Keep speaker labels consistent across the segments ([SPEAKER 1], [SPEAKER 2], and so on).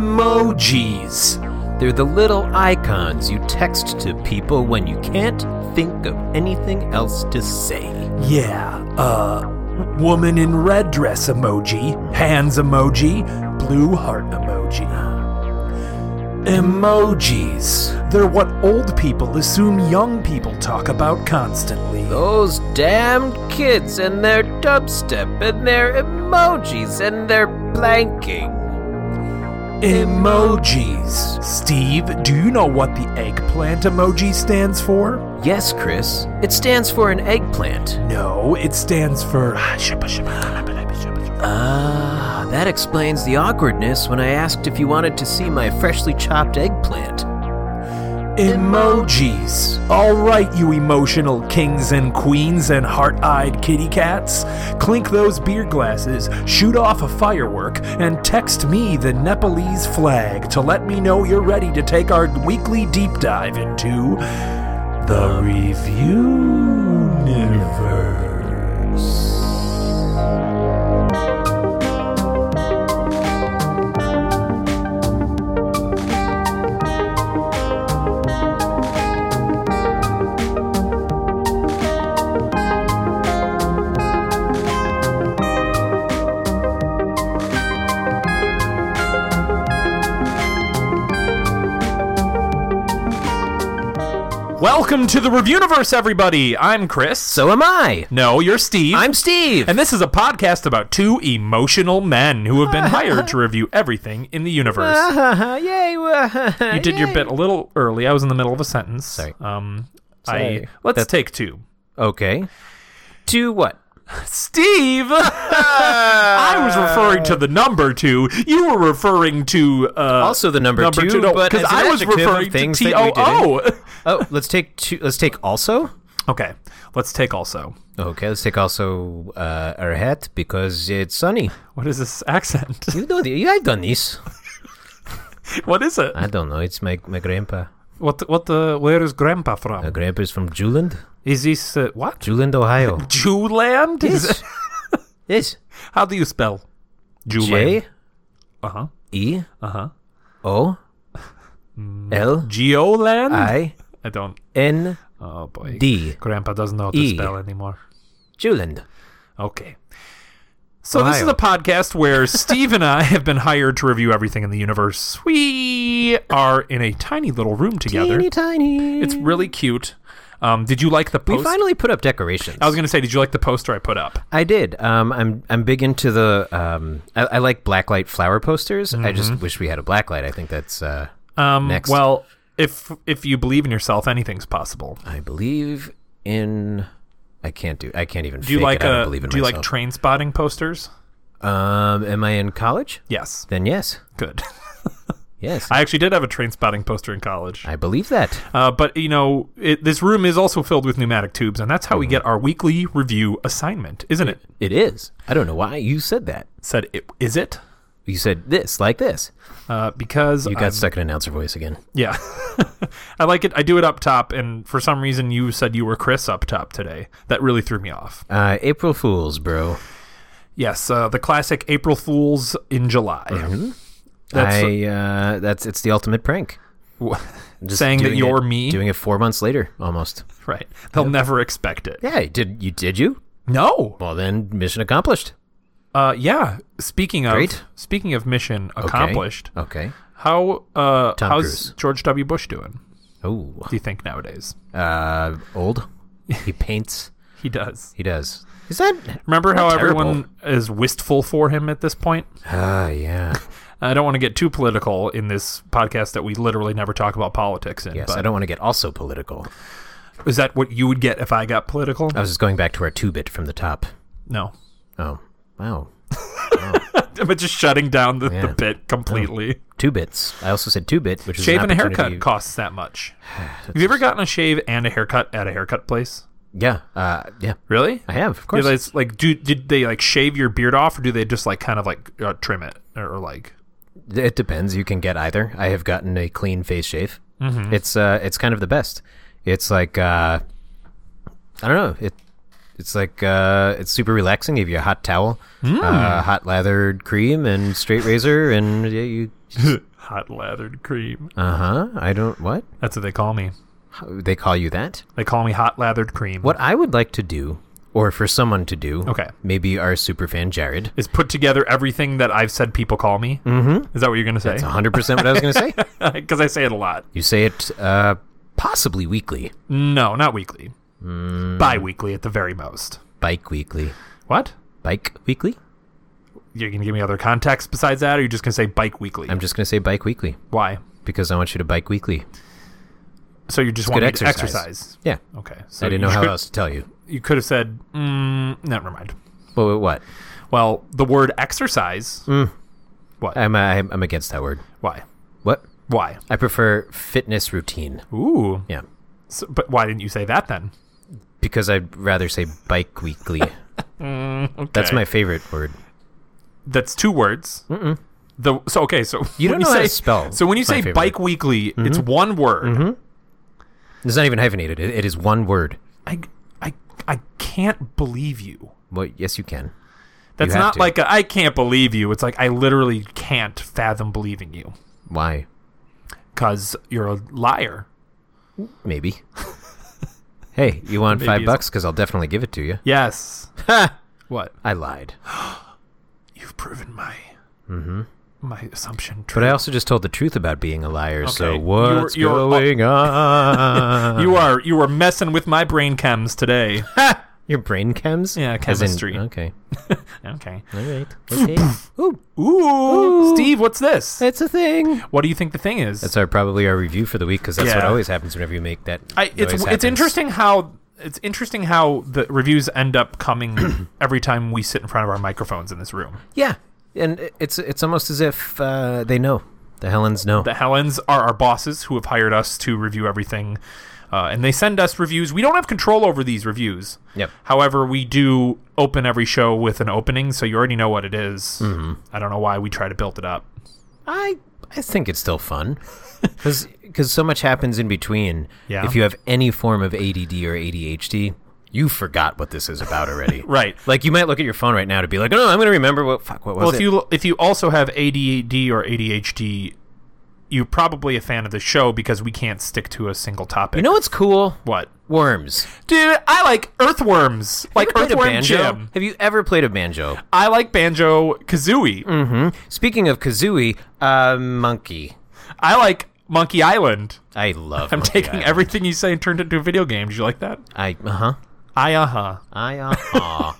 [SPEAKER 1] Emojis. They're the little icons you text to people when you can't think of anything else to say.
[SPEAKER 2] Yeah, uh, woman in red dress emoji, hands emoji, blue heart emoji.
[SPEAKER 1] Emojis.
[SPEAKER 2] They're what old people assume young people talk about constantly.
[SPEAKER 1] Those damned kids and their dubstep and their emojis and their blanking. Emojis.
[SPEAKER 2] Steve, do you know what the eggplant emoji stands for?
[SPEAKER 1] Yes, Chris. It stands for an eggplant.
[SPEAKER 2] No, it stands for.
[SPEAKER 1] Ah, that explains the awkwardness when I asked if you wanted to see my freshly chopped eggplant.
[SPEAKER 2] Emojis. All right, you emotional kings and queens and heart eyed kitty cats. Clink those beer glasses, shoot off a firework, and text me the Nepalese flag to let me know you're ready to take our weekly deep dive into the review universe. Welcome to the review universe, everybody. I'm Chris.
[SPEAKER 1] So am I.
[SPEAKER 2] No, you're Steve.
[SPEAKER 1] I'm Steve.
[SPEAKER 2] And this is a podcast about two emotional men who have been hired to review everything in the
[SPEAKER 1] Uh,
[SPEAKER 2] universe.
[SPEAKER 1] Yay!
[SPEAKER 2] You did your bit a little early. I was in the middle of a sentence.
[SPEAKER 1] Sorry.
[SPEAKER 2] Um, I
[SPEAKER 1] Sorry.
[SPEAKER 2] let's take two.
[SPEAKER 1] Okay. To what?
[SPEAKER 2] Steve, I was referring to the number two. You were referring to uh,
[SPEAKER 1] Also the number
[SPEAKER 2] number
[SPEAKER 1] two,
[SPEAKER 2] two. no,
[SPEAKER 1] but as an
[SPEAKER 2] I was
[SPEAKER 1] adjective of
[SPEAKER 2] referring to
[SPEAKER 1] things
[SPEAKER 2] T
[SPEAKER 1] that
[SPEAKER 2] O
[SPEAKER 1] we
[SPEAKER 2] O.
[SPEAKER 1] Oh, let's take two. Let's take also.
[SPEAKER 2] Okay, let's take also.
[SPEAKER 1] Okay, let's take also uh, our hat because it's sunny.
[SPEAKER 2] What is this accent?
[SPEAKER 1] You know, the- you have done this.
[SPEAKER 2] what is it?
[SPEAKER 1] I don't know. It's my my grandpa.
[SPEAKER 2] What? What? Uh, where is Grandpa from?
[SPEAKER 1] My grandpa's from Juland,
[SPEAKER 2] Is this uh, what?
[SPEAKER 1] Juland, Ohio.
[SPEAKER 2] Jewland?
[SPEAKER 1] Yes. yes.
[SPEAKER 2] How do you spell
[SPEAKER 1] J
[SPEAKER 2] Uh huh.
[SPEAKER 1] E
[SPEAKER 2] Uh huh.
[SPEAKER 1] O L
[SPEAKER 2] Geoland?
[SPEAKER 1] I
[SPEAKER 2] I don't.
[SPEAKER 1] N
[SPEAKER 2] Oh boy.
[SPEAKER 1] D
[SPEAKER 2] Grandpa doesn't know how to
[SPEAKER 1] E.
[SPEAKER 2] spell anymore.
[SPEAKER 1] Juland.
[SPEAKER 2] Okay. So this is
[SPEAKER 1] Ohio.
[SPEAKER 2] a podcast where Steve and I have been hired to review everything in the universe. We are in a tiny little room together.
[SPEAKER 1] Teeny tiny.
[SPEAKER 2] It's really cute. Um, did you like the
[SPEAKER 1] we
[SPEAKER 2] post?
[SPEAKER 1] finally put up decorations.
[SPEAKER 2] I was going to say, did you like the poster I put up?
[SPEAKER 1] I did. Um, I'm I'm big into the um, I, I like blacklight flower posters. I just
[SPEAKER 2] Mm-hmm.
[SPEAKER 1] wish we had a blacklight. I think that's uh,
[SPEAKER 2] Um,
[SPEAKER 1] Next.
[SPEAKER 2] Well, if if you believe in yourself, anything's possible.
[SPEAKER 1] I believe in. I can't do. I can't even.
[SPEAKER 2] Do you
[SPEAKER 1] fake
[SPEAKER 2] like
[SPEAKER 1] it. I don't
[SPEAKER 2] uh,
[SPEAKER 1] believe in
[SPEAKER 2] do you like
[SPEAKER 1] myself.
[SPEAKER 2] train spotting posters?
[SPEAKER 1] um, am I in college?
[SPEAKER 2] Yes.
[SPEAKER 1] Then yes,
[SPEAKER 2] Good.
[SPEAKER 1] yes. I,
[SPEAKER 2] I actually did have a train spotting poster in college.
[SPEAKER 1] believe that.
[SPEAKER 2] Uh, but, you know, it, this room is also filled with pneumatic tubes, and that's how
[SPEAKER 1] Mm-hmm.
[SPEAKER 2] we get our weekly review assignment, isn't it?
[SPEAKER 1] It is. I don't know why you said that.
[SPEAKER 2] Said, it, is it?
[SPEAKER 1] You said this like this.
[SPEAKER 2] Uh, because.
[SPEAKER 1] You got
[SPEAKER 2] I'm-
[SPEAKER 1] stuck in announcer voice again.
[SPEAKER 2] yeah. I like it. I do it up top, and for some reason, you said you were Chris up top today. That really threw me off.
[SPEAKER 1] Uh, April Fools, bro.
[SPEAKER 2] Yes, uh, the classic April Fools in July.
[SPEAKER 1] Mm-hmm.
[SPEAKER 2] That's-
[SPEAKER 1] I uh, that's it's the ultimate prank. Just
[SPEAKER 2] Saying that
[SPEAKER 1] doing
[SPEAKER 2] you're
[SPEAKER 1] it-
[SPEAKER 2] me.
[SPEAKER 1] doing it four months later almost.
[SPEAKER 2] Right. They'll never expect it.
[SPEAKER 1] Yeah, did you did you?
[SPEAKER 2] No.
[SPEAKER 1] Well, then mission accomplished.
[SPEAKER 2] Uh, yeah. Speaking of
[SPEAKER 1] Great.
[SPEAKER 2] speaking of mission
[SPEAKER 1] Okay.
[SPEAKER 2] accomplished,
[SPEAKER 1] Okay.
[SPEAKER 2] How uh
[SPEAKER 1] Tom
[SPEAKER 2] how's
[SPEAKER 1] Cruise.
[SPEAKER 2] George W. Bush doing?
[SPEAKER 1] Oh,
[SPEAKER 2] Do you think nowadays?
[SPEAKER 1] uh, old. He paints.
[SPEAKER 2] He does.
[SPEAKER 1] He does. Is that?
[SPEAKER 2] Remember how
[SPEAKER 1] Not terrible.
[SPEAKER 2] everyone is wistful for him at this point?
[SPEAKER 1] Ah, yeah.
[SPEAKER 2] I don't want to get too political in this podcast that we literally never talk about politics in.
[SPEAKER 1] Yes, I
[SPEAKER 2] but
[SPEAKER 1] don't want to get also political.
[SPEAKER 2] is that what you would get if I got political?
[SPEAKER 1] I was just going back to our two bit from the top.
[SPEAKER 2] no.
[SPEAKER 1] Oh, wow,
[SPEAKER 2] But just shutting down the, the
[SPEAKER 1] Yeah.
[SPEAKER 2] bit completely.
[SPEAKER 1] two bits. I also said two bit, which is
[SPEAKER 2] Shave
[SPEAKER 1] an
[SPEAKER 2] and a haircut
[SPEAKER 1] opportunity-
[SPEAKER 2] costs that much. Have you ever gotten a shave and a haircut at a haircut place?
[SPEAKER 1] Yeah, uh, yeah,
[SPEAKER 2] Really?
[SPEAKER 1] I have. Of
[SPEAKER 2] Yeah,
[SPEAKER 1] course,
[SPEAKER 2] that's like do did they like shave your beard off or do they just like kind of like uh, trim it or, or like
[SPEAKER 1] it depends. You can get either. I have gotten a clean face shave. It's uh, it's kind of the best. It's like uh, I don't know. It It's like uh, it's super relaxing. Give you a hot towel, uh, hot lathered cream, and straight razor, and yeah, you.
[SPEAKER 2] Hot lathered cream.
[SPEAKER 1] Uh huh. I don't what
[SPEAKER 2] That's what they call me.
[SPEAKER 1] they call you that.
[SPEAKER 2] They call me hot lathered cream.
[SPEAKER 1] What I would like to do, or for someone to do,
[SPEAKER 2] Okay.
[SPEAKER 1] maybe our super fan Jared.
[SPEAKER 2] Is put together everything that I've said people call me. Mm-hmm. Is that what you're going to say?
[SPEAKER 1] It's 100 percent what I was going to say.
[SPEAKER 2] Because I say it a lot.
[SPEAKER 1] You say it uh, possibly weekly,
[SPEAKER 2] No, not weekly.
[SPEAKER 1] Mm.
[SPEAKER 2] Bi weekly at the very most.
[SPEAKER 1] bike weekly,
[SPEAKER 2] What?
[SPEAKER 1] bike weekly.
[SPEAKER 2] You're going to give me other context besides that, or you're just going to say bike weekly?
[SPEAKER 1] I'm just going to say bike weekly
[SPEAKER 2] Why?
[SPEAKER 1] because I want you to bike weekly.
[SPEAKER 2] So you just want
[SPEAKER 1] Good
[SPEAKER 2] me
[SPEAKER 1] exercise.
[SPEAKER 2] to exercise.
[SPEAKER 1] Yeah,
[SPEAKER 2] Okay. So
[SPEAKER 1] I didn't
[SPEAKER 2] you
[SPEAKER 1] know how
[SPEAKER 2] could,
[SPEAKER 1] else to tell you.
[SPEAKER 2] You could have said, mm, never mind.
[SPEAKER 1] Well, what?
[SPEAKER 2] Well, the word exercise.
[SPEAKER 1] Mm. I'm, I'm I'm against that word.
[SPEAKER 2] Why?
[SPEAKER 1] What?
[SPEAKER 2] Why?
[SPEAKER 1] I prefer fitness routine.
[SPEAKER 2] Ooh.
[SPEAKER 1] Yeah.
[SPEAKER 2] So, but why didn't you say that then?
[SPEAKER 1] Because I'd rather say bike weekly. That's
[SPEAKER 2] Okay.
[SPEAKER 1] my favorite word.
[SPEAKER 2] That's two words. Mm-mm. The so okay so
[SPEAKER 1] You
[SPEAKER 2] when
[SPEAKER 1] don't know how
[SPEAKER 2] say,
[SPEAKER 1] to spell.
[SPEAKER 2] So when you
[SPEAKER 1] It's my
[SPEAKER 2] say
[SPEAKER 1] favorite. Mm-hmm.
[SPEAKER 2] bike weekly, it's one word.
[SPEAKER 1] It's not even hyphenated. It, it is one word.
[SPEAKER 2] I I I can't believe you.
[SPEAKER 1] Well, yes, you can.
[SPEAKER 2] That's
[SPEAKER 1] have
[SPEAKER 2] not
[SPEAKER 1] to.
[SPEAKER 2] like I I can't believe you. It's like I literally can't fathom believing you
[SPEAKER 1] Why?
[SPEAKER 2] because you're a liar.
[SPEAKER 1] Maybe. hey, you want
[SPEAKER 2] Maybe
[SPEAKER 1] five
[SPEAKER 2] it's-
[SPEAKER 1] bucks? Because I'll definitely give it to you.
[SPEAKER 2] Yes. what?
[SPEAKER 1] I lied,
[SPEAKER 2] You've proven my
[SPEAKER 1] Mm-hmm.
[SPEAKER 2] my assumption true.
[SPEAKER 1] but I also just told the truth about being a liar. So
[SPEAKER 2] Okay.
[SPEAKER 1] what's
[SPEAKER 2] You're- you're-
[SPEAKER 1] going on?
[SPEAKER 2] you are you are messing with my brain chems today.
[SPEAKER 1] Your brain chems?
[SPEAKER 2] Yeah,
[SPEAKER 1] As in-
[SPEAKER 2] chemistry.
[SPEAKER 1] okay.
[SPEAKER 2] okay.
[SPEAKER 1] All right. Okay. Ooh,
[SPEAKER 2] Ooh, Steve, what's this?
[SPEAKER 1] it's a thing.
[SPEAKER 2] What do you think the thing is?
[SPEAKER 1] That's our probably our review for the week because that's what
[SPEAKER 2] Yeah.
[SPEAKER 1] always happens whenever you make that.
[SPEAKER 2] I,
[SPEAKER 1] noise
[SPEAKER 2] it's
[SPEAKER 1] happens.
[SPEAKER 2] it's interesting how it's interesting how the reviews end up coming every time we sit in front of our microphones in this room.
[SPEAKER 1] Yeah, and i- it's it's almost as if uh, they know the Helens know.
[SPEAKER 2] The Helens are our bosses who have hired us to review everything, uh, and they send us reviews. We don't have control over these reviews.
[SPEAKER 1] Yep.
[SPEAKER 2] However, we do open every show with an opening, so you already know what it is.
[SPEAKER 1] Mm-hmm.
[SPEAKER 2] I don't know why we try to build it up.
[SPEAKER 1] I I think it's still fun because so much happens in between.
[SPEAKER 2] Yeah.
[SPEAKER 1] If you have any form of ADD or ADHD, you forgot what this is about already.
[SPEAKER 2] Right.
[SPEAKER 1] Like you might look at your phone right now to be like, oh, I'm going to remember what fuck what was
[SPEAKER 2] Well, if
[SPEAKER 1] it?
[SPEAKER 2] you if you also have ADD or ADHD, you're probably a fan of the show because we can't stick to a single topic.
[SPEAKER 1] you know what's cool?
[SPEAKER 2] what?
[SPEAKER 1] Worms.
[SPEAKER 2] Dude, I like earthworms. Like
[SPEAKER 1] Ever played a
[SPEAKER 2] earthworm
[SPEAKER 1] banjo?
[SPEAKER 2] jam.
[SPEAKER 1] Have you ever played a banjo?
[SPEAKER 2] I like banjo kazooie.
[SPEAKER 1] Mm. Speaking of Kazooie, uh, monkey.
[SPEAKER 2] I like Monkey Island.
[SPEAKER 1] I love.
[SPEAKER 2] I'm taking everything you say and turned it into a video game. Did you like that?
[SPEAKER 1] I uh huh.
[SPEAKER 2] I uh huh.
[SPEAKER 1] I uh huh.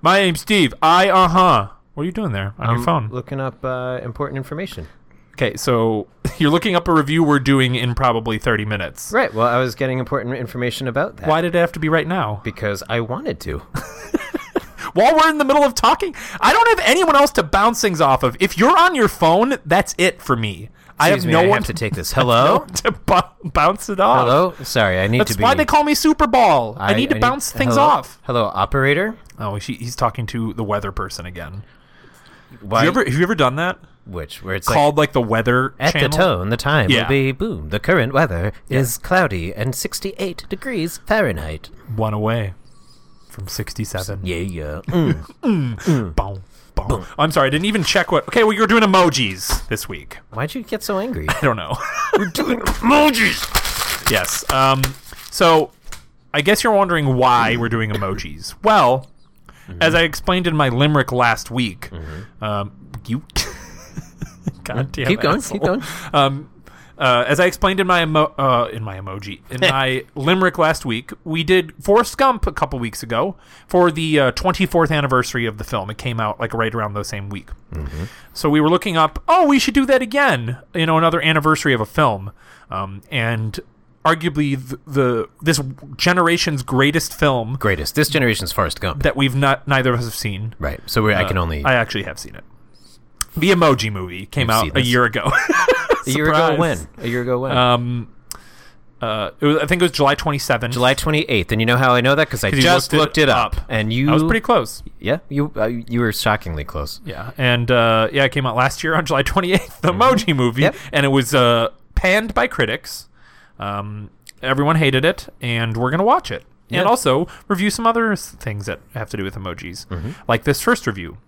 [SPEAKER 2] My name's Steve. I uh huh. What are you doing there on
[SPEAKER 1] Um,
[SPEAKER 2] your phone?
[SPEAKER 1] Looking up uh, important information.
[SPEAKER 2] Okay, so you're looking up a review we're doing in probably 30 minutes.
[SPEAKER 1] Right. Well, I was getting important information about that
[SPEAKER 2] Why did it have to be right now?
[SPEAKER 1] because I wanted to.
[SPEAKER 2] While we're in the middle of talking, I don't have anyone else to bounce things off of. If you're on your phone, that's it for me. I have
[SPEAKER 1] Excuse me,
[SPEAKER 2] no
[SPEAKER 1] I
[SPEAKER 2] one
[SPEAKER 1] have to take this. Hello.
[SPEAKER 2] to bu- bounce it off.
[SPEAKER 1] Hello. Sorry, I need
[SPEAKER 2] That's
[SPEAKER 1] to be.
[SPEAKER 2] why they call me Super Ball. I, need to bounce things
[SPEAKER 1] hello?
[SPEAKER 2] off.
[SPEAKER 1] Hello, operator.
[SPEAKER 2] Oh, she, he's talking to the weather person again.
[SPEAKER 1] Why?
[SPEAKER 2] Have you ever, have you ever done that?
[SPEAKER 1] which where it's like
[SPEAKER 2] Called like the weather
[SPEAKER 1] at
[SPEAKER 2] channel?
[SPEAKER 1] the tone, the time
[SPEAKER 2] Yeah.
[SPEAKER 1] will be boom. The current weather is cloudy and 68 degrees Fahrenheit.
[SPEAKER 2] One away from 67.
[SPEAKER 1] Yeah, yeah. Mm.
[SPEAKER 2] Boom, boom. I'm sorry, I didn't even check what. Okay, well, you're doing emojis this week.
[SPEAKER 1] Why'd you get so angry?
[SPEAKER 2] I don't know.
[SPEAKER 1] We're doing emojis.
[SPEAKER 2] yes. Um, so I guess you're wondering why we're doing emojis. Well, as I explained in my limerick last week, um, you. God damn
[SPEAKER 1] Mm-hmm. Keep going.
[SPEAKER 2] asshole.
[SPEAKER 1] Keep going.
[SPEAKER 2] Um, uh, as I explained in my emo- uh, in my emoji in my limerick last week, we did Forrest Gump a couple weeks ago for the uh, 24th anniversary of the film. It came out like right around the same week,
[SPEAKER 1] Mm-hmm.
[SPEAKER 2] so we were looking up. Oh, we should do that again. You know, another anniversary of a film, um, and arguably the, the this generation's greatest film
[SPEAKER 1] Greatest. This generation's Forrest Gump.
[SPEAKER 2] that we've not neither of us have seen. Uh,
[SPEAKER 1] right. So we're, I can only.
[SPEAKER 2] I actually have seen it. The Emoji Movie came
[SPEAKER 1] seen
[SPEAKER 2] out a
[SPEAKER 1] this.
[SPEAKER 2] year ago.
[SPEAKER 1] a year ago
[SPEAKER 2] Surprise.
[SPEAKER 1] when? A year ago when?
[SPEAKER 2] Um, uh, it was, I think it was July 27th.
[SPEAKER 1] July 28th. And you know how I know that? Because I
[SPEAKER 2] you
[SPEAKER 1] just looked it up. And you.
[SPEAKER 2] I was pretty close.
[SPEAKER 1] Yeah, you, uh, you were shockingly close.
[SPEAKER 2] Yeah, and uh, yeah, it came out last year on July 28th, the Emoji Movie,
[SPEAKER 1] Mm-hmm. Yep.
[SPEAKER 2] and it was uh, panned by critics. Um, everyone hated it, and we're gonna watch it. And
[SPEAKER 1] Yeah.
[SPEAKER 2] also review some other s- things that have to do with emojis,
[SPEAKER 1] Mm-hmm.
[SPEAKER 2] like this first review.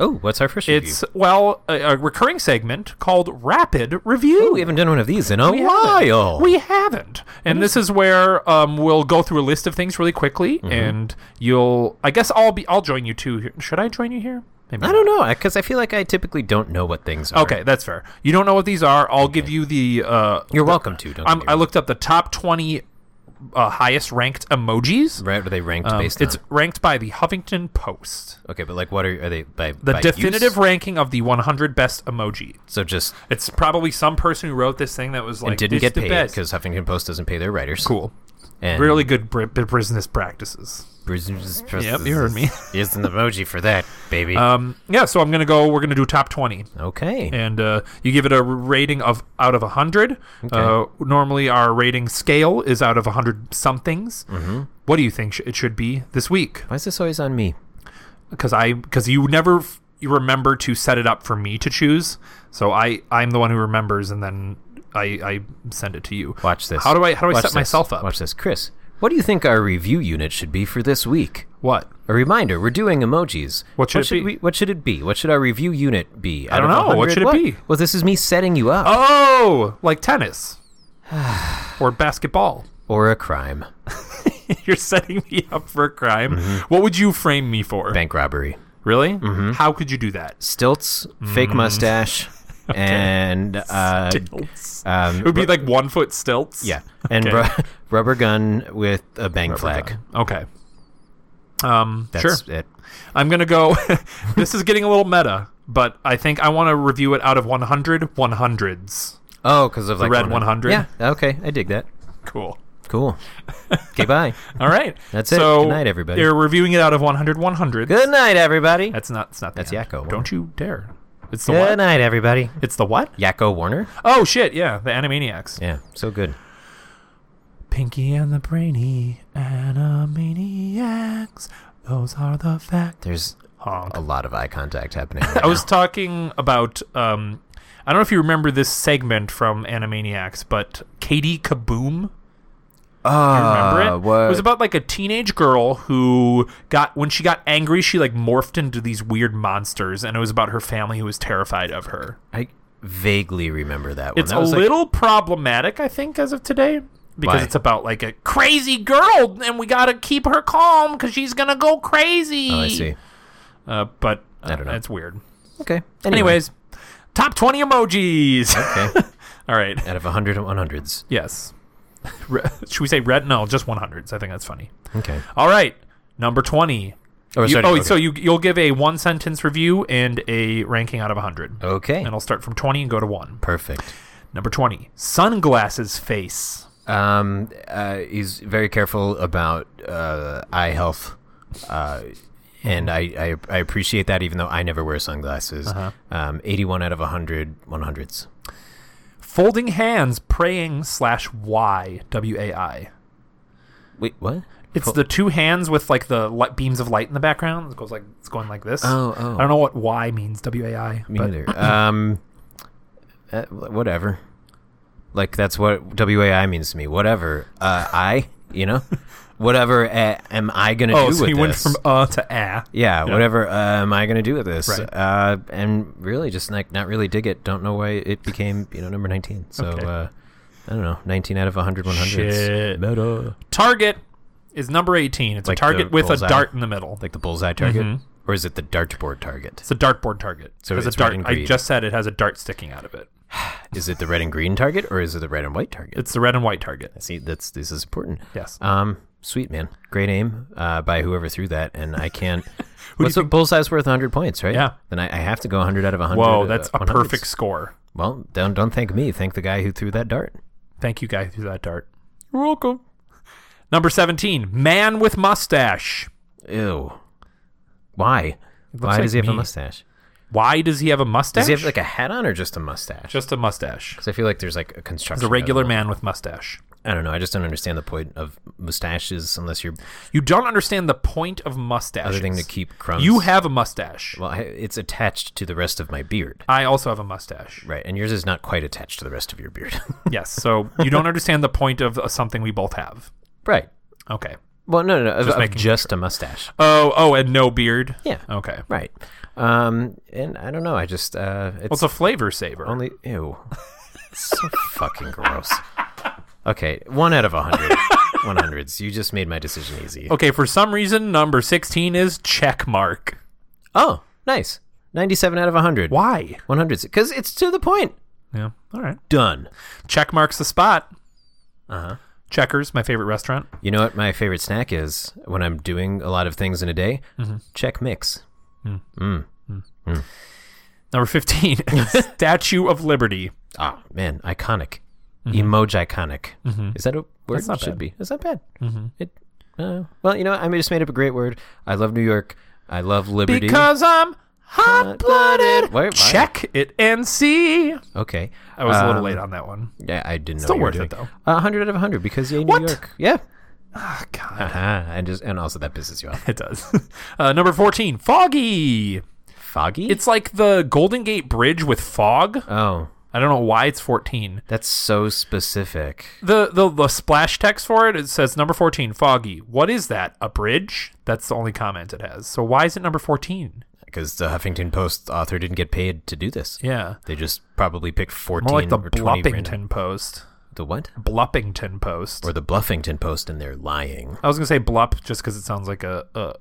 [SPEAKER 1] Oh, what's our first review?
[SPEAKER 2] It's, well, a, a recurring segment called Rapid Review.
[SPEAKER 1] Ooh, we haven't done one of these in a
[SPEAKER 2] We haven't.
[SPEAKER 1] while.
[SPEAKER 2] We haven't. And this is where um, we'll go through a list of things really quickly,
[SPEAKER 1] Mm-hmm.
[SPEAKER 2] and you'll. I guess I'll be. I'll join you too. Here. Should I join you here? Maybe
[SPEAKER 1] I don't know, because I feel like I typically don't know what things are.
[SPEAKER 2] Okay, that's fair. You don't know what these are. I'll give you the. Uh,
[SPEAKER 1] You're welcome to, don't
[SPEAKER 2] I'm,
[SPEAKER 1] you?
[SPEAKER 2] I looked up the top twenty uh, highest ranked emojis.
[SPEAKER 1] Right, are they ranked
[SPEAKER 2] Um,
[SPEAKER 1] based
[SPEAKER 2] it's
[SPEAKER 1] on?
[SPEAKER 2] ranked by the Huffington Post,
[SPEAKER 1] Okay, but like what are, are they by
[SPEAKER 2] the
[SPEAKER 1] by
[SPEAKER 2] definitive
[SPEAKER 1] use?
[SPEAKER 2] ranking of the 100 best emoji.
[SPEAKER 1] So just
[SPEAKER 2] It's probably some person who wrote this thing that was like
[SPEAKER 1] and didn't
[SPEAKER 2] "This
[SPEAKER 1] get
[SPEAKER 2] the
[SPEAKER 1] paid
[SPEAKER 2] best."
[SPEAKER 1] because Huffington Post doesn't pay their writers.
[SPEAKER 2] cool,
[SPEAKER 1] And
[SPEAKER 2] really good br- b- business practices.
[SPEAKER 1] Yep,
[SPEAKER 2] you heard me.
[SPEAKER 1] Here's an emoji for that, baby.
[SPEAKER 2] Um, yeah, so I'm gonna go. We're gonna do top 20,
[SPEAKER 1] okay.
[SPEAKER 2] and uh, you give it a rating of out of 100. Uh, normally, our rating scale is out of 100 somethings. Mm-hmm. What do you think sh- it should be this week?
[SPEAKER 1] Why is this always on me?
[SPEAKER 2] because I because you never f- you remember to set it up for me to choose. So I I'm the one who remembers, and then I I send it to you.
[SPEAKER 1] Watch this.
[SPEAKER 2] How do I how do I
[SPEAKER 1] Watch
[SPEAKER 2] set
[SPEAKER 1] this.
[SPEAKER 2] myself up?
[SPEAKER 1] Watch this, Chris. What do you think our review unit should be for this week?
[SPEAKER 2] What?
[SPEAKER 1] A reminder: We're doing emojis.
[SPEAKER 2] What should it be?
[SPEAKER 1] We, what should it be? What should our review unit be? I
[SPEAKER 2] don't know. What should it be?
[SPEAKER 1] Well, this is me setting you up,
[SPEAKER 2] Oh, like tennis or basketball.
[SPEAKER 1] or a crime,
[SPEAKER 2] You're setting me up for a crime.
[SPEAKER 1] Mm-hmm.
[SPEAKER 2] What would you frame me for?
[SPEAKER 1] bank robbery,
[SPEAKER 2] Really?
[SPEAKER 1] Mm-hmm.
[SPEAKER 2] How could you do that?
[SPEAKER 1] stilts, fake
[SPEAKER 2] Mm-hmm.
[SPEAKER 1] mustache, and uh, um,
[SPEAKER 2] It would be like one foot stilts.
[SPEAKER 1] yeah, and
[SPEAKER 2] Okay.
[SPEAKER 1] ru- rubber gun with a bang flag.
[SPEAKER 2] Okay. Um. sure.
[SPEAKER 1] That's it.
[SPEAKER 2] I'm going to go. this is getting a little meta, but I think I want to review it out of 100 100s.
[SPEAKER 1] Oh, because of like
[SPEAKER 2] red 100?
[SPEAKER 1] Yeah. Okay, I dig that.
[SPEAKER 2] Cool.
[SPEAKER 1] Cool. Okay, bye.
[SPEAKER 2] All right.
[SPEAKER 1] That's it.
[SPEAKER 2] so
[SPEAKER 1] Good night, everybody.
[SPEAKER 2] They're reviewing it out of 100 100s.
[SPEAKER 1] Good night, everybody.
[SPEAKER 2] That's not that's not the
[SPEAKER 1] That's
[SPEAKER 2] end.
[SPEAKER 1] Yakko.
[SPEAKER 2] Don't you dare. It's the
[SPEAKER 1] Good
[SPEAKER 2] what?
[SPEAKER 1] night, everybody.
[SPEAKER 2] It's the what?
[SPEAKER 1] Yakko Warner.
[SPEAKER 2] Oh shit, yeah, the Animaniacs.
[SPEAKER 1] Yeah, so good.
[SPEAKER 2] Pinky and the Brainy Animaniacs. Those are the facts.
[SPEAKER 1] There's
[SPEAKER 2] Honk. Oh,
[SPEAKER 1] a lot of eye contact happening. right
[SPEAKER 2] I was talking about um I don't know if you remember this segment from Animaniacs, but Katie Kaboom
[SPEAKER 1] Ah,
[SPEAKER 2] remember
[SPEAKER 1] Uh,
[SPEAKER 2] it? It was about like a teenage girl who got when she got angry, she like morphed into these weird monsters, and it was about her family who was terrified of her.
[SPEAKER 1] I vaguely remember that one.
[SPEAKER 2] It's
[SPEAKER 1] that
[SPEAKER 2] a
[SPEAKER 1] was like-
[SPEAKER 2] little problematic, I think, as of today. Because
[SPEAKER 1] Why?
[SPEAKER 2] it's about like a crazy girl, and we gotta keep her calm because she's gonna go crazy.
[SPEAKER 1] Oh, I see.
[SPEAKER 2] Uh, but uh,
[SPEAKER 1] don't know.
[SPEAKER 2] It's weird.
[SPEAKER 1] Okay.
[SPEAKER 2] Anyways, top twenty emojis.
[SPEAKER 1] okay.
[SPEAKER 2] All right.
[SPEAKER 1] Out of 100 and 100s.
[SPEAKER 2] Yes. Re- Should we say red? No, just one hundreds. I think that's funny.
[SPEAKER 1] Okay.
[SPEAKER 2] All right, number twenty.
[SPEAKER 1] Oh,
[SPEAKER 2] You-
[SPEAKER 1] sorry,
[SPEAKER 2] oh,
[SPEAKER 1] okay.
[SPEAKER 2] so you you'll give a one sentence review and a ranking out of hundred.
[SPEAKER 1] Okay.
[SPEAKER 2] And I'll start from twenty and go to one.
[SPEAKER 1] Perfect.
[SPEAKER 2] Number twenty, sunglasses face.
[SPEAKER 1] Um, uh, he's very careful about uh, eye health. Uh, and I, I, I appreciate that, even though I never wear sunglasses.
[SPEAKER 2] Uh-huh.
[SPEAKER 1] Um, 81 out of 100, 100s.
[SPEAKER 2] Folding hands, praying slash Y W A I.
[SPEAKER 1] Wait, what?
[SPEAKER 2] It's the two hands with like the li- beams of light in the background. It goes like it's going like this.
[SPEAKER 1] Oh, oh.
[SPEAKER 2] I don't know what Y means. W A I.
[SPEAKER 1] Me
[SPEAKER 2] but-
[SPEAKER 1] neither. um, uh, whatever. Like that's what WAI means to me. Whatever. Uh, I, you know, whatever uh, am I gonna
[SPEAKER 2] Oh,
[SPEAKER 1] do
[SPEAKER 2] so
[SPEAKER 1] with
[SPEAKER 2] you
[SPEAKER 1] this?
[SPEAKER 2] went from uh to ah.
[SPEAKER 1] yeah, whatever uh, am I gonna do with this?
[SPEAKER 2] Right.
[SPEAKER 1] Uh, and really, just like not really dig it. Don't know why it became you know number nineteen. So
[SPEAKER 2] Okay.
[SPEAKER 1] uh, I don't know. Nineteen out of 100 100s.
[SPEAKER 2] Shit.
[SPEAKER 1] Meta.
[SPEAKER 2] Target is number eighteen. It's
[SPEAKER 1] Like
[SPEAKER 2] a
[SPEAKER 1] the
[SPEAKER 2] target with
[SPEAKER 1] bullseye?
[SPEAKER 2] a dart in the middle.
[SPEAKER 1] Like the bullseye target,
[SPEAKER 2] Mm-hmm.
[SPEAKER 1] or is it the dartboard target?
[SPEAKER 2] It's a dartboard target.
[SPEAKER 1] So
[SPEAKER 2] It has
[SPEAKER 1] it's
[SPEAKER 2] a dart.
[SPEAKER 1] red and
[SPEAKER 2] I
[SPEAKER 1] green.
[SPEAKER 2] just said it has a dart sticking out of it.
[SPEAKER 1] Is it the red and green target, or is it the red and white target?
[SPEAKER 2] It's the red and white target.
[SPEAKER 1] See, that's this is important.
[SPEAKER 2] Yes.
[SPEAKER 1] Um, sweet man, great aim uh, by whoever threw that, and I can't. What's
[SPEAKER 2] you
[SPEAKER 1] a bullseye's worth 100 points, right?
[SPEAKER 2] Yeah.
[SPEAKER 1] Then I, I have to go 100 out of 100.
[SPEAKER 2] Whoa,
[SPEAKER 1] uh,
[SPEAKER 2] that's a
[SPEAKER 1] 100s.
[SPEAKER 2] perfect score.
[SPEAKER 1] Well, don't don't thank me. Thank the guy who threw that dart.
[SPEAKER 2] Thank you, guys, for that dart. You're welcome. Number seventeen, man with mustache.
[SPEAKER 1] Ew. Why? Why
[SPEAKER 2] like
[SPEAKER 1] does he have
[SPEAKER 2] me.
[SPEAKER 1] a mustache?
[SPEAKER 2] Why does he have a mustache?
[SPEAKER 1] Does he have like a hat on or just a mustache?
[SPEAKER 2] just a mustache?
[SPEAKER 1] 'Cause I feel like there's like a construction.
[SPEAKER 2] It's a regular
[SPEAKER 1] of them.
[SPEAKER 2] man with mustache.
[SPEAKER 1] I don't know. I just don't understand the point of mustaches unless you're
[SPEAKER 2] You don't understand the point of mustache.
[SPEAKER 1] other thing to keep crumbs.
[SPEAKER 2] You have a mustache.
[SPEAKER 1] well, I, it's attached to the rest of my beard,
[SPEAKER 2] I also have a mustache.
[SPEAKER 1] right? And yours is not quite attached to the rest of your beard,
[SPEAKER 2] Yes. So you don't understand the point of uh, something we both have.
[SPEAKER 1] right?
[SPEAKER 2] Okay.
[SPEAKER 1] Well, no, no, no of- of
[SPEAKER 2] Just
[SPEAKER 1] just,
[SPEAKER 2] making
[SPEAKER 1] a mustache.
[SPEAKER 2] Oh, oh, and no beard.
[SPEAKER 1] Yeah.
[SPEAKER 2] Okay. Well,
[SPEAKER 1] Right. Um, and I don't know. I just uh, it's
[SPEAKER 2] it's a flavor saver.
[SPEAKER 1] only ew. so fucking gross. Okay, one out of a hundred. One hundreds. You just made my decision easy.
[SPEAKER 2] okay, for some reason, number sixteen is check mark.
[SPEAKER 1] Oh, nice. Ninety-seven out of a hundred.
[SPEAKER 2] Why?
[SPEAKER 1] One hundreds. Because it's to the point.
[SPEAKER 2] Yeah. All right.
[SPEAKER 1] Done.
[SPEAKER 2] Check marks the spot. Uh huh.
[SPEAKER 1] Uh-huh.
[SPEAKER 2] Checkers, my favorite restaurant.
[SPEAKER 1] You know what my favorite snack is when I'm doing a lot of things in a day?
[SPEAKER 2] Mm-hmm.
[SPEAKER 1] Check mix.
[SPEAKER 2] Number fifteen, Statue of Liberty.
[SPEAKER 1] Ah, man, iconic. Emoji iconic. Is that a word?
[SPEAKER 2] Mm-hmm. That's not
[SPEAKER 1] it should
[SPEAKER 2] bad. Mm-hmm.
[SPEAKER 1] be. It's not bad. It. Uh, well, you know, what? I just made up a great word. I love New York. I love liberty.
[SPEAKER 2] Because I'm hot
[SPEAKER 1] Hot-blooded.
[SPEAKER 2] blooded.
[SPEAKER 1] Wait, why?
[SPEAKER 2] Check it and see.
[SPEAKER 1] okay,
[SPEAKER 2] I was a little
[SPEAKER 1] Um,
[SPEAKER 2] late on that one.
[SPEAKER 1] Yeah, I didn't know.
[SPEAKER 2] Still
[SPEAKER 1] you were
[SPEAKER 2] worth it,
[SPEAKER 1] doing- A hundred out of a hundred because yay, New
[SPEAKER 2] What?
[SPEAKER 1] York. Yeah.
[SPEAKER 2] Oh, God.
[SPEAKER 1] Uh-huh. And just and also that pisses you off.
[SPEAKER 2] It does. Uh, number 14, Foggy.
[SPEAKER 1] Foggy.
[SPEAKER 2] It's like the Golden Gate Bridge with fog.
[SPEAKER 1] oh,
[SPEAKER 2] I don't know why it's 14.
[SPEAKER 1] that's so specific.
[SPEAKER 2] The, the the splash text for it it says number 14 foggy what is that a bridge that's the only comment it has so why is it number 14
[SPEAKER 1] Because the Huffington Post author didn't get paid to do this.
[SPEAKER 2] yeah
[SPEAKER 1] They just probably picked fourteen
[SPEAKER 2] more like the
[SPEAKER 1] or twenty. random-
[SPEAKER 2] bluppington post
[SPEAKER 1] The what?
[SPEAKER 2] bluppington post
[SPEAKER 1] Or the Bluffington Post, and they're lying.
[SPEAKER 2] i was gonna say blup just because it sounds like a, a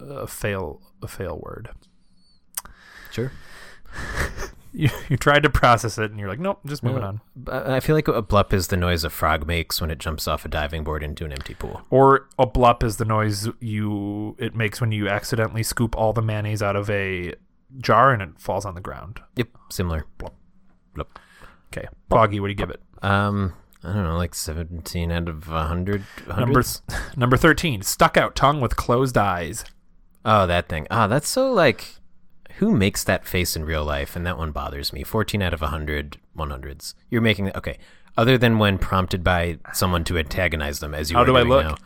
[SPEAKER 2] a fail a fail word
[SPEAKER 1] Sure.
[SPEAKER 2] you, you tried to process it and you're like nope just moving on
[SPEAKER 1] I feel like a blup is the noise a frog makes when it jumps off a diving board into an empty pool.
[SPEAKER 2] or a blup is the noise you it makes when you accidentally scoop all the mayonnaise out of a jar and it falls on the ground.
[SPEAKER 1] Yep, similar. Blup.
[SPEAKER 2] Okay, Foggy, what do you give it?
[SPEAKER 1] Um, I don't know, like 17 out of 100?
[SPEAKER 2] Number number thirteen, stuck out tongue with closed eyes.
[SPEAKER 1] Oh, that thing. Ah, that's so like. Who makes that face in real life? And that one bothers me. 14 out of 100, 100s. You're making that. Okay. Other than when prompted by someone to antagonize them, as you
[SPEAKER 2] How
[SPEAKER 1] are
[SPEAKER 2] do I
[SPEAKER 1] doing
[SPEAKER 2] look?
[SPEAKER 1] now.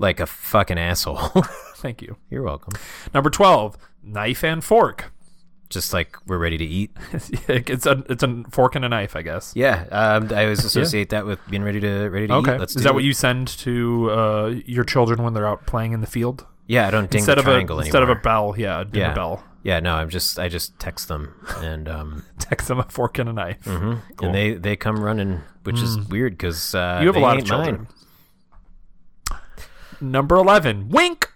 [SPEAKER 1] Like a fucking asshole.
[SPEAKER 2] Thank you.
[SPEAKER 1] You're welcome.
[SPEAKER 2] Number twelve, knife and fork.
[SPEAKER 1] Just like we're ready to eat.
[SPEAKER 2] it's a it's a fork and a knife, I guess.
[SPEAKER 1] Yeah, um, I always associate that with being ready to ready to
[SPEAKER 2] Okay,
[SPEAKER 1] eat. Let's
[SPEAKER 2] is
[SPEAKER 1] do
[SPEAKER 2] that what
[SPEAKER 1] it.
[SPEAKER 2] you send to uh, your children when they're out playing in the field?
[SPEAKER 1] Yeah, I don't ding
[SPEAKER 2] Instead
[SPEAKER 1] the
[SPEAKER 2] of a
[SPEAKER 1] triangle
[SPEAKER 2] instead of a
[SPEAKER 1] anymore.
[SPEAKER 2] bell, yeah, a dinner
[SPEAKER 1] Yeah.
[SPEAKER 2] bell.
[SPEAKER 1] yeah, no, I'm just I just text them and um
[SPEAKER 2] Text them a fork and a knife. Cool. Hmm.
[SPEAKER 1] and they they come running, which is weird because uh,
[SPEAKER 2] You have a
[SPEAKER 1] they
[SPEAKER 2] lot of
[SPEAKER 1] ain't mine.
[SPEAKER 2] children. Number eleven, wink.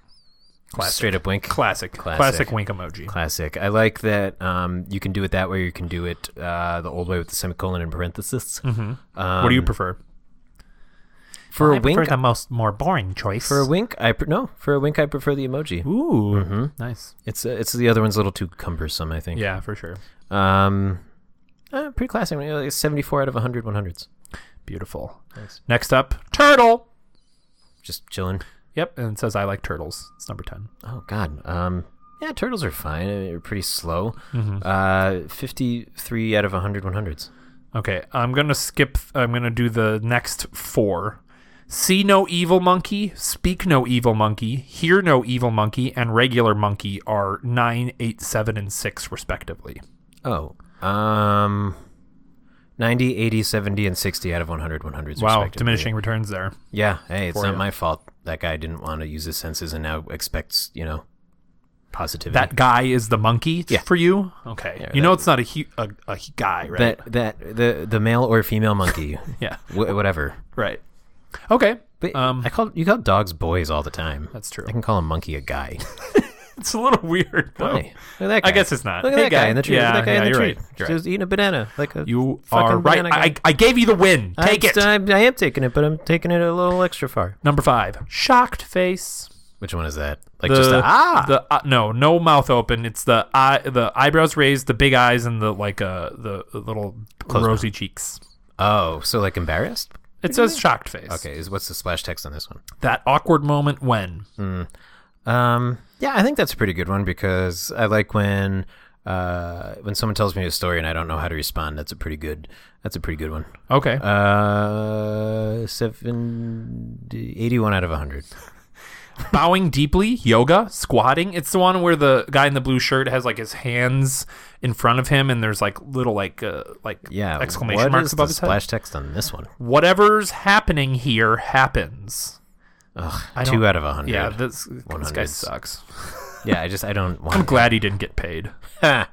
[SPEAKER 2] Classic.
[SPEAKER 1] Straight up wink.
[SPEAKER 2] Classic. Classic,
[SPEAKER 1] Classic.
[SPEAKER 2] wink emoji.
[SPEAKER 1] Classic. I like that um, you can do it that way. or You can do it uh, the old way with the semicolon and parentheses. Mm-hmm. Um,
[SPEAKER 2] what do you prefer?
[SPEAKER 1] for a wink?
[SPEAKER 2] the most more boring choice.
[SPEAKER 1] For a wink, Mm-hmm. I pre- no. For a wink, I prefer the emoji.
[SPEAKER 2] Ooh, nice.
[SPEAKER 1] It's uh, it's the other one's a little too cumbersome, I think.
[SPEAKER 2] Yeah, for sure.
[SPEAKER 1] Um, uh, pretty classic. you know, like Seventy-four out of 100, 100s.
[SPEAKER 2] Beautiful.
[SPEAKER 1] Nice.
[SPEAKER 2] Next up, turtle.
[SPEAKER 1] Just chilling.
[SPEAKER 2] Yep, and it says I like turtles. It's number ten.
[SPEAKER 1] Oh God. Um. Yeah, turtles are fine. I mean, They're pretty slow.
[SPEAKER 2] Mm-hmm.
[SPEAKER 1] Uh, fifty-three out of 100, 100s.
[SPEAKER 2] Okay, I'm gonna skip. I'm gonna do the next four. See no evil monkey, speak no evil monkey, hear no evil monkey, and regular monkey are nine, eight, seven, and six respectively.
[SPEAKER 1] Oh. Um. 90, 80, 70, and 60 out of 100, 100s.
[SPEAKER 2] Wow,
[SPEAKER 1] respectively.
[SPEAKER 2] diminishing returns there.
[SPEAKER 1] Yeah, hey, it's
[SPEAKER 2] for
[SPEAKER 1] not
[SPEAKER 2] ya.
[SPEAKER 1] my fault. That guy didn't want to use his senses and now expects, you know, positivity.
[SPEAKER 2] That guy is the monkey
[SPEAKER 1] Yeah.
[SPEAKER 2] for you. Okay, you know it's not a, he- a a he- guy, right?
[SPEAKER 1] that that the the male or female monkey,
[SPEAKER 2] yeah,
[SPEAKER 1] wh- whatever.
[SPEAKER 2] right. Okay,
[SPEAKER 1] But
[SPEAKER 2] Um,
[SPEAKER 1] I call you call dogs boys all the time.
[SPEAKER 2] That's true.
[SPEAKER 1] I can call a monkey a guy.
[SPEAKER 2] it's a little weird. Though.
[SPEAKER 1] Hey, look at that
[SPEAKER 2] Oh,
[SPEAKER 1] guy.
[SPEAKER 2] I guess it's not.
[SPEAKER 1] Look at
[SPEAKER 2] Hey,
[SPEAKER 1] that guy,
[SPEAKER 2] guy.
[SPEAKER 1] in the tree.
[SPEAKER 2] Yeah,
[SPEAKER 1] look at that guy
[SPEAKER 2] yeah,
[SPEAKER 1] in the
[SPEAKER 2] you're
[SPEAKER 1] tree.
[SPEAKER 2] right. You're
[SPEAKER 1] Just eating a banana like a
[SPEAKER 2] You
[SPEAKER 1] fucking
[SPEAKER 2] are right.
[SPEAKER 1] banana guy.
[SPEAKER 2] I, I gave you the win. Take
[SPEAKER 1] I'm-
[SPEAKER 2] it.
[SPEAKER 1] I'm, I am taking it, but I'm taking it a little extra far.
[SPEAKER 2] Number five, shocked face.
[SPEAKER 1] Which one is that? Like
[SPEAKER 2] The,
[SPEAKER 1] just a ah.
[SPEAKER 2] the uh, no, no mouth open. It's the eye, the eyebrows raised, the big eyes, and the like, uh, the little rosy cheeks.
[SPEAKER 1] oh, so like embarrassed?
[SPEAKER 2] It says shocked face.
[SPEAKER 1] Okay, is what's the splash text on this one?
[SPEAKER 2] That awkward moment when
[SPEAKER 1] Um, yeah, I think that's a pretty good one because I like when uh, when someone tells me a story and I don't know how to respond. That's a pretty good. That's a pretty good one.
[SPEAKER 2] okay,
[SPEAKER 1] Uh, 70, 81 out of hundred.
[SPEAKER 2] bowing deeply, yoga, squatting. It's the one where the guy in the blue shirt has like his hands in front of him, and there's like little like uh, like
[SPEAKER 1] Yeah.
[SPEAKER 2] exclamation
[SPEAKER 1] what
[SPEAKER 2] marks
[SPEAKER 1] is
[SPEAKER 2] above
[SPEAKER 1] the
[SPEAKER 2] his head.
[SPEAKER 1] splash text on this one?
[SPEAKER 2] Whatever's happening here happens.
[SPEAKER 1] Ugh,
[SPEAKER 2] I
[SPEAKER 1] two
[SPEAKER 2] don't-
[SPEAKER 1] out of a hundred.
[SPEAKER 2] Yeah, this, this guy
[SPEAKER 1] 100s.
[SPEAKER 2] sucks.
[SPEAKER 1] Yeah, I just I don't
[SPEAKER 2] I'm
[SPEAKER 1] want.
[SPEAKER 2] glad he didn't get paid.
[SPEAKER 1] Ha!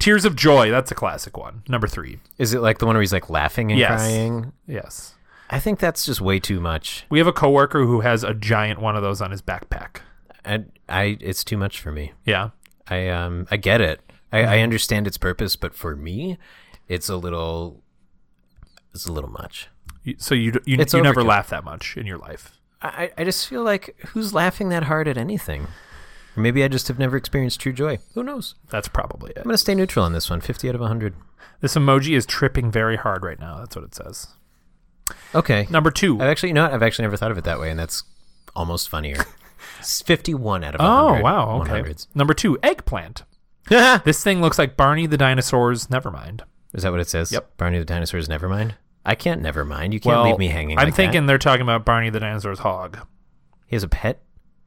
[SPEAKER 2] Tears of Joy, that's a classic one. Number three.
[SPEAKER 1] Is it like the one where he's like laughing and
[SPEAKER 2] Yes.
[SPEAKER 1] crying?
[SPEAKER 2] Yes.
[SPEAKER 1] I think that's just way too much.
[SPEAKER 2] We have a coworker who has a giant one of those on his backpack.
[SPEAKER 1] I, I it's too much for me.
[SPEAKER 2] Yeah.
[SPEAKER 1] I um I get it. I,
[SPEAKER 2] Mm-hmm.
[SPEAKER 1] I understand its purpose, but for me, it's a little it's a little much.
[SPEAKER 2] You- So you d- you,
[SPEAKER 1] It's
[SPEAKER 2] you never
[SPEAKER 1] overkill.
[SPEAKER 2] laugh that much in your life.
[SPEAKER 1] I, I just feel like who's laughing that hard at anything? Or maybe I just have never experienced true joy. Who knows?
[SPEAKER 2] That's probably it.
[SPEAKER 1] I'm gonna stay neutral on this one. Fifty out of hundred.
[SPEAKER 2] This emoji is tripping very hard right now. That's what it says.
[SPEAKER 1] Okay.
[SPEAKER 2] Number two.
[SPEAKER 1] I've actually you know what? I've actually never thought of it that way, and that's almost funnier. It's Fifty-one out of
[SPEAKER 2] Oh
[SPEAKER 1] 100,
[SPEAKER 2] wow. Okay.
[SPEAKER 1] 100s.
[SPEAKER 2] Number two. Eggplant. This thing looks like Barney the dinosaur's. Never mind.
[SPEAKER 1] Is that what it says?
[SPEAKER 2] Yep.
[SPEAKER 1] Barney the dinosaur's Nevermind. I can't Nevermind. You can't leave me hanging.
[SPEAKER 2] I'm
[SPEAKER 1] like that.
[SPEAKER 2] thinking they're talking about Barney the dinosaur's hog.
[SPEAKER 1] he has a pet,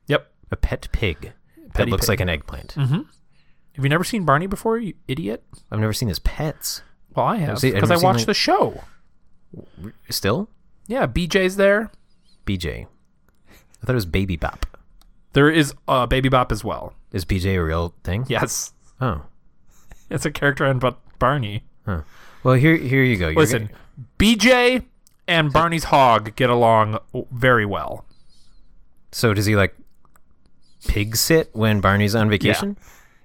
[SPEAKER 2] Yep.
[SPEAKER 1] a pet pig that
[SPEAKER 2] Petty pig.
[SPEAKER 1] looks
[SPEAKER 2] Mm-hmm.
[SPEAKER 1] like an eggplant.
[SPEAKER 2] Have you never seen Barney before? You idiot.
[SPEAKER 1] I've never seen his pets.
[SPEAKER 2] Well, I have
[SPEAKER 1] seen- have
[SPEAKER 2] because I
[SPEAKER 1] you seen,
[SPEAKER 2] watched
[SPEAKER 1] like-
[SPEAKER 2] the show.
[SPEAKER 1] Still,
[SPEAKER 2] Yeah, BJ's there.
[SPEAKER 1] BJ. I thought it was Baby Bop.
[SPEAKER 2] There is uh, Baby Bop as well.
[SPEAKER 1] Is BJ a real thing?
[SPEAKER 2] Yes,
[SPEAKER 1] Oh.
[SPEAKER 2] it's a character on but Barney.
[SPEAKER 1] Huh. Well, here, here you go. You're
[SPEAKER 2] Listen,
[SPEAKER 1] gonna-
[SPEAKER 2] BJ and Barney's hog get along very well.
[SPEAKER 1] so does he like pig sit when Barney's on vacation?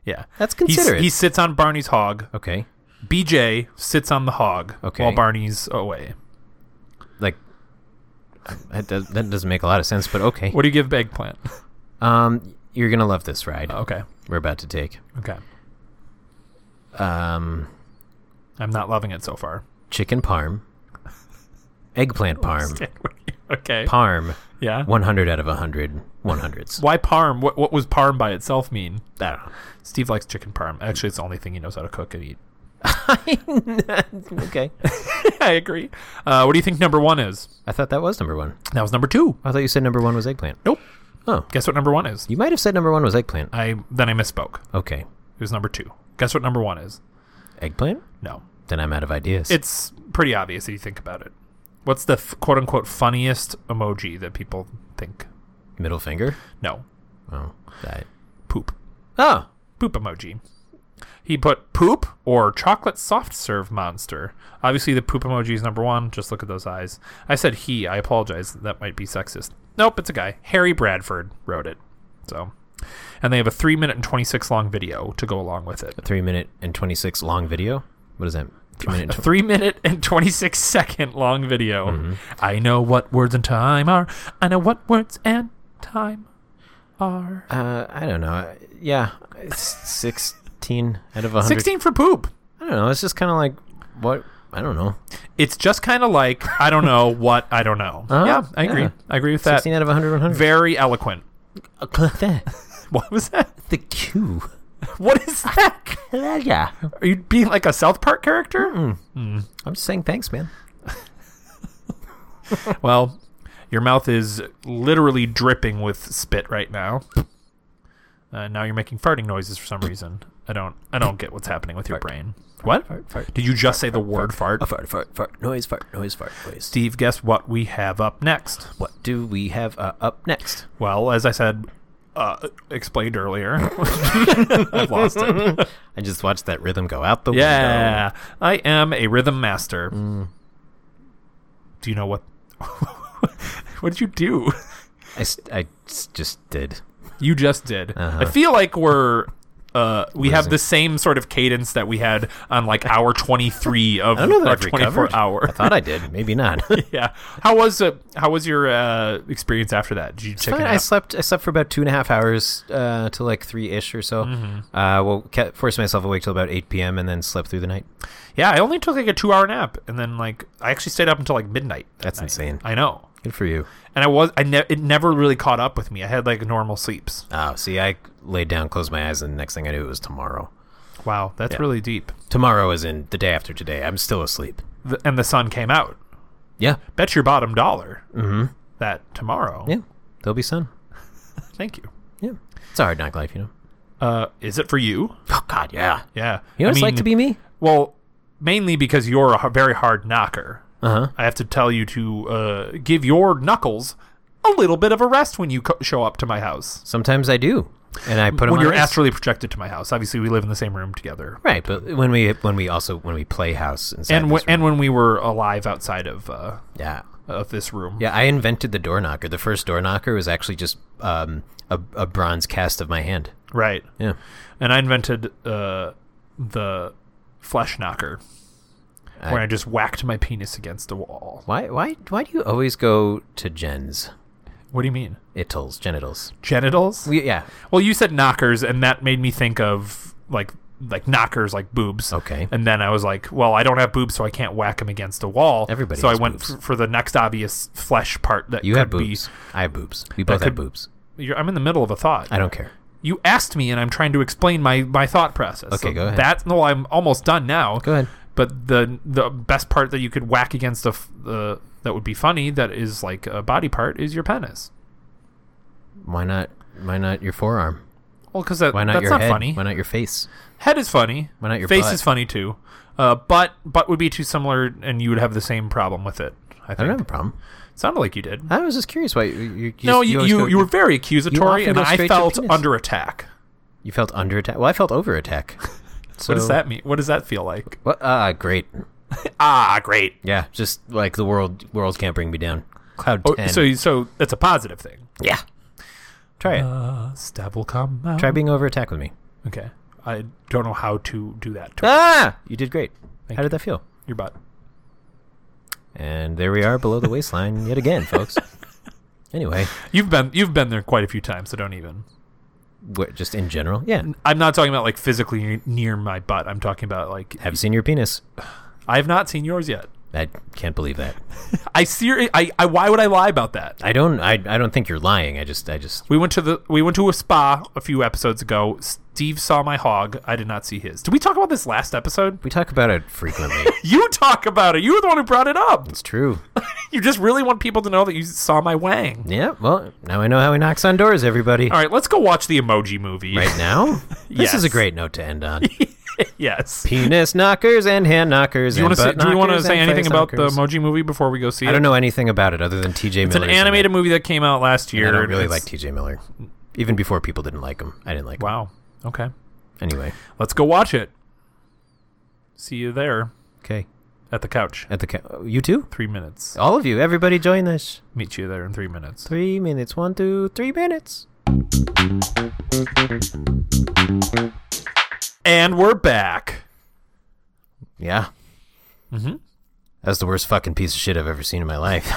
[SPEAKER 2] Yeah,
[SPEAKER 1] That's
[SPEAKER 2] He s-
[SPEAKER 1] considerate.
[SPEAKER 2] He sits on Barney's hog.
[SPEAKER 1] Okay.
[SPEAKER 2] BJ sits on the hog
[SPEAKER 1] Okay.
[SPEAKER 2] while Barney's away.
[SPEAKER 1] Like that, does, that doesn't make a lot of sense, but okay.
[SPEAKER 2] What do you give Eggplant?
[SPEAKER 1] Um, you're gonna love this ride
[SPEAKER 2] okay,
[SPEAKER 1] we're about to take.
[SPEAKER 2] okay.
[SPEAKER 1] Um,
[SPEAKER 2] I'm not loving it so far.
[SPEAKER 1] chicken parm, eggplant parm,
[SPEAKER 2] okay.
[SPEAKER 1] parm.
[SPEAKER 2] yeah.
[SPEAKER 1] 100 out of 100 100s.
[SPEAKER 2] Why parm? What what was parm by itself mean?
[SPEAKER 1] I don't know.
[SPEAKER 2] Steve likes chicken parm. Actually, it's the only thing he knows how to cook and eat.
[SPEAKER 1] okay.
[SPEAKER 2] I agree. Uh, what do you think number one is?
[SPEAKER 1] I thought that was number one.
[SPEAKER 2] That was number two.
[SPEAKER 1] I thought you said number one was eggplant.
[SPEAKER 2] Nope.
[SPEAKER 1] Oh,
[SPEAKER 2] Guess what number one is?
[SPEAKER 1] you might have said number one was eggplant.
[SPEAKER 2] I then I misspoke.
[SPEAKER 1] Okay.
[SPEAKER 2] It was number two. Guess what number one is?
[SPEAKER 1] Eggplant?
[SPEAKER 2] No.
[SPEAKER 1] Then I'm out of ideas.
[SPEAKER 2] It's pretty obvious if you think about it. What's the f- quote unquote funniest emoji that people think?
[SPEAKER 1] Middle finger?
[SPEAKER 2] No.
[SPEAKER 1] Oh, that.
[SPEAKER 2] Poop.
[SPEAKER 1] Oh,
[SPEAKER 2] Poop emoji. He put poop or chocolate soft serve monster. Obviously, the poop emoji is number one. Just look at those eyes. I said he. I apologize. That might be sexist. Nope, it's a guy. Harry Bradford wrote it. So, and they have a three minute and twenty six long video to go along with it.
[SPEAKER 1] a three minute and 26 long video? What is that? Three minute and
[SPEAKER 2] a
[SPEAKER 1] tw-
[SPEAKER 2] three minute and 26 second long video. I know what words and time are. I know what words and time are.
[SPEAKER 1] uh, I don't know. Yeah. It's 16 out of 100.
[SPEAKER 2] 16 for poop.
[SPEAKER 1] I don't know. It's just kind of like, what? I don't know.
[SPEAKER 2] It's just kind of like, I don't know what I don't know.
[SPEAKER 1] Uh-huh.
[SPEAKER 2] yeah, I agree.
[SPEAKER 1] Yeah.
[SPEAKER 2] I agree with that.
[SPEAKER 1] 16 out of 100, 100.
[SPEAKER 2] Very eloquent.
[SPEAKER 1] that.
[SPEAKER 2] What was that?
[SPEAKER 1] The Q.
[SPEAKER 2] What is that?
[SPEAKER 1] Yeah. Mm.
[SPEAKER 2] Are you being like a South Park character?
[SPEAKER 1] I'm just saying thanks, man.
[SPEAKER 2] Well, your mouth is literally dripping with spit right now. Uh, now you're making farting noises for some reason. I don't. I don't get what's happening with your brain. What?
[SPEAKER 1] fart.
[SPEAKER 2] Did you just say the word fart?
[SPEAKER 1] A fart, fart, fart, noise, fart, noise, fart, noise.
[SPEAKER 2] Steve, guess what we have up next?
[SPEAKER 1] What do we have uh, up next?
[SPEAKER 2] Well, as I said, uh, explained earlier, I've lost it.
[SPEAKER 1] I just watched that rhythm go out the window.
[SPEAKER 2] Yeah, I am a rhythm master.
[SPEAKER 1] Mm.
[SPEAKER 2] Do you know what? what did you do?
[SPEAKER 1] I, s- I s- just did.
[SPEAKER 2] You just did.
[SPEAKER 1] Uh-huh.
[SPEAKER 2] I feel like we're uh, we have
[SPEAKER 1] Losing.
[SPEAKER 2] the same sort of cadence that we had on like hour twenty three of
[SPEAKER 1] I don't know that
[SPEAKER 2] our
[SPEAKER 1] I've
[SPEAKER 2] twenty four
[SPEAKER 1] recovered.
[SPEAKER 2] hour.
[SPEAKER 1] I thought I did. Maybe not.
[SPEAKER 2] yeah. How was uh, how was your uh, experience after that? Did you check it
[SPEAKER 1] I
[SPEAKER 2] out?
[SPEAKER 1] slept. I slept for about two and a half hours uh, to like three ish or so. Uh, well, kept, forced myself awake till about eight p.m. and then slept through the night.
[SPEAKER 2] yeah, I only took like a two hour nap, and then like I actually stayed up until like midnight. that
[SPEAKER 1] That's
[SPEAKER 2] night.
[SPEAKER 1] insane.
[SPEAKER 2] I know.
[SPEAKER 1] Good for you.
[SPEAKER 2] And I was I ne- it never really caught up with me. I had like normal sleeps.
[SPEAKER 1] Oh, see, I laid down, closed my eyes, and the next thing I knew, it was tomorrow.
[SPEAKER 2] Wow, that's really deep.
[SPEAKER 1] Tomorrow is in the day after today. I'm still asleep.
[SPEAKER 2] The, and the sun came out.
[SPEAKER 1] Yeah.
[SPEAKER 2] Bet your bottom dollar that tomorrow.
[SPEAKER 1] Mm-hmm. Yeah. There'll be sun.
[SPEAKER 2] Thank you.
[SPEAKER 1] Yeah. It's a hard knock life, you know.
[SPEAKER 2] Uh, is it for you?
[SPEAKER 1] Oh God, yeah.
[SPEAKER 2] Yeah.
[SPEAKER 1] You
[SPEAKER 2] I
[SPEAKER 1] know what it's like
[SPEAKER 2] mean,
[SPEAKER 1] to be me?
[SPEAKER 2] Well, mainly because you're a h- very hard knocker.
[SPEAKER 1] Uh huh.
[SPEAKER 2] I have to tell you to uh, give your knuckles a little bit of a rest when you co- show up to my house.
[SPEAKER 1] Sometimes I do, and I put them
[SPEAKER 2] when
[SPEAKER 1] on
[SPEAKER 2] you're
[SPEAKER 1] ice.
[SPEAKER 2] astrally projected to my house. Obviously, we live in the same room together.
[SPEAKER 1] right, but when we when we also when we play house inside
[SPEAKER 2] And
[SPEAKER 1] this
[SPEAKER 2] when, and when we were alive outside of uh,
[SPEAKER 1] room. yeah
[SPEAKER 2] of this room.
[SPEAKER 1] yeah I invented the door knocker. The first door knocker was actually just um, a, a bronze cast of my hand.
[SPEAKER 2] Right.
[SPEAKER 1] Yeah,
[SPEAKER 2] And I invented uh, the flesh knocker,
[SPEAKER 1] I-
[SPEAKER 2] where I just whacked my penis against the wall.
[SPEAKER 1] why why why do you always go to Jen's?
[SPEAKER 2] What do you mean?
[SPEAKER 1] Itals, genitals.
[SPEAKER 2] Genitals?
[SPEAKER 1] We, yeah.
[SPEAKER 2] well, you said knockers, and that made me think of like like knockers, like boobs.
[SPEAKER 1] Okay.
[SPEAKER 2] And then I was like, well, I don't have boobs, so I can't whack them against a wall.
[SPEAKER 1] Everybody
[SPEAKER 2] So
[SPEAKER 1] has
[SPEAKER 2] I went
[SPEAKER 1] boobs.
[SPEAKER 2] f- for the next obvious flesh part that
[SPEAKER 1] You
[SPEAKER 2] could
[SPEAKER 1] have boobs. I have boobs. We both
[SPEAKER 2] could-
[SPEAKER 1] have boobs.
[SPEAKER 2] Be, you're, I'm in the middle of a thought.
[SPEAKER 1] I don't care.
[SPEAKER 2] you asked me, and I'm trying to explain my my thought process.
[SPEAKER 1] Okay, go ahead.
[SPEAKER 2] That's no, I'm almost done now.
[SPEAKER 1] Go ahead.
[SPEAKER 2] But the the best part that you could whack against the f- the that would be funny that is like a body part is your penis.
[SPEAKER 1] Why not? Why not your forearm?
[SPEAKER 2] Well, because that,
[SPEAKER 1] Why not
[SPEAKER 2] that's
[SPEAKER 1] your
[SPEAKER 2] not
[SPEAKER 1] head?
[SPEAKER 2] funny.
[SPEAKER 1] Why not your face?
[SPEAKER 2] Head is funny.
[SPEAKER 1] Why not your
[SPEAKER 2] face
[SPEAKER 1] butt?
[SPEAKER 2] is funny too. Uh, butt butt would be too similar, and you would have the same problem with it. I
[SPEAKER 1] I
[SPEAKER 2] think.
[SPEAKER 1] don't have a problem.
[SPEAKER 2] Sounded like you did.
[SPEAKER 1] I was just curious why you. you just-
[SPEAKER 2] no, you
[SPEAKER 1] always
[SPEAKER 2] you,
[SPEAKER 1] go-
[SPEAKER 2] you were very accusatory, and
[SPEAKER 1] often go
[SPEAKER 2] I
[SPEAKER 1] straight to
[SPEAKER 2] felt
[SPEAKER 1] penis.
[SPEAKER 2] under attack.
[SPEAKER 1] you felt under attack. Well, I felt over attack. So,
[SPEAKER 2] What does that mean? What does that feel like?
[SPEAKER 1] What? Ah, great.
[SPEAKER 2] Ah, great.
[SPEAKER 1] Yeah, just like the world. World can't bring me down. Cloud
[SPEAKER 2] Oh,
[SPEAKER 1] ten.
[SPEAKER 2] so you- so that's a positive thing.
[SPEAKER 1] yeah, try it.
[SPEAKER 2] Uh, step will come out.
[SPEAKER 1] try being over attack with me.
[SPEAKER 2] Okay. I don't know how to do that to
[SPEAKER 1] Ah, you did great.
[SPEAKER 2] Thank
[SPEAKER 1] How did that feel?
[SPEAKER 2] your butt.
[SPEAKER 1] And there we are below the waistline yet again, folks. Anyway,
[SPEAKER 2] You've been you've been there quite a few times, so don't even.
[SPEAKER 1] what, just in general, yeah.
[SPEAKER 2] I'm not talking about like physically near my butt. I'm talking about like
[SPEAKER 1] Have seen your penis.
[SPEAKER 2] I have not seen yours yet.
[SPEAKER 1] I can't believe that.
[SPEAKER 2] I ser- I, I why would I lie about that?
[SPEAKER 1] I don't. I, I don't think you're lying. I just. I just.
[SPEAKER 2] We went to the we went to a spa a few episodes ago. Steve saw my hog. I did not see his. Did we talk about this last episode?
[SPEAKER 1] We talk about it frequently.
[SPEAKER 2] You talk about it. You were the one who brought it up.
[SPEAKER 1] it's true.
[SPEAKER 2] You just really want people to know that you saw my wang.
[SPEAKER 1] Yeah. Well, now I know how he knocks on doors. Everybody.
[SPEAKER 2] All right, let's go watch the emoji movie.
[SPEAKER 1] Right now. This
[SPEAKER 2] Yes.
[SPEAKER 1] is a great note to end on.
[SPEAKER 2] yes.
[SPEAKER 1] Penis knockers and hand knockers.
[SPEAKER 2] Do you
[SPEAKER 1] and
[SPEAKER 2] want to say,
[SPEAKER 1] butt
[SPEAKER 2] do we want to
[SPEAKER 1] knockers
[SPEAKER 2] say
[SPEAKER 1] and
[SPEAKER 2] anything
[SPEAKER 1] face
[SPEAKER 2] about the
[SPEAKER 1] knockers.
[SPEAKER 2] Emoji movie before we go see it?
[SPEAKER 1] I don't know anything about it other than T.J.
[SPEAKER 2] It's
[SPEAKER 1] Miller.
[SPEAKER 2] an animated movie that came out last year.
[SPEAKER 1] I don't really
[SPEAKER 2] It's-
[SPEAKER 1] like T.J. Miller. Even before people didn't like him, I didn't like him.
[SPEAKER 2] Wow. Okay.
[SPEAKER 1] Anyway.
[SPEAKER 2] Let's go watch it. See you there
[SPEAKER 1] Okay.
[SPEAKER 2] at the couch.
[SPEAKER 1] At the ca- you too.
[SPEAKER 2] Three minutes.
[SPEAKER 3] Oh.
[SPEAKER 1] All of you. Everybody join us.
[SPEAKER 2] Meet you there in three minutes.
[SPEAKER 1] Three minutes. One, two, three minutes.
[SPEAKER 2] And we're back.
[SPEAKER 1] Yeah. Mm-hmm. That's the worst fucking piece of shit I've ever seen in my life.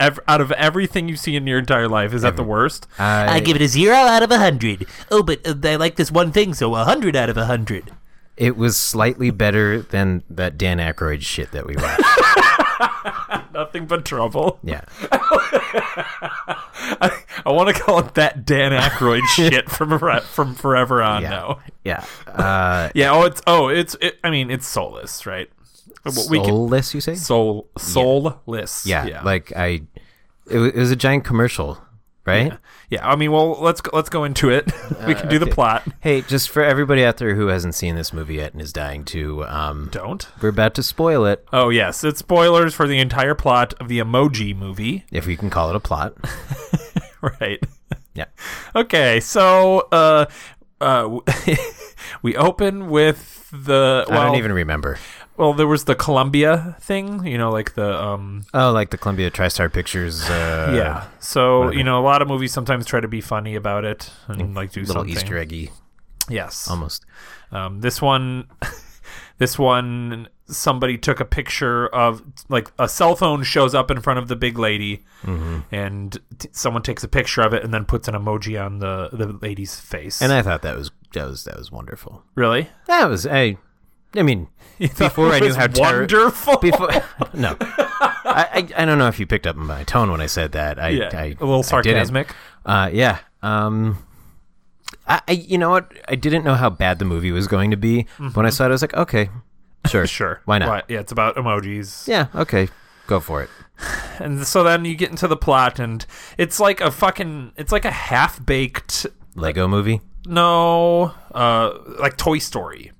[SPEAKER 2] Ev- out of everything you see in your entire life, is that the worst?
[SPEAKER 3] I give it a zero out of a hundred. Oh, but uh, I like this one thing, so a hundred out of a hundred.
[SPEAKER 1] It was slightly better than that Dan Aykroyd shit that we watched.
[SPEAKER 2] Nothing but trouble.
[SPEAKER 1] yeah.
[SPEAKER 2] I want to call it that Dan Aykroyd shit from re- from forever on
[SPEAKER 1] Yeah.
[SPEAKER 2] now.
[SPEAKER 1] Yeah. Uh,
[SPEAKER 2] Yeah. Oh, it's oh, it's. It, I mean, it's soulless, right? Well, we can-
[SPEAKER 1] soulless, you say?
[SPEAKER 2] soul soulless.
[SPEAKER 1] yeah, Like I, it, wa- it was a giant commercial, right?
[SPEAKER 2] Yeah, I mean, well, let's go, let's go into it. we
[SPEAKER 1] Uh,
[SPEAKER 2] can do the plot.
[SPEAKER 1] Hey, just for everybody out there who hasn't seen this movie yet and is dying to, um,
[SPEAKER 2] Don't.
[SPEAKER 1] we're about to spoil it
[SPEAKER 2] Oh yes, it's spoilers for the entire plot of the Emoji movie,
[SPEAKER 1] if we can call it a plot.
[SPEAKER 2] right?
[SPEAKER 1] Yeah.
[SPEAKER 2] Okay, so uh, uh, we open with the well,
[SPEAKER 1] I don't even remember.
[SPEAKER 2] well, there was the Columbia thing, you know, like the um,
[SPEAKER 1] Oh, like the Columbia TriStar Pictures. Uh,
[SPEAKER 2] yeah. So
[SPEAKER 1] whatever. Mm,
[SPEAKER 2] you know, a lot of movies sometimes try to be funny about it and like do
[SPEAKER 1] Little
[SPEAKER 2] something.
[SPEAKER 1] Easter eggy,
[SPEAKER 2] Yes.
[SPEAKER 1] almost.
[SPEAKER 2] Um, this one, this one, somebody took a picture of like a cell phone shows up in front of the big lady,
[SPEAKER 1] Mm-hmm.
[SPEAKER 2] and t- someone takes a picture of it and then puts an emoji on the the lady's face.
[SPEAKER 1] And I thought that was that was that was wonderful.
[SPEAKER 2] really,
[SPEAKER 1] That was I. I mean, before I
[SPEAKER 2] It
[SPEAKER 1] knew
[SPEAKER 2] was
[SPEAKER 1] how terri-
[SPEAKER 2] wonderful.
[SPEAKER 1] before no I, I i don't know if you picked up my tone when i said that i,
[SPEAKER 2] yeah, a
[SPEAKER 1] I I
[SPEAKER 2] little
[SPEAKER 1] didn't.
[SPEAKER 2] sarcasmic.
[SPEAKER 1] uh yeah um I, I you know what i didn't know how bad the movie was going to be when i saw it i was like okay sure
[SPEAKER 2] Mm-hmm. Sure,
[SPEAKER 1] why not
[SPEAKER 2] Yeah, it's about emojis.
[SPEAKER 1] yeah okay go for it
[SPEAKER 2] And so then you get into the plot, and it's like a fucking, it's like a half baked
[SPEAKER 1] lego movie
[SPEAKER 2] No, uh, like Toy Story,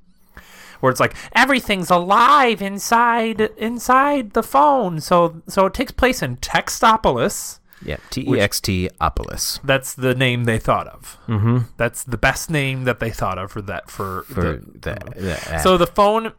[SPEAKER 2] where it's like everything's alive inside inside the phone. So so it takes place in Textopolis.
[SPEAKER 1] Yeah, T E X T Opolis.
[SPEAKER 2] That's the name they thought of.
[SPEAKER 1] Hmm.
[SPEAKER 2] Mm-hmm. That's the best name that they thought of for that for,
[SPEAKER 1] For
[SPEAKER 2] the,
[SPEAKER 1] the, the uh, app.
[SPEAKER 2] so the phone,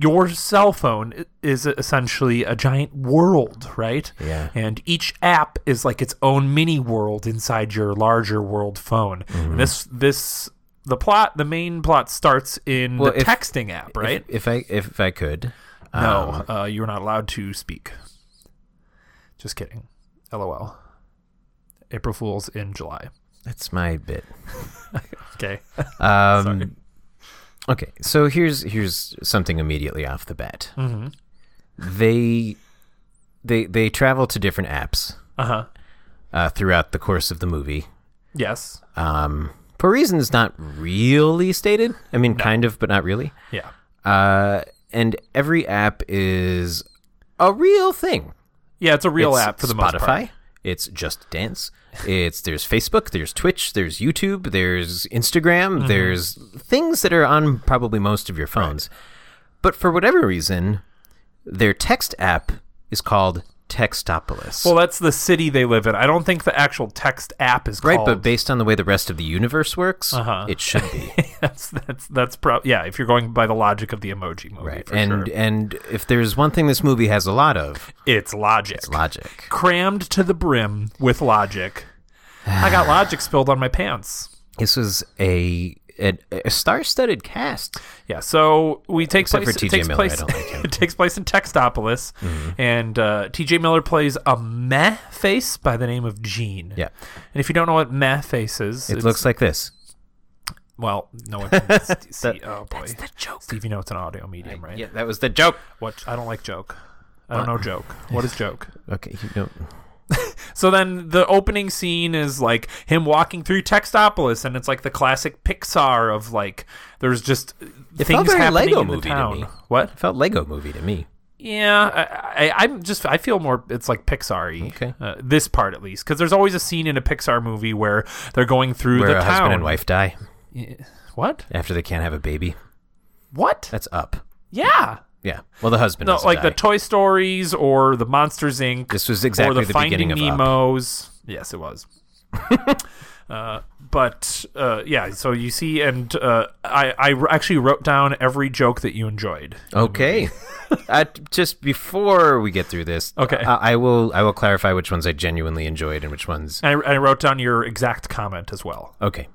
[SPEAKER 2] your cell phone i- is essentially a giant world, right?
[SPEAKER 1] Yeah.
[SPEAKER 2] And each app is like its own mini world inside your larger world phone.
[SPEAKER 1] Mm-hmm.
[SPEAKER 2] And this this the plot, the main plot starts in
[SPEAKER 1] Well,
[SPEAKER 2] the
[SPEAKER 1] if-
[SPEAKER 2] texting app, right?
[SPEAKER 1] If um, I if I could,
[SPEAKER 2] no, uh, you're not allowed to speak. Just kidding. LOL. April Fools in July.
[SPEAKER 1] that's my bit.
[SPEAKER 2] Okay.
[SPEAKER 1] Um, Okay, so here's here's something immediately off the bat.
[SPEAKER 2] Mm-hmm.
[SPEAKER 1] They they they travel to different apps
[SPEAKER 2] Uh huh.
[SPEAKER 1] uh, throughout the course of the movie
[SPEAKER 2] Yes.
[SPEAKER 1] um, for reasons not really stated. I mean, kind of, but not really.
[SPEAKER 2] Yeah.
[SPEAKER 1] Uh, and every app is a real thing.
[SPEAKER 2] Yeah, it's a real
[SPEAKER 1] It's
[SPEAKER 2] app for the
[SPEAKER 1] Spotify.
[SPEAKER 2] most part.
[SPEAKER 1] It's Just Dance. It's there's Facebook, there's Twitch, there's YouTube, there's Instagram,
[SPEAKER 2] Mm-hmm.
[SPEAKER 1] there's things that are on probably most of your phones. But for whatever reason, their text app is called Textopolis.
[SPEAKER 2] Well, that's the city they live in. I don't think the actual text app is
[SPEAKER 1] right,
[SPEAKER 2] called. Uh-huh.
[SPEAKER 1] but based on the way the rest of the universe works, it should be.
[SPEAKER 2] that's that's that's pro- yeah. If you're going by the logic of the emoji movie,
[SPEAKER 1] right.
[SPEAKER 2] for
[SPEAKER 1] And
[SPEAKER 2] sure.
[SPEAKER 1] and if there's one thing this movie has a lot of,
[SPEAKER 2] it's logic,
[SPEAKER 1] logic.
[SPEAKER 2] crammed to the brim with logic. I got logic spilled on my pants.
[SPEAKER 1] This is a a, a star-studded cast.
[SPEAKER 2] Yeah, so we take
[SPEAKER 1] Except
[SPEAKER 2] place.
[SPEAKER 1] for
[SPEAKER 2] it
[SPEAKER 1] T.J.
[SPEAKER 2] takes
[SPEAKER 1] Miller, I
[SPEAKER 2] place.
[SPEAKER 1] don't like him. Mm-hmm.
[SPEAKER 2] it takes place in Textopolis, and uh, T.J. Miller plays a meh face by the name of Gene.
[SPEAKER 1] Yeah.
[SPEAKER 2] and if you don't know what meh face is,
[SPEAKER 1] It looks like this.
[SPEAKER 2] well, no one can see. oh boy, that's the joke. Steve, you know it's an audio medium, right?
[SPEAKER 1] Yeah, that was the joke.
[SPEAKER 2] What I don't like joke. I
[SPEAKER 1] Uh,
[SPEAKER 2] don't know joke. What is joke?
[SPEAKER 1] Okay, you don't
[SPEAKER 2] So then the opening scene is like him walking through Textopolis, and it's like the classic Pixar of like there's just
[SPEAKER 1] felt
[SPEAKER 2] things
[SPEAKER 1] very
[SPEAKER 2] happening
[SPEAKER 1] Lego
[SPEAKER 2] in the
[SPEAKER 1] movie to
[SPEAKER 2] town.
[SPEAKER 1] me.
[SPEAKER 2] What?
[SPEAKER 1] It felt Lego movie to me.
[SPEAKER 2] Yeah, I, I, I'm just I feel more it's like Pixar-y.
[SPEAKER 1] Okay.
[SPEAKER 2] Uh, this part at least, because there's always a scene in a Pixar movie where they're going through
[SPEAKER 1] Where
[SPEAKER 2] the
[SPEAKER 1] a
[SPEAKER 2] town.
[SPEAKER 1] husband and wife die
[SPEAKER 2] What?
[SPEAKER 1] after they can't have a baby.
[SPEAKER 2] What?
[SPEAKER 1] That's up.
[SPEAKER 2] Yeah.
[SPEAKER 1] Yeah. Well, the husband
[SPEAKER 2] No,
[SPEAKER 1] doesn't
[SPEAKER 2] like the
[SPEAKER 1] die.
[SPEAKER 2] Toy Stories or the Monsters Inc.
[SPEAKER 1] This was exactly
[SPEAKER 2] or the,
[SPEAKER 1] the
[SPEAKER 2] Finding
[SPEAKER 1] beginning of Up.
[SPEAKER 2] Nemo's. Yes, it was. uh, but uh, yeah, so you see, and uh, I I actually wrote down every joke that you enjoyed.
[SPEAKER 1] okay. uh, just before we get through this,
[SPEAKER 2] Okay.
[SPEAKER 1] uh, I will I will clarify which ones I genuinely enjoyed and which ones.
[SPEAKER 2] And I, I wrote down your exact comment as well,
[SPEAKER 1] Okay.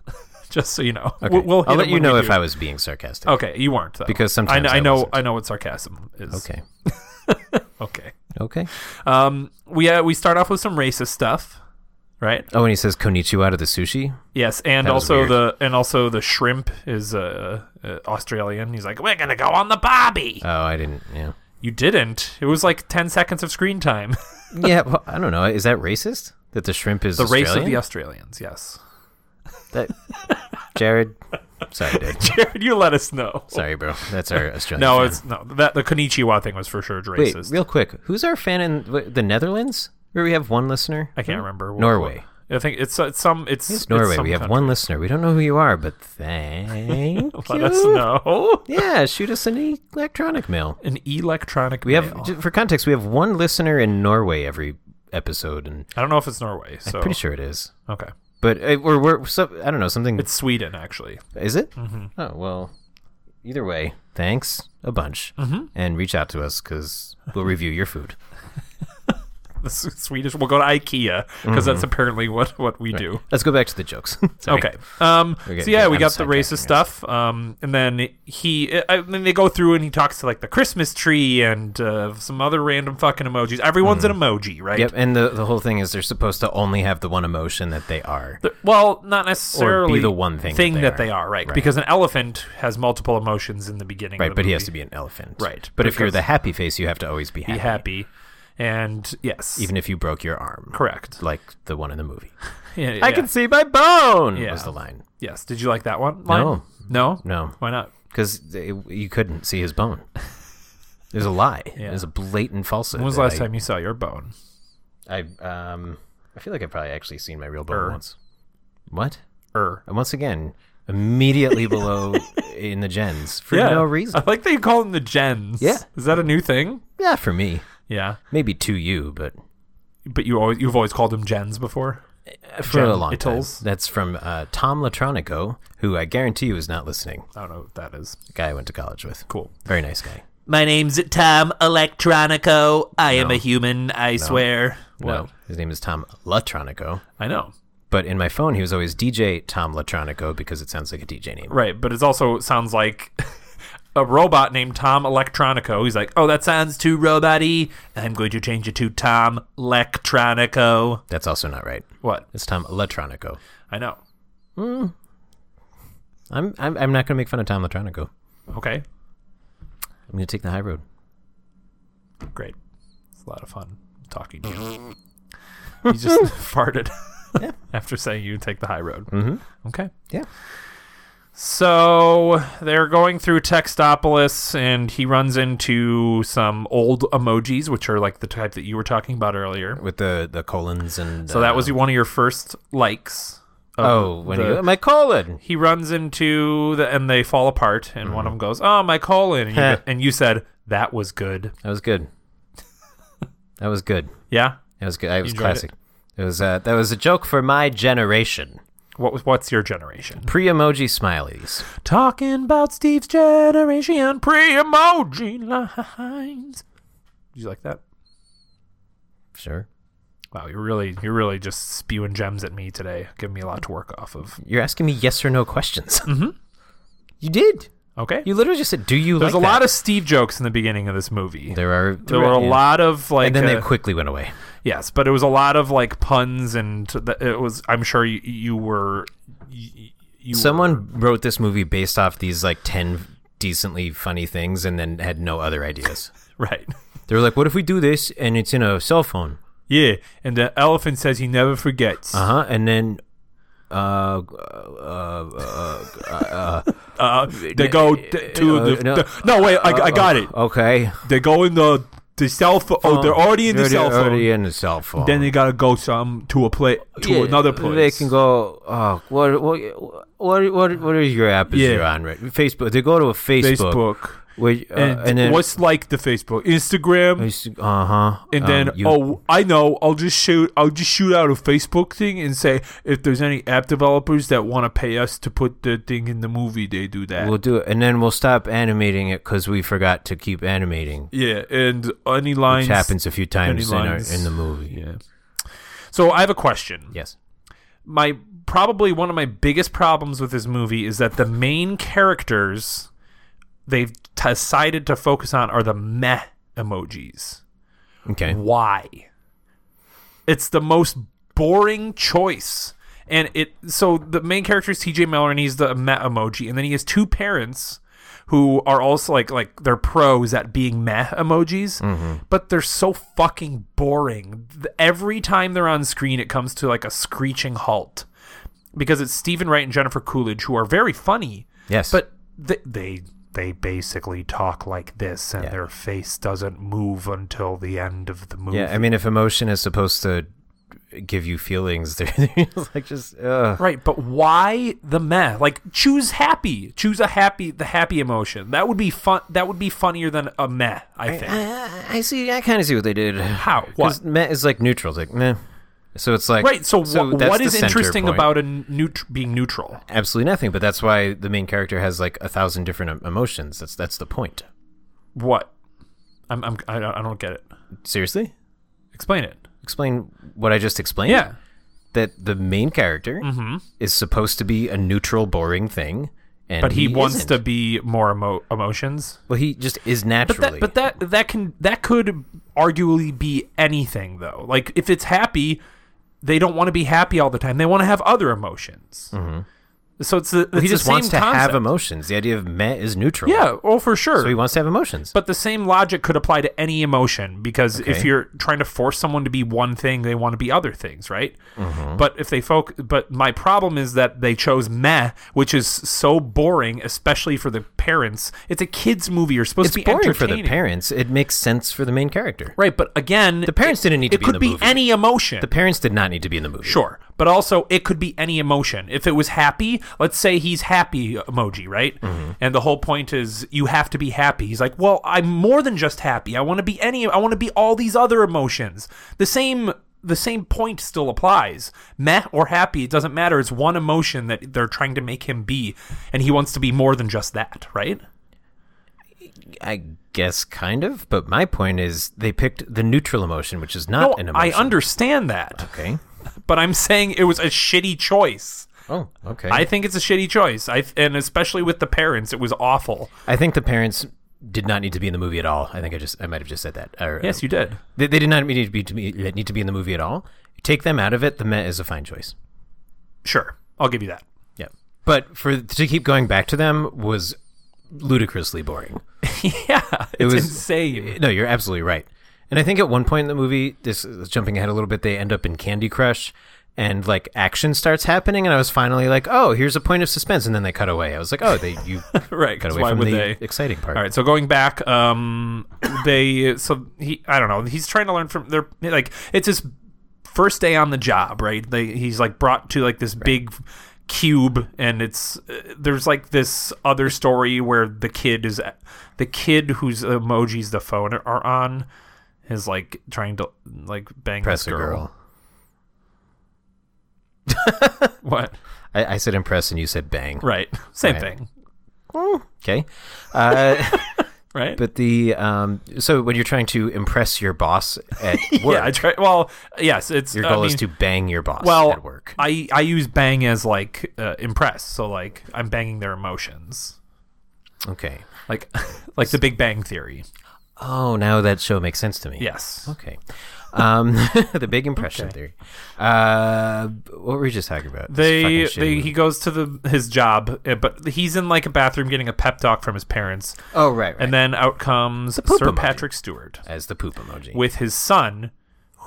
[SPEAKER 2] just so you know.
[SPEAKER 1] okay.
[SPEAKER 2] We'll, we'll hit
[SPEAKER 1] I'll let
[SPEAKER 2] it
[SPEAKER 1] you
[SPEAKER 2] when
[SPEAKER 1] know
[SPEAKER 2] we
[SPEAKER 1] if
[SPEAKER 2] do.
[SPEAKER 1] I was being sarcastic.
[SPEAKER 2] Okay, you weren't though.
[SPEAKER 1] Because
[SPEAKER 2] I kn-
[SPEAKER 1] sometimes
[SPEAKER 2] I,
[SPEAKER 1] I
[SPEAKER 2] know
[SPEAKER 1] wasn't.
[SPEAKER 2] I know what sarcasm is.
[SPEAKER 1] Okay.
[SPEAKER 2] Okay.
[SPEAKER 1] Okay.
[SPEAKER 2] Um. We uh, we start off with some racist stuff, right?
[SPEAKER 1] Oh, and he says konnichiwa to the sushi.
[SPEAKER 2] Yes, and
[SPEAKER 1] That was
[SPEAKER 2] also
[SPEAKER 1] weird.
[SPEAKER 2] the and also the shrimp is uh, uh, Australian. He's like, "We're gonna go on the Barbie."
[SPEAKER 1] Oh, I didn't. Yeah.
[SPEAKER 2] you didn't. It was like ten seconds of screen time.
[SPEAKER 1] Yeah. Well, I don't know. Is that racist? That the shrimp is
[SPEAKER 2] the race of
[SPEAKER 1] Australian?
[SPEAKER 2] the Australians. Yes,
[SPEAKER 1] That Jared. Sorry, dude.
[SPEAKER 2] Jared, you let us know.
[SPEAKER 1] Sorry, bro. That's our Australian.
[SPEAKER 2] No,
[SPEAKER 1] fan.
[SPEAKER 2] it's no that the Konichiwa thing was for sure
[SPEAKER 1] wait,
[SPEAKER 2] racist.
[SPEAKER 1] real quick. Who's our fan in w- the Netherlands? Where we have one listener.
[SPEAKER 2] I can't remember. What-
[SPEAKER 1] Norway.
[SPEAKER 2] I think it's, it's some. It's, it's
[SPEAKER 1] Norway.
[SPEAKER 2] some
[SPEAKER 1] We have
[SPEAKER 2] country.
[SPEAKER 1] one listener. We don't know who you are, but thank
[SPEAKER 2] Let
[SPEAKER 1] you.
[SPEAKER 2] us know
[SPEAKER 1] Yeah, shoot us an e- electronic mail.
[SPEAKER 2] an electronic.
[SPEAKER 1] We have,
[SPEAKER 2] mail.
[SPEAKER 1] j- for context, we have one listener in Norway every episode, and
[SPEAKER 2] I don't know if it's Norway. So
[SPEAKER 1] pretty sure it is.
[SPEAKER 2] Okay,
[SPEAKER 1] But uh, we're, we're so, I don't know something.
[SPEAKER 2] it's Sweden actually.
[SPEAKER 1] is it? Mm-hmm. Oh well. Either way, thanks a bunch,
[SPEAKER 2] Mm-hmm.
[SPEAKER 1] and reach out to us because we'll review your food.
[SPEAKER 2] The S- Swedish. We'll go to IKEA because
[SPEAKER 1] Mm-hmm.
[SPEAKER 2] that's apparently what what we do.
[SPEAKER 1] Let's go back to the jokes. Sorry.
[SPEAKER 2] Okay. Um,
[SPEAKER 1] We're
[SPEAKER 2] so
[SPEAKER 1] getting-
[SPEAKER 2] yeah, we
[SPEAKER 1] I'm
[SPEAKER 2] got the
[SPEAKER 1] sidetracking
[SPEAKER 2] racist
[SPEAKER 1] us.
[SPEAKER 2] stuff, um, and then he, I, then they go through and he talks to like the Christmas tree and uh, some other random fucking emojis. Everyone's an emoji, right?
[SPEAKER 1] Mm-hmm. Yep, and the the whole thing is they're supposed to only have the one emotion that they are.
[SPEAKER 2] Th- Well, not necessarily
[SPEAKER 1] the one thing that they
[SPEAKER 2] that
[SPEAKER 1] are.
[SPEAKER 2] they are, right?
[SPEAKER 1] Right.
[SPEAKER 2] Because an elephant has multiple emotions in the beginning.
[SPEAKER 1] Right,
[SPEAKER 2] of the
[SPEAKER 1] but he
[SPEAKER 2] movie.
[SPEAKER 1] has to be an elephant.
[SPEAKER 2] Right,
[SPEAKER 1] But if you're
[SPEAKER 2] because-
[SPEAKER 1] the happy face, you have to always be happy,
[SPEAKER 2] be happy, and yes,
[SPEAKER 1] even if you broke your arm.
[SPEAKER 2] correct.
[SPEAKER 1] Like the one in the movie.
[SPEAKER 2] Yeah,
[SPEAKER 1] I
[SPEAKER 2] yeah.
[SPEAKER 1] can see my bone.
[SPEAKER 2] Yeah.
[SPEAKER 1] Was the line
[SPEAKER 2] Yes. Did you like that one? Line?
[SPEAKER 1] No.
[SPEAKER 2] No.
[SPEAKER 1] No.
[SPEAKER 2] Why not?
[SPEAKER 1] because you couldn't see his bone? It was a lie. It was a blatant falsehood.
[SPEAKER 2] When was the
[SPEAKER 1] that
[SPEAKER 2] last
[SPEAKER 1] I-
[SPEAKER 2] time you saw your bone?
[SPEAKER 1] I um I feel like I've probably actually seen my real bone
[SPEAKER 2] Er.
[SPEAKER 1] once. What?
[SPEAKER 2] Er.
[SPEAKER 1] And once again, immediately below in the gens for no reason.
[SPEAKER 2] I like that you call them the gens.
[SPEAKER 1] Yeah.
[SPEAKER 2] Is that a new thing?
[SPEAKER 1] Yeah, for me,
[SPEAKER 2] Yeah.
[SPEAKER 1] maybe to you, but
[SPEAKER 2] But you always you've always called them gens before.
[SPEAKER 1] for
[SPEAKER 2] Jen
[SPEAKER 1] a long time.
[SPEAKER 2] Ittles.
[SPEAKER 1] That's from uh, Tom Latronico, who I guarantee you is not listening.
[SPEAKER 2] I don't know what that is.
[SPEAKER 1] The guy I went to college with.
[SPEAKER 2] Cool.
[SPEAKER 1] Very nice guy.
[SPEAKER 4] My name's Tom Electronico. I am a human, I swear.
[SPEAKER 1] No, his name is Tom Latronico.
[SPEAKER 2] I know.
[SPEAKER 1] But in my phone, he was always DJ Tom Latronico because it sounds like a DJ name.
[SPEAKER 2] Right, but it also sounds like a robot named Tom Electronico. He's like, "Oh, that sounds too robot-y. I'm going to change it to Tom Electronico."
[SPEAKER 1] That's also not right.
[SPEAKER 2] What?
[SPEAKER 1] It's Tom Latronico.
[SPEAKER 2] I know.
[SPEAKER 1] I'm I'm, I'm not going to make fun of Tom Latronico.
[SPEAKER 2] Okay.
[SPEAKER 1] I'm going to take the high road.
[SPEAKER 2] Great. It's a lot of fun talking to you. you just farted after saying you take the high road. Mm-hmm. Okay.
[SPEAKER 1] Yeah.
[SPEAKER 2] So they're going through Textopolis, and he runs into some old emojis, which are like the type that you were talking about earlier.
[SPEAKER 1] With the the colons and
[SPEAKER 2] So that was one of your first likes. of
[SPEAKER 1] Oh, when
[SPEAKER 2] the-
[SPEAKER 1] you, my colon.
[SPEAKER 2] he runs into the and they fall apart, and one of them
[SPEAKER 1] Mm-hmm.
[SPEAKER 2] goes, "Oh, my colon," and you, go- and you said that was good.
[SPEAKER 1] That was good. that was good.
[SPEAKER 2] Yeah.
[SPEAKER 1] That was good. That was
[SPEAKER 2] enjoyed it?
[SPEAKER 1] classic. It, was uh, that was a joke for my generation.
[SPEAKER 2] What was what's your generation?
[SPEAKER 1] Pre emoji smileys.
[SPEAKER 2] Talking about Steve's generation pre emoji lines. Did you like that?
[SPEAKER 1] Sure.
[SPEAKER 2] Wow, you're really you're really just spewing gems at me today, giving me a lot to work off of.
[SPEAKER 1] You're asking me yes or no questions. Mm-hmm. You did.
[SPEAKER 2] Okay,
[SPEAKER 1] You literally just said, "Do you?"
[SPEAKER 2] there's
[SPEAKER 1] like
[SPEAKER 2] a lot
[SPEAKER 1] that?"
[SPEAKER 2] of Steve jokes in the beginning of this movie. There,
[SPEAKER 1] There are.
[SPEAKER 2] were a
[SPEAKER 1] yeah.
[SPEAKER 2] lot of like,
[SPEAKER 1] and then
[SPEAKER 2] uh,
[SPEAKER 1] they quickly went away.
[SPEAKER 2] yes, but it was a lot of like puns, and th- it was. I'm sure you, you were. You, you were-
[SPEAKER 1] Someone wrote this movie based off these like ten decently funny things, and then had no other ideas.
[SPEAKER 2] right?
[SPEAKER 1] they were like, "What if we do this?" And it's in a cell phone.
[SPEAKER 2] Yeah, and the elephant says he never forgets.
[SPEAKER 1] Uh huh. And then uh,
[SPEAKER 2] Uh, they go t- to
[SPEAKER 1] uh,
[SPEAKER 2] the
[SPEAKER 1] no. Uh,
[SPEAKER 2] no, no wait, I, I got it.
[SPEAKER 1] okay.
[SPEAKER 2] They go in the the cell phone. Oh, they're already in the
[SPEAKER 1] They're
[SPEAKER 2] cell phone.
[SPEAKER 1] Already in the cell phone.
[SPEAKER 2] Then they gotta go some to a play to
[SPEAKER 1] Yeah,
[SPEAKER 2] another place.
[SPEAKER 1] They can go. Oh, what what what what, what is your app is
[SPEAKER 2] Yeah.
[SPEAKER 1] you're on? Right? Facebook. They go to a Facebook.
[SPEAKER 2] Facebook.
[SPEAKER 1] Which, uh,
[SPEAKER 2] And,
[SPEAKER 1] and, then
[SPEAKER 2] what's like the Facebook, Instagram,
[SPEAKER 1] Uh huh.
[SPEAKER 2] and then oh, I know. I'll just shoot. I'll just shoot out a Facebook thing and say if there's any app developers that want to pay us to put the thing in the movie, they do that.
[SPEAKER 1] We'll do it, and then we'll stop animating it because we forgot to keep animating,
[SPEAKER 2] yeah, and any lines
[SPEAKER 1] which happens a few times in,
[SPEAKER 2] any
[SPEAKER 1] our,
[SPEAKER 2] lines.
[SPEAKER 1] in the movie.
[SPEAKER 2] Yeah. So I have a question.
[SPEAKER 1] Yes.
[SPEAKER 2] my probably one of my biggest problems with this movie is that the main characters they've t- decided to focus on are the meh emojis.
[SPEAKER 1] Okay.
[SPEAKER 2] Why? It's the most boring choice. And it so the main character is TJ Miller and he's the meh emoji and then he has two parents who are also like like they're pros at being meh emojis, but they're so fucking boring. Th- Every time they're on screen it comes to like a screeching halt. Because it's Stephen Wright and Jennifer Coolidge who are very funny,
[SPEAKER 1] Yes.
[SPEAKER 2] but they they, they basically talk like this, and their face doesn't move until the end of the movie.
[SPEAKER 1] yeah, I mean, if emotion is supposed to give you feelings, they're, like just uh,
[SPEAKER 2] right. But why the meh? Like choose happy, choose a happy, the happy emotion. That would be fun. That would be funnier than a meh. I think.
[SPEAKER 1] Uh, I, I see. I kind of see what they did.
[SPEAKER 2] How?
[SPEAKER 1] 'Cause
[SPEAKER 2] What?
[SPEAKER 1] meh is like neutral. It's like meh. So it's like
[SPEAKER 2] Right. So, wh-
[SPEAKER 1] that's
[SPEAKER 2] what
[SPEAKER 1] the
[SPEAKER 2] is
[SPEAKER 1] center
[SPEAKER 2] interesting
[SPEAKER 1] point.
[SPEAKER 2] about a neut- being neutral?
[SPEAKER 1] absolutely nothing? But that's why the main character has like a thousand different em- emotions. That's that's the point.
[SPEAKER 2] What? I'm, I'm I don't, I don't get it.
[SPEAKER 1] Seriously,
[SPEAKER 2] Explain it.
[SPEAKER 1] explain what I just explained.
[SPEAKER 2] Yeah. Mm-hmm.
[SPEAKER 1] that the main character is supposed to be a neutral, boring thing, and
[SPEAKER 2] But he, wants
[SPEAKER 1] isn't.
[SPEAKER 2] to be more emo- emotions.
[SPEAKER 1] Well, he just is
[SPEAKER 2] But
[SPEAKER 1] naturally.
[SPEAKER 2] that, but that that can that could arguably be anything though. Like if it's happy, they don't want to be happy all the time. They want to have other emotions. So it's the it's
[SPEAKER 1] Mm-hmm. he
[SPEAKER 2] the
[SPEAKER 1] just
[SPEAKER 2] same
[SPEAKER 1] wants to have
[SPEAKER 2] concept.
[SPEAKER 1] emotions. The idea of meh is neutral.
[SPEAKER 2] Yeah, oh for sure.
[SPEAKER 1] So he wants to have emotions.
[SPEAKER 2] but the same logic could apply to any emotion because if
[SPEAKER 1] Okay.
[SPEAKER 2] you're trying to force someone to be one thing, they want to be other things, right?
[SPEAKER 1] Mm-hmm.
[SPEAKER 2] But if they foc but my problem is that they chose meh, which is so boring, especially for the parents. It's a kids movie. You're supposed
[SPEAKER 1] it's
[SPEAKER 2] to be
[SPEAKER 1] boring for the
[SPEAKER 2] entertaining.
[SPEAKER 1] parents. It makes sense for the main character.
[SPEAKER 2] Right, but again,
[SPEAKER 1] The parents didn't need to
[SPEAKER 2] it
[SPEAKER 1] be in
[SPEAKER 2] could
[SPEAKER 1] the
[SPEAKER 2] be
[SPEAKER 1] movie.
[SPEAKER 2] any emotion.
[SPEAKER 1] The parents did not need to be in the movie.
[SPEAKER 2] sure, but also it could be any emotion. If it was happy, let's say he's happy emoji, right?
[SPEAKER 1] Mm-hmm.
[SPEAKER 2] And the whole point is you have to be happy. He's like, well, I'm more than just happy. I want to be any. I want to be all these other emotions. The same. The same point still applies. Meh or happy, it doesn't matter. It's one emotion that they're trying to make him be, and he wants to be more than just that, right?
[SPEAKER 1] I guess kind of, but my point is they picked the neutral emotion, which is not an
[SPEAKER 2] no, I
[SPEAKER 1] emotion.
[SPEAKER 2] understand that,
[SPEAKER 1] okay.
[SPEAKER 2] but I'm saying it was a shitty choice.
[SPEAKER 1] Oh, okay.
[SPEAKER 2] I think it's a shitty choice. I and especially with the parents, it was awful.
[SPEAKER 1] I think the parents did not need to be in the movie at all. I think I just I might have just said that. Or, uh,
[SPEAKER 2] Yes, you did.
[SPEAKER 1] They, they did not need to be to be, need to be in the movie at all. Take them out of it. The Met is a fine choice.
[SPEAKER 2] Sure, I'll give you that.
[SPEAKER 1] Yeah, but for to keep going back to them was ludicrously boring.
[SPEAKER 2] yeah, it's
[SPEAKER 1] was-
[SPEAKER 2] insane.
[SPEAKER 1] No, you're absolutely right. And I think at one point in the movie, this is jumping ahead a little bit, they end up in Candy Crush, and like action starts happening, and I was finally like, oh, here's a point of suspense, and then they cut away. I was like, oh, they you
[SPEAKER 2] Right,
[SPEAKER 1] cut
[SPEAKER 2] 'cause
[SPEAKER 1] away
[SPEAKER 2] why
[SPEAKER 1] from
[SPEAKER 2] would
[SPEAKER 1] the
[SPEAKER 2] they?
[SPEAKER 1] exciting part.
[SPEAKER 2] All right, so going back, um, they so he I don't know. He's trying to learn from their like it's his first day on the job, right? They he's like brought to like this big cube, and it's uh, there's like this other story where the kid is the kid whose emojis the phone are on is like trying to like bang
[SPEAKER 1] Impress a
[SPEAKER 2] this
[SPEAKER 1] girl.
[SPEAKER 2] What?
[SPEAKER 1] I, I said impress, and you said bang.
[SPEAKER 2] Right, same
[SPEAKER 1] Right.
[SPEAKER 2] thing.
[SPEAKER 1] Okay. Uh,
[SPEAKER 2] Right.
[SPEAKER 1] But the um, so when you're trying to impress your boss at work,
[SPEAKER 2] yeah, I try. Well, yes, it's
[SPEAKER 1] your
[SPEAKER 2] I
[SPEAKER 1] goal is
[SPEAKER 2] mean-
[SPEAKER 1] to bang your boss
[SPEAKER 2] well,
[SPEAKER 1] at work.
[SPEAKER 2] I I use bang as like uh, impress, so like I'm banging their emotions,
[SPEAKER 1] Okay.
[SPEAKER 2] like like the Big Bang Theory.
[SPEAKER 1] Oh, now that show makes sense to me.
[SPEAKER 2] Yes,
[SPEAKER 1] Okay. Um, the big impression theory. Uh, what were we just talking about? This
[SPEAKER 2] they
[SPEAKER 1] fucking
[SPEAKER 2] they
[SPEAKER 1] shitty-
[SPEAKER 2] he goes to the his job, uh, but he's in like a bathroom getting a pep talk from his parents,
[SPEAKER 1] oh right, right.
[SPEAKER 2] and then out comes
[SPEAKER 1] poop
[SPEAKER 2] Sir
[SPEAKER 1] emoji.
[SPEAKER 2] Patrick Stewart
[SPEAKER 1] as the poop emoji.
[SPEAKER 2] with his son,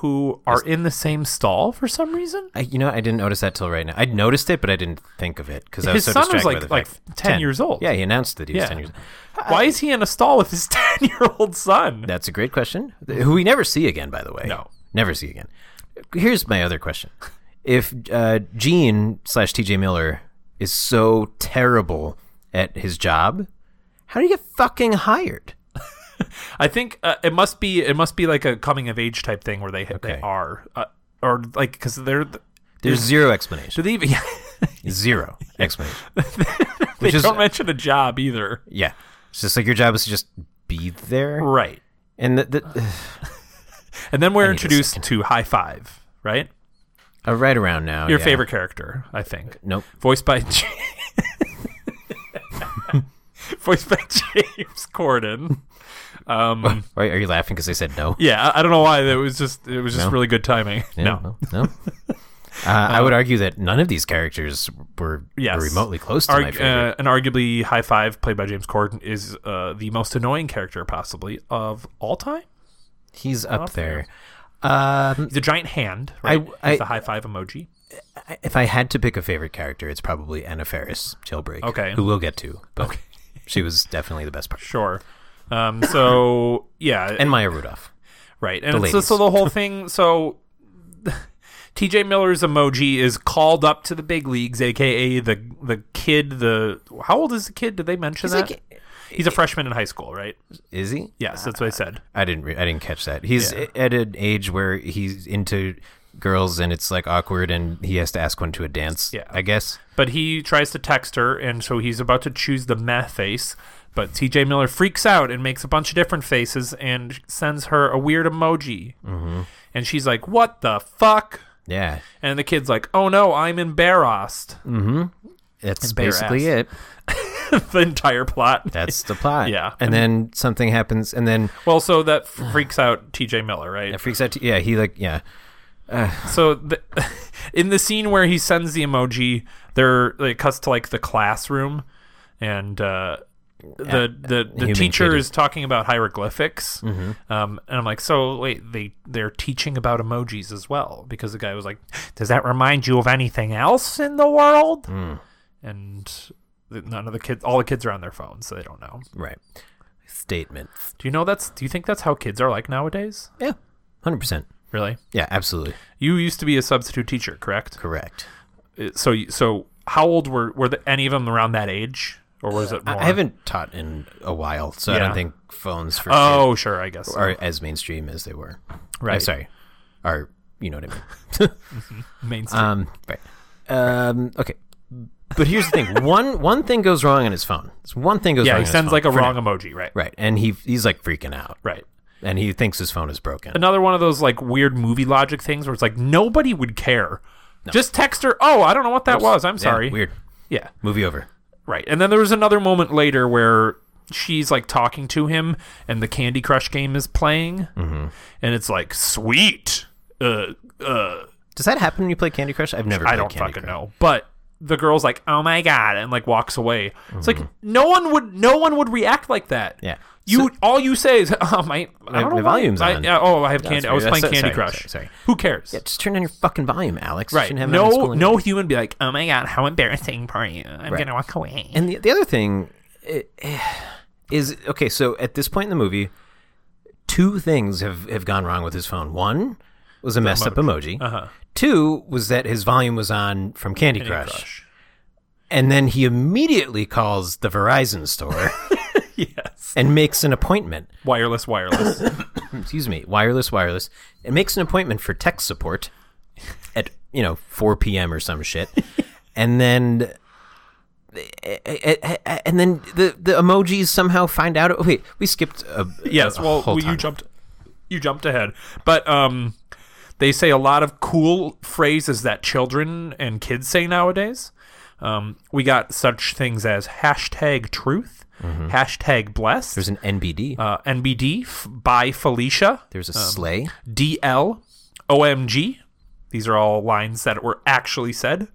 [SPEAKER 2] who are in the same stall for some reason.
[SPEAKER 1] I, you know, I didn't notice that till right now. I noticed it, but I didn't think of it because I was
[SPEAKER 2] His
[SPEAKER 1] so
[SPEAKER 2] son was
[SPEAKER 1] distracted
[SPEAKER 2] like-
[SPEAKER 1] by the
[SPEAKER 2] like
[SPEAKER 1] fact.
[SPEAKER 2] 10 years old.
[SPEAKER 1] Yeah, he announced that he was
[SPEAKER 2] Yeah.
[SPEAKER 1] ten years. old.
[SPEAKER 2] Why is he in a stall with his ten year old son?
[SPEAKER 1] That's a great question. Who we never see again, by the way.
[SPEAKER 2] No.
[SPEAKER 1] never see again. Here's my other question: If uh, Gene slash TJ Miller is so terrible at his job, how do you get fucking hired?
[SPEAKER 2] I think uh, it must be it must be like a coming of age type thing where they
[SPEAKER 1] Okay.
[SPEAKER 2] they are uh, or like because they're th-
[SPEAKER 1] There's zero
[SPEAKER 2] do
[SPEAKER 1] explanation.
[SPEAKER 2] they even, yeah,
[SPEAKER 1] Zero explanation.
[SPEAKER 2] they
[SPEAKER 1] Which is
[SPEAKER 2] don't mention a job either.
[SPEAKER 1] yeah. It's just like your job is to just be there,
[SPEAKER 2] Right.
[SPEAKER 1] and the, the,
[SPEAKER 2] And then we're
[SPEAKER 1] need a
[SPEAKER 2] introduced
[SPEAKER 1] second.
[SPEAKER 2] to High Five, right?
[SPEAKER 1] uh, right around now.
[SPEAKER 2] Your
[SPEAKER 1] yeah.
[SPEAKER 2] favorite character, I think,
[SPEAKER 1] Nope.
[SPEAKER 2] voiced by J- voiced by James Corden. Um,
[SPEAKER 1] Why are you laughing? Because I said no.
[SPEAKER 2] yeah, I, I don't know why. That was just it was just
[SPEAKER 1] No.
[SPEAKER 2] really good timing.
[SPEAKER 1] Yeah,
[SPEAKER 2] no.
[SPEAKER 1] no. no. Uh, I would argue that none of these characters were,
[SPEAKER 2] Yes.
[SPEAKER 1] were remotely close to my
[SPEAKER 2] Arg-
[SPEAKER 1] favorite.
[SPEAKER 2] uh, and arguably, High Five, played by James Corden, is uh, the most annoying character possibly of all time.
[SPEAKER 1] He's up there. Um,
[SPEAKER 2] He's a giant hand, right?
[SPEAKER 1] I-
[SPEAKER 2] He's the High Five emoji.
[SPEAKER 1] I- if I had to pick a favorite character, it's probably Anna Faris, Jailbreak.
[SPEAKER 2] Okay.
[SPEAKER 1] who we'll get to. But she was definitely the best part.
[SPEAKER 2] Sure. Um, so yeah,
[SPEAKER 1] And Maya Rudolph.
[SPEAKER 2] right, and
[SPEAKER 1] the
[SPEAKER 2] so, so
[SPEAKER 1] ladies.
[SPEAKER 2] the whole thing. So T.J. Miller's emoji is called up to the big leagues, aka the the kid. The how old is the kid? Did they mention that? He's a freshman in high school, right?
[SPEAKER 1] Is he?
[SPEAKER 2] Yes, that's what I said.
[SPEAKER 1] I didn't. Re- I didn't catch that. He's
[SPEAKER 2] Yeah.
[SPEAKER 1] at an age where he's into girls, and it's like awkward, and he has to ask one to a dance.
[SPEAKER 2] Yeah.
[SPEAKER 1] I guess.
[SPEAKER 2] But he tries to text her, and so he's about to choose the meth face. But TJ Miller freaks out and makes a bunch of different faces and sends her a weird emoji. Mm-hmm. And she's like, What the fuck?
[SPEAKER 1] Yeah,
[SPEAKER 2] And the kid's like, Oh no, I'm embarrassed.
[SPEAKER 1] that's
[SPEAKER 2] bare
[SPEAKER 1] basically
[SPEAKER 2] ass.
[SPEAKER 1] it.
[SPEAKER 2] the entire plot.
[SPEAKER 1] That's the plot.
[SPEAKER 2] Yeah.
[SPEAKER 1] and then something happens, and then
[SPEAKER 2] Well, so that freaks out TJ Miller, right?
[SPEAKER 1] it freaks out. To, yeah, he like yeah.
[SPEAKER 2] So the, in the scene where he sends the emoji, they're it cuts to like the classroom, and uh, the the, the
[SPEAKER 1] human
[SPEAKER 2] teacher
[SPEAKER 1] kid.
[SPEAKER 2] is talking about hieroglyphics, um, and I'm like, so wait, they they're teaching about emojis as well because the guy was like, does that remind you of anything else in the world? And th- none of the kids, all the kids are on their phones, so they don't know.
[SPEAKER 1] Right. Statements.
[SPEAKER 2] Do you know that's? Do you think that's how kids are like nowadays?
[SPEAKER 1] Yeah, hundred percent.
[SPEAKER 2] Really?
[SPEAKER 1] Yeah, absolutely.
[SPEAKER 2] You used to be a substitute teacher, correct?
[SPEAKER 1] Correct.
[SPEAKER 2] Uh, So, you- so how old were were the, any of them around that age, or was it
[SPEAKER 1] I-
[SPEAKER 2] more?
[SPEAKER 1] I haven't taught in a while, so I
[SPEAKER 2] Yeah.
[SPEAKER 1] don't think phones for
[SPEAKER 2] Oh, sure, I guess. so.
[SPEAKER 1] are as mainstream as they were.
[SPEAKER 2] Right.
[SPEAKER 1] I'm sorry. Are you know what I mean?
[SPEAKER 2] Mainstream.
[SPEAKER 1] Um, right. Um, okay. But here's the thing. one one thing goes wrong on his phone. It's One thing goes
[SPEAKER 2] yeah,
[SPEAKER 1] wrong.
[SPEAKER 2] he
[SPEAKER 1] on his
[SPEAKER 2] sends
[SPEAKER 1] phone
[SPEAKER 2] like a
[SPEAKER 1] for now.
[SPEAKER 2] wrong emoji, right?
[SPEAKER 1] Right, and he he's like freaking out,
[SPEAKER 2] Right.
[SPEAKER 1] and he thinks his phone is broken.
[SPEAKER 2] Another one of those like weird movie logic things where it's like nobody would care. Just text her. Oh, I don't know what that was. I'm
[SPEAKER 1] Yeah,
[SPEAKER 2] sorry.
[SPEAKER 1] weird.
[SPEAKER 2] Yeah.
[SPEAKER 1] Movie over.
[SPEAKER 2] Right. And then there was another moment later where she's like talking to him and the Candy Crush game is playing. Mm-hmm. And it's like, sweet. Uh, uh,
[SPEAKER 1] Does that happen when you play Candy Crush? I've never.
[SPEAKER 2] I
[SPEAKER 1] played
[SPEAKER 2] don't
[SPEAKER 1] Candy
[SPEAKER 2] fucking
[SPEAKER 1] Crush.
[SPEAKER 2] know. But the girl's like, oh my God. And like walks away. It's like, no one would, no one would react like that.
[SPEAKER 1] Mm-hmm. Yeah.
[SPEAKER 2] You, all you say is, oh, my, I
[SPEAKER 1] My-
[SPEAKER 2] don't know why.
[SPEAKER 1] my volume's
[SPEAKER 2] I,
[SPEAKER 1] on.
[SPEAKER 2] yeah, oh, I have candy. I
[SPEAKER 1] weird.
[SPEAKER 2] was
[SPEAKER 1] That's-
[SPEAKER 2] playing Candy
[SPEAKER 1] sorry,
[SPEAKER 2] Crush.
[SPEAKER 1] sorry, sorry.
[SPEAKER 2] Who cares?
[SPEAKER 1] Yeah, just turn on your fucking volume, Alex. You
[SPEAKER 2] Right.
[SPEAKER 1] shouldn't have it on in
[SPEAKER 2] No,
[SPEAKER 1] school
[SPEAKER 2] no
[SPEAKER 1] anyway.
[SPEAKER 2] human be like, oh my God, how embarrassing for you. I'm
[SPEAKER 1] Right.
[SPEAKER 2] going to walk away.
[SPEAKER 1] And the the other thing eh, eh, is okay. So at this point in the movie, two things have have gone wrong with his phone. One was a messed up emoji.
[SPEAKER 2] Uh-huh.
[SPEAKER 1] Two was that his volume was on from Candy,
[SPEAKER 2] Candy
[SPEAKER 1] Crush.
[SPEAKER 2] Crush.
[SPEAKER 1] and then he immediately calls the Verizon store
[SPEAKER 2] Yes.
[SPEAKER 1] and makes an appointment.
[SPEAKER 2] Wireless, wireless.
[SPEAKER 1] excuse me, wireless, wireless. It makes an appointment for tech support at you know 4 p.m. or some shit, and then and then the the emojis somehow find out. Oh, wait, we skipped a
[SPEAKER 2] yes.
[SPEAKER 1] a
[SPEAKER 2] Well,
[SPEAKER 1] whole
[SPEAKER 2] well, you
[SPEAKER 1] time.
[SPEAKER 2] jumped, you jumped ahead. But um, they say a lot of cool phrases that children and kids say nowadays. Um, we got such things as hashtag truth, hashtag blessed,
[SPEAKER 1] Mm-hmm. There's an NBD.
[SPEAKER 2] uh, um, NBD f- by Felicia,
[SPEAKER 1] There's a sleigh.
[SPEAKER 2] DL, OMG. These are all lines that were actually said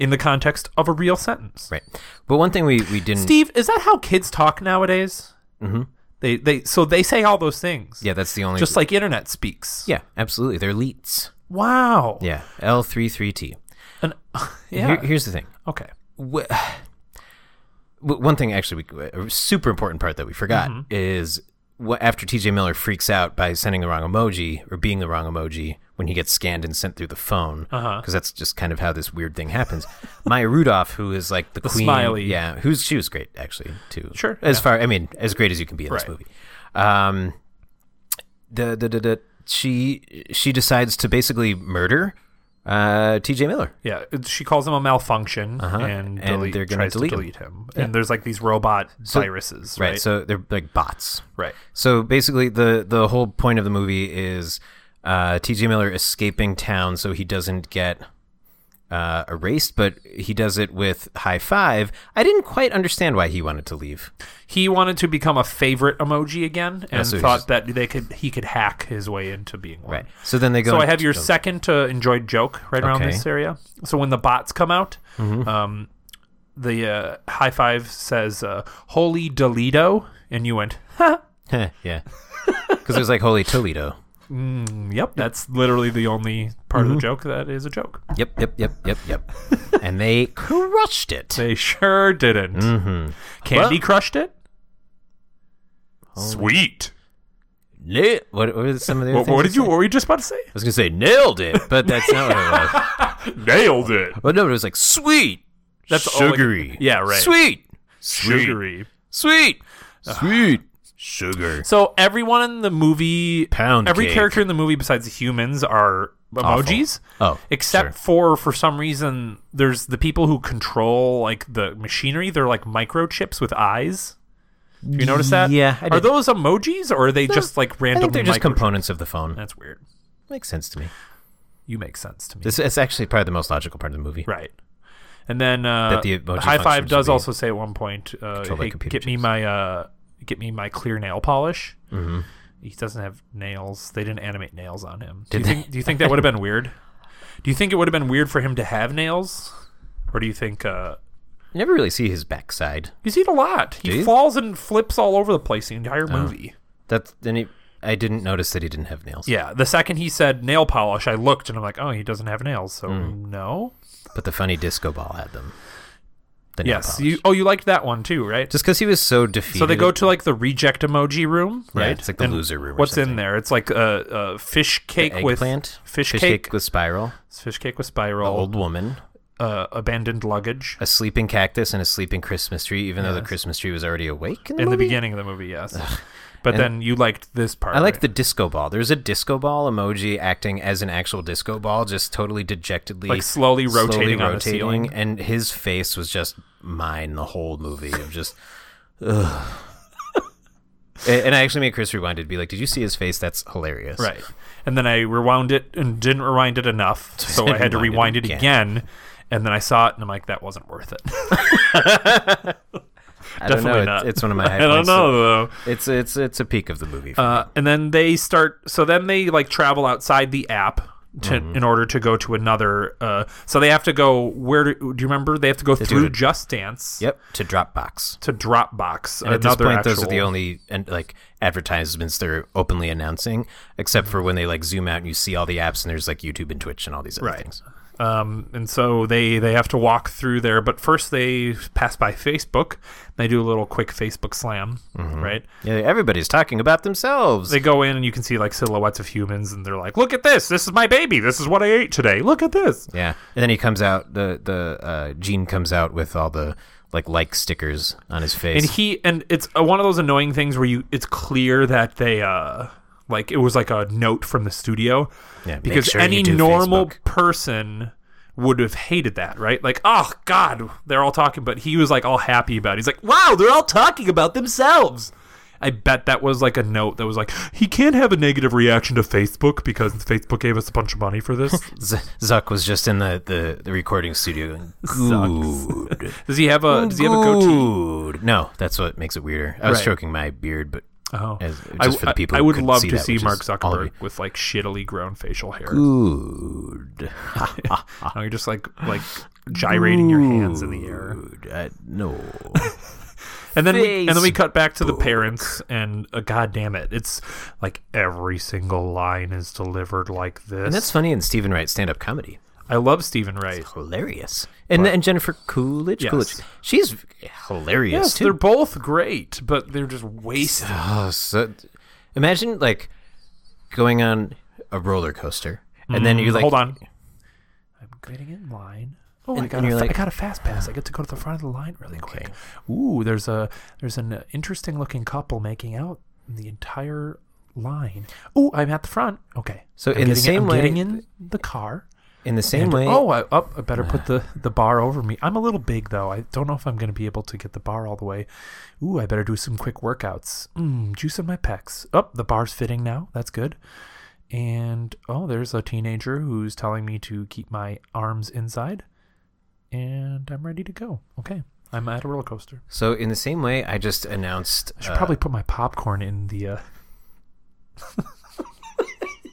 [SPEAKER 2] in the context of a real sentence.
[SPEAKER 1] Right, but one thing we we didn't.
[SPEAKER 2] Steve, is that how kids talk nowadays? Mm-hmm. They they so they say all those things.
[SPEAKER 1] yeah, that's the only.
[SPEAKER 2] just like internet speaks.
[SPEAKER 1] yeah, absolutely. They're leets.
[SPEAKER 2] Wow.
[SPEAKER 1] Yeah, L three three T.
[SPEAKER 2] An- yeah.
[SPEAKER 1] Here, here's the thing.
[SPEAKER 2] okay.
[SPEAKER 1] w- w- one thing actually we, a super important part that we forgot
[SPEAKER 2] Mm-hmm.
[SPEAKER 1] is wh- after TJ Miller freaks out by sending the wrong emoji or being the wrong emoji when he gets scanned and sent through the phone because
[SPEAKER 2] Uh-huh.
[SPEAKER 1] that's just kind of how this weird thing happens. Maya Rudolph, who is like the, queen,
[SPEAKER 2] smiley.
[SPEAKER 1] yeah, who's she was great actually too.
[SPEAKER 2] Sure,
[SPEAKER 1] as
[SPEAKER 2] yeah.
[SPEAKER 1] far I mean, as great as you can be in this
[SPEAKER 2] Right.
[SPEAKER 1] movie. Um, the, the, the, the she she decides to basically murder uh, TJ Miller.
[SPEAKER 2] Yeah, it- she calls him a malfunction and,
[SPEAKER 1] Uh-huh. and
[SPEAKER 2] delete,
[SPEAKER 1] they're gonna
[SPEAKER 2] tries
[SPEAKER 1] delete
[SPEAKER 2] to
[SPEAKER 1] him.
[SPEAKER 2] delete him. And there's like these robot viruses, right?
[SPEAKER 1] right. So they're like bots.
[SPEAKER 2] right.
[SPEAKER 1] So basically, the the whole point of the movie is uh, T.J. Miller escaping town so he doesn't get uh, erased, but he does it with high five. I didn't quite understand why he wanted to leave.
[SPEAKER 2] He wanted to become a favorite emoji again, and
[SPEAKER 1] Oh, so he's
[SPEAKER 2] thought
[SPEAKER 1] just-
[SPEAKER 2] that they could he could hack his way into being one.
[SPEAKER 1] Right. So then they go.
[SPEAKER 2] So I
[SPEAKER 1] and-
[SPEAKER 2] have your second uh, enjoyed joke right around
[SPEAKER 1] Okay. Mm-hmm.
[SPEAKER 2] this area. So when the bots come out, um, the uh, high five says uh, "Holy Deleto," and you went, "Ha,
[SPEAKER 1] Heh, yeah. Because there's like holy Toledo.
[SPEAKER 2] "Mm, yep." That's literally the only part
[SPEAKER 1] Mm-hmm.
[SPEAKER 2] of the joke that is a joke.
[SPEAKER 1] Yep. Yep. Yep. Yep. Yep. and they crushed it.
[SPEAKER 2] They sure didn't. Mm-hmm. Candy crushed it. Sweet.
[SPEAKER 1] Na- what, what is some of the other
[SPEAKER 2] What,
[SPEAKER 1] things
[SPEAKER 2] what
[SPEAKER 1] they
[SPEAKER 2] did you?
[SPEAKER 1] say?
[SPEAKER 2] What were you just about to say?
[SPEAKER 1] I was gonna say nailed it, but that's not what it was.
[SPEAKER 2] Nailed it.
[SPEAKER 1] But no, it was like sweet.
[SPEAKER 2] That's all it-
[SPEAKER 1] sugary.
[SPEAKER 2] Yeah, right.
[SPEAKER 1] Sweet.
[SPEAKER 2] Sugary.
[SPEAKER 1] Sweet. Sweet. Sugar.
[SPEAKER 2] So everyone in the movie,
[SPEAKER 1] Pound
[SPEAKER 2] every
[SPEAKER 1] cake.
[SPEAKER 2] character in the movie besides the humans are emojis.
[SPEAKER 1] Oh,
[SPEAKER 2] except for for some reason, there's the people who control like the machinery. They're like microchips with eyes. Do you notice that?
[SPEAKER 1] Yeah, I
[SPEAKER 2] are
[SPEAKER 1] did.
[SPEAKER 2] those emojis or are they just like
[SPEAKER 1] I
[SPEAKER 2] random?
[SPEAKER 1] think they're just
[SPEAKER 2] microchips?
[SPEAKER 1] components of the phone.
[SPEAKER 2] That's weird.
[SPEAKER 1] Makes sense to me.
[SPEAKER 2] You make sense to me.
[SPEAKER 1] This it's actually probably the most logical part of the movie.
[SPEAKER 2] Right. And then uh,
[SPEAKER 1] That the emoji
[SPEAKER 2] high five
[SPEAKER 1] functions
[SPEAKER 2] does
[SPEAKER 1] would be
[SPEAKER 2] also say at one point, uh,
[SPEAKER 1] controlled by
[SPEAKER 2] hey,
[SPEAKER 1] computer
[SPEAKER 2] "Get me
[SPEAKER 1] chips.
[SPEAKER 2] my uh, get me my clear nail polish." Mm-hmm. He doesn't have nails. They didn't animate nails on him. Do you think? Do you think that would have been weird? Do you think it would have been weird for him to have nails, or do you think? Uh,
[SPEAKER 1] You never really see his backside.
[SPEAKER 2] he's eat a lot.
[SPEAKER 1] Do
[SPEAKER 2] He
[SPEAKER 1] you? Oh.
[SPEAKER 2] falls and flips all over the place the entire movie.
[SPEAKER 1] That's then he, I didn't notice that he didn't have nails.
[SPEAKER 2] Yeah. The second he said nail polish, I looked
[SPEAKER 1] Mm.
[SPEAKER 2] and I'm like, oh, he doesn't have nails. So no.
[SPEAKER 1] But the funny disco ball had them. the nail
[SPEAKER 2] Yes.
[SPEAKER 1] polish.
[SPEAKER 2] You, oh, you liked that one too, right?
[SPEAKER 1] Just because he was so defeated.
[SPEAKER 2] So they go to like the reject emoji room,
[SPEAKER 1] Yeah,
[SPEAKER 2] right?
[SPEAKER 1] it's like the loser room or
[SPEAKER 2] What's
[SPEAKER 1] something.
[SPEAKER 2] in there? It's like a, a fish cake with
[SPEAKER 1] eggplant,
[SPEAKER 2] fish,
[SPEAKER 1] cake.
[SPEAKER 2] cake, Oh.
[SPEAKER 1] with spiral,
[SPEAKER 2] fish cake with spiral,
[SPEAKER 1] old woman,
[SPEAKER 2] uh, abandoned luggage.
[SPEAKER 1] a sleeping cactus, and a sleeping Christmas tree. Even though the Christmas tree was already awake in the,
[SPEAKER 2] in the
[SPEAKER 1] movie?
[SPEAKER 2] beginning of the movie, yes. But then you liked this part.
[SPEAKER 1] I
[SPEAKER 2] right?
[SPEAKER 1] like the disco ball. There's a disco ball emoji acting as an actual disco ball, just totally dejectedly,
[SPEAKER 2] Like slowly rotating on the ceiling.
[SPEAKER 1] and his face was just mine the whole movie of just. Ugh. A- and I actually made Chris rewind it to be like, "Did you see his face? That's hilarious."
[SPEAKER 2] Right. And then I rewound it and didn't rewind it enough. So I had to rewind
[SPEAKER 1] rewind it
[SPEAKER 2] it again. And then I saw it and I'm like, that wasn't worth it.
[SPEAKER 1] I don't know.
[SPEAKER 2] Definitely
[SPEAKER 1] It's-
[SPEAKER 2] not.
[SPEAKER 1] It's one of my. High
[SPEAKER 2] I don't
[SPEAKER 1] points.
[SPEAKER 2] know though.
[SPEAKER 1] It's it's it's a peak of the movie. For
[SPEAKER 2] Uh, and then they start. So then they like travel outside the app to
[SPEAKER 1] Mm-hmm.
[SPEAKER 2] in order to go to another. Uh, so they have to go. Where do, do you remember? They have to go through
[SPEAKER 1] it.
[SPEAKER 2] Just Dance.
[SPEAKER 1] Yep, to Dropbox.
[SPEAKER 2] To Dropbox.
[SPEAKER 1] And at this
[SPEAKER 2] another
[SPEAKER 1] point, those are the
[SPEAKER 2] actual-
[SPEAKER 1] only and like advertisements they're openly announcing, except for when they like zoom out and you see all the apps and there's like YouTube and Twitch and all these other
[SPEAKER 2] Right.
[SPEAKER 1] things.
[SPEAKER 2] Um, and so they they have to walk through there, but first they pass by Facebook. They do a little quick Facebook slam,
[SPEAKER 1] Mm-hmm.
[SPEAKER 2] right?
[SPEAKER 1] Yeah, everybody's talking about themselves.
[SPEAKER 2] They go in and you can see like silhouettes of humans, and they're like, "Look at this! This is my baby. This is what I ate today. Look at this."
[SPEAKER 1] yeah, and then he comes out. The the uh, Gene comes out with all the like like stickers on his face.
[SPEAKER 2] And he and it's uh, one of those annoying things where you it's clear that they uh like it was like a note from the studio
[SPEAKER 1] Yeah, make
[SPEAKER 2] because
[SPEAKER 1] sure you
[SPEAKER 2] any
[SPEAKER 1] do
[SPEAKER 2] normal
[SPEAKER 1] Facebook.
[SPEAKER 2] person would have hated that, right? Like, oh god, they're all talking, but he was like all happy about. it. He's like, wow, they're all talking about themselves. I bet that was like a note that was like, he can't have a negative reaction to Facebook because Facebook gave us a bunch of money for this.
[SPEAKER 1] Z- Zuck was just in the, the, the recording studio. Going, Good.
[SPEAKER 2] does he have a does he have a
[SPEAKER 1] Oh,
[SPEAKER 2] goatee?
[SPEAKER 1] Good. No, that's what makes it weirder. I was
[SPEAKER 2] Right.
[SPEAKER 1] stroking my beard, but
[SPEAKER 2] Oh.
[SPEAKER 1] as, just
[SPEAKER 2] I,
[SPEAKER 1] for the people.
[SPEAKER 2] I, I
[SPEAKER 1] who
[SPEAKER 2] would
[SPEAKER 1] couldn't
[SPEAKER 2] love
[SPEAKER 1] see
[SPEAKER 2] to
[SPEAKER 1] that,
[SPEAKER 2] see
[SPEAKER 1] which
[SPEAKER 2] Mark
[SPEAKER 1] is all of
[SPEAKER 2] Zuckerberg
[SPEAKER 1] you.
[SPEAKER 2] with like shittily grown facial hair.
[SPEAKER 1] Good.
[SPEAKER 2] Now you're just like like gyrating your hands in the air.
[SPEAKER 1] Good. I, Uh, no.
[SPEAKER 2] And then we, and then we cut back to the parents and uh, god damn it. It's like every single line is delivered like this.
[SPEAKER 1] and that's funny in Stephen Wright's stand up comedy.
[SPEAKER 2] I love Stephen Wright.
[SPEAKER 1] Hilarious. And and Jennifer Coolidge.
[SPEAKER 2] Yes.
[SPEAKER 1] Coolidge. She's hilarious
[SPEAKER 2] Yes,
[SPEAKER 1] too.
[SPEAKER 2] they're both great, but they're just wasted.
[SPEAKER 1] Oh, so imagine like going on a roller coaster and then you like
[SPEAKER 2] Mm, Hold on. I'm getting in line. Oh, I, got
[SPEAKER 1] and
[SPEAKER 2] a
[SPEAKER 1] you're
[SPEAKER 2] fa-
[SPEAKER 1] like-
[SPEAKER 2] I got a fast pass. I get to go to the front of the line really quick. Ooh, there's a there's an uh, interesting looking couple making out in the entire line. Ooh, I'm at the front. Okay.
[SPEAKER 1] So
[SPEAKER 2] I'm
[SPEAKER 1] in the
[SPEAKER 2] getting
[SPEAKER 1] same
[SPEAKER 2] I'm
[SPEAKER 1] way-
[SPEAKER 2] getting in the car.
[SPEAKER 1] in the same
[SPEAKER 2] And-
[SPEAKER 1] way.
[SPEAKER 2] Oh, I, oh, I better put the, the bar over me. I'm a little big though. I don't know if I'm going to be able to get the bar all the way. Ooh, I better do some quick workouts. Mm, juice in my pecs. Up, oh, the bar's fitting now. That's good. And oh, there's a teenager who's telling me to keep my arms inside, and I'm ready to go. Okay, I'm at a roller coaster.
[SPEAKER 1] So in the same way, I just announced.
[SPEAKER 2] I should
[SPEAKER 1] uh,
[SPEAKER 2] probably put my popcorn in the. Uh...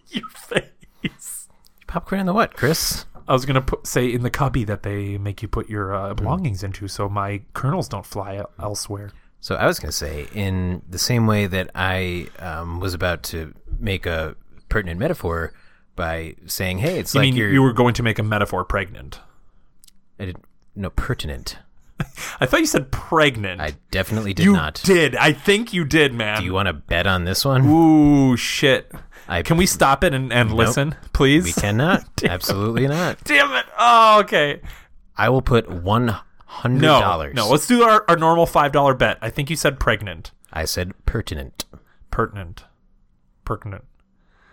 [SPEAKER 2] Your face.
[SPEAKER 1] popcorn in the what, Chris?
[SPEAKER 2] I was gonna put, say in the cubby that they make you put your uh, belongings into, so my kernels don't fly el- elsewhere.
[SPEAKER 1] So I was going to say, in the same way that I um, was about to make a pertinent metaphor by saying, "Hey, it's
[SPEAKER 2] I
[SPEAKER 1] like
[SPEAKER 2] mean,
[SPEAKER 1] you're."
[SPEAKER 2] you were going to make a metaphor pregnant.
[SPEAKER 1] I didn't, no, pertinent.
[SPEAKER 2] I thought you said pregnant.
[SPEAKER 1] I definitely did
[SPEAKER 2] you
[SPEAKER 1] not.
[SPEAKER 2] did. I think you did, man.
[SPEAKER 1] Do you want to bet on this one?
[SPEAKER 2] Ooh, shit.
[SPEAKER 1] I-
[SPEAKER 2] Can we stop it and, and listen, please?
[SPEAKER 1] We cannot. Absolutely not.
[SPEAKER 2] Damn it. Oh, okay.
[SPEAKER 1] I will put one hundred
[SPEAKER 2] No,
[SPEAKER 1] dollars.
[SPEAKER 2] no. Let's do our, our normal five dollar bet. I think you said pregnant,
[SPEAKER 1] I said pertinent.
[SPEAKER 2] pertinent, pertinent.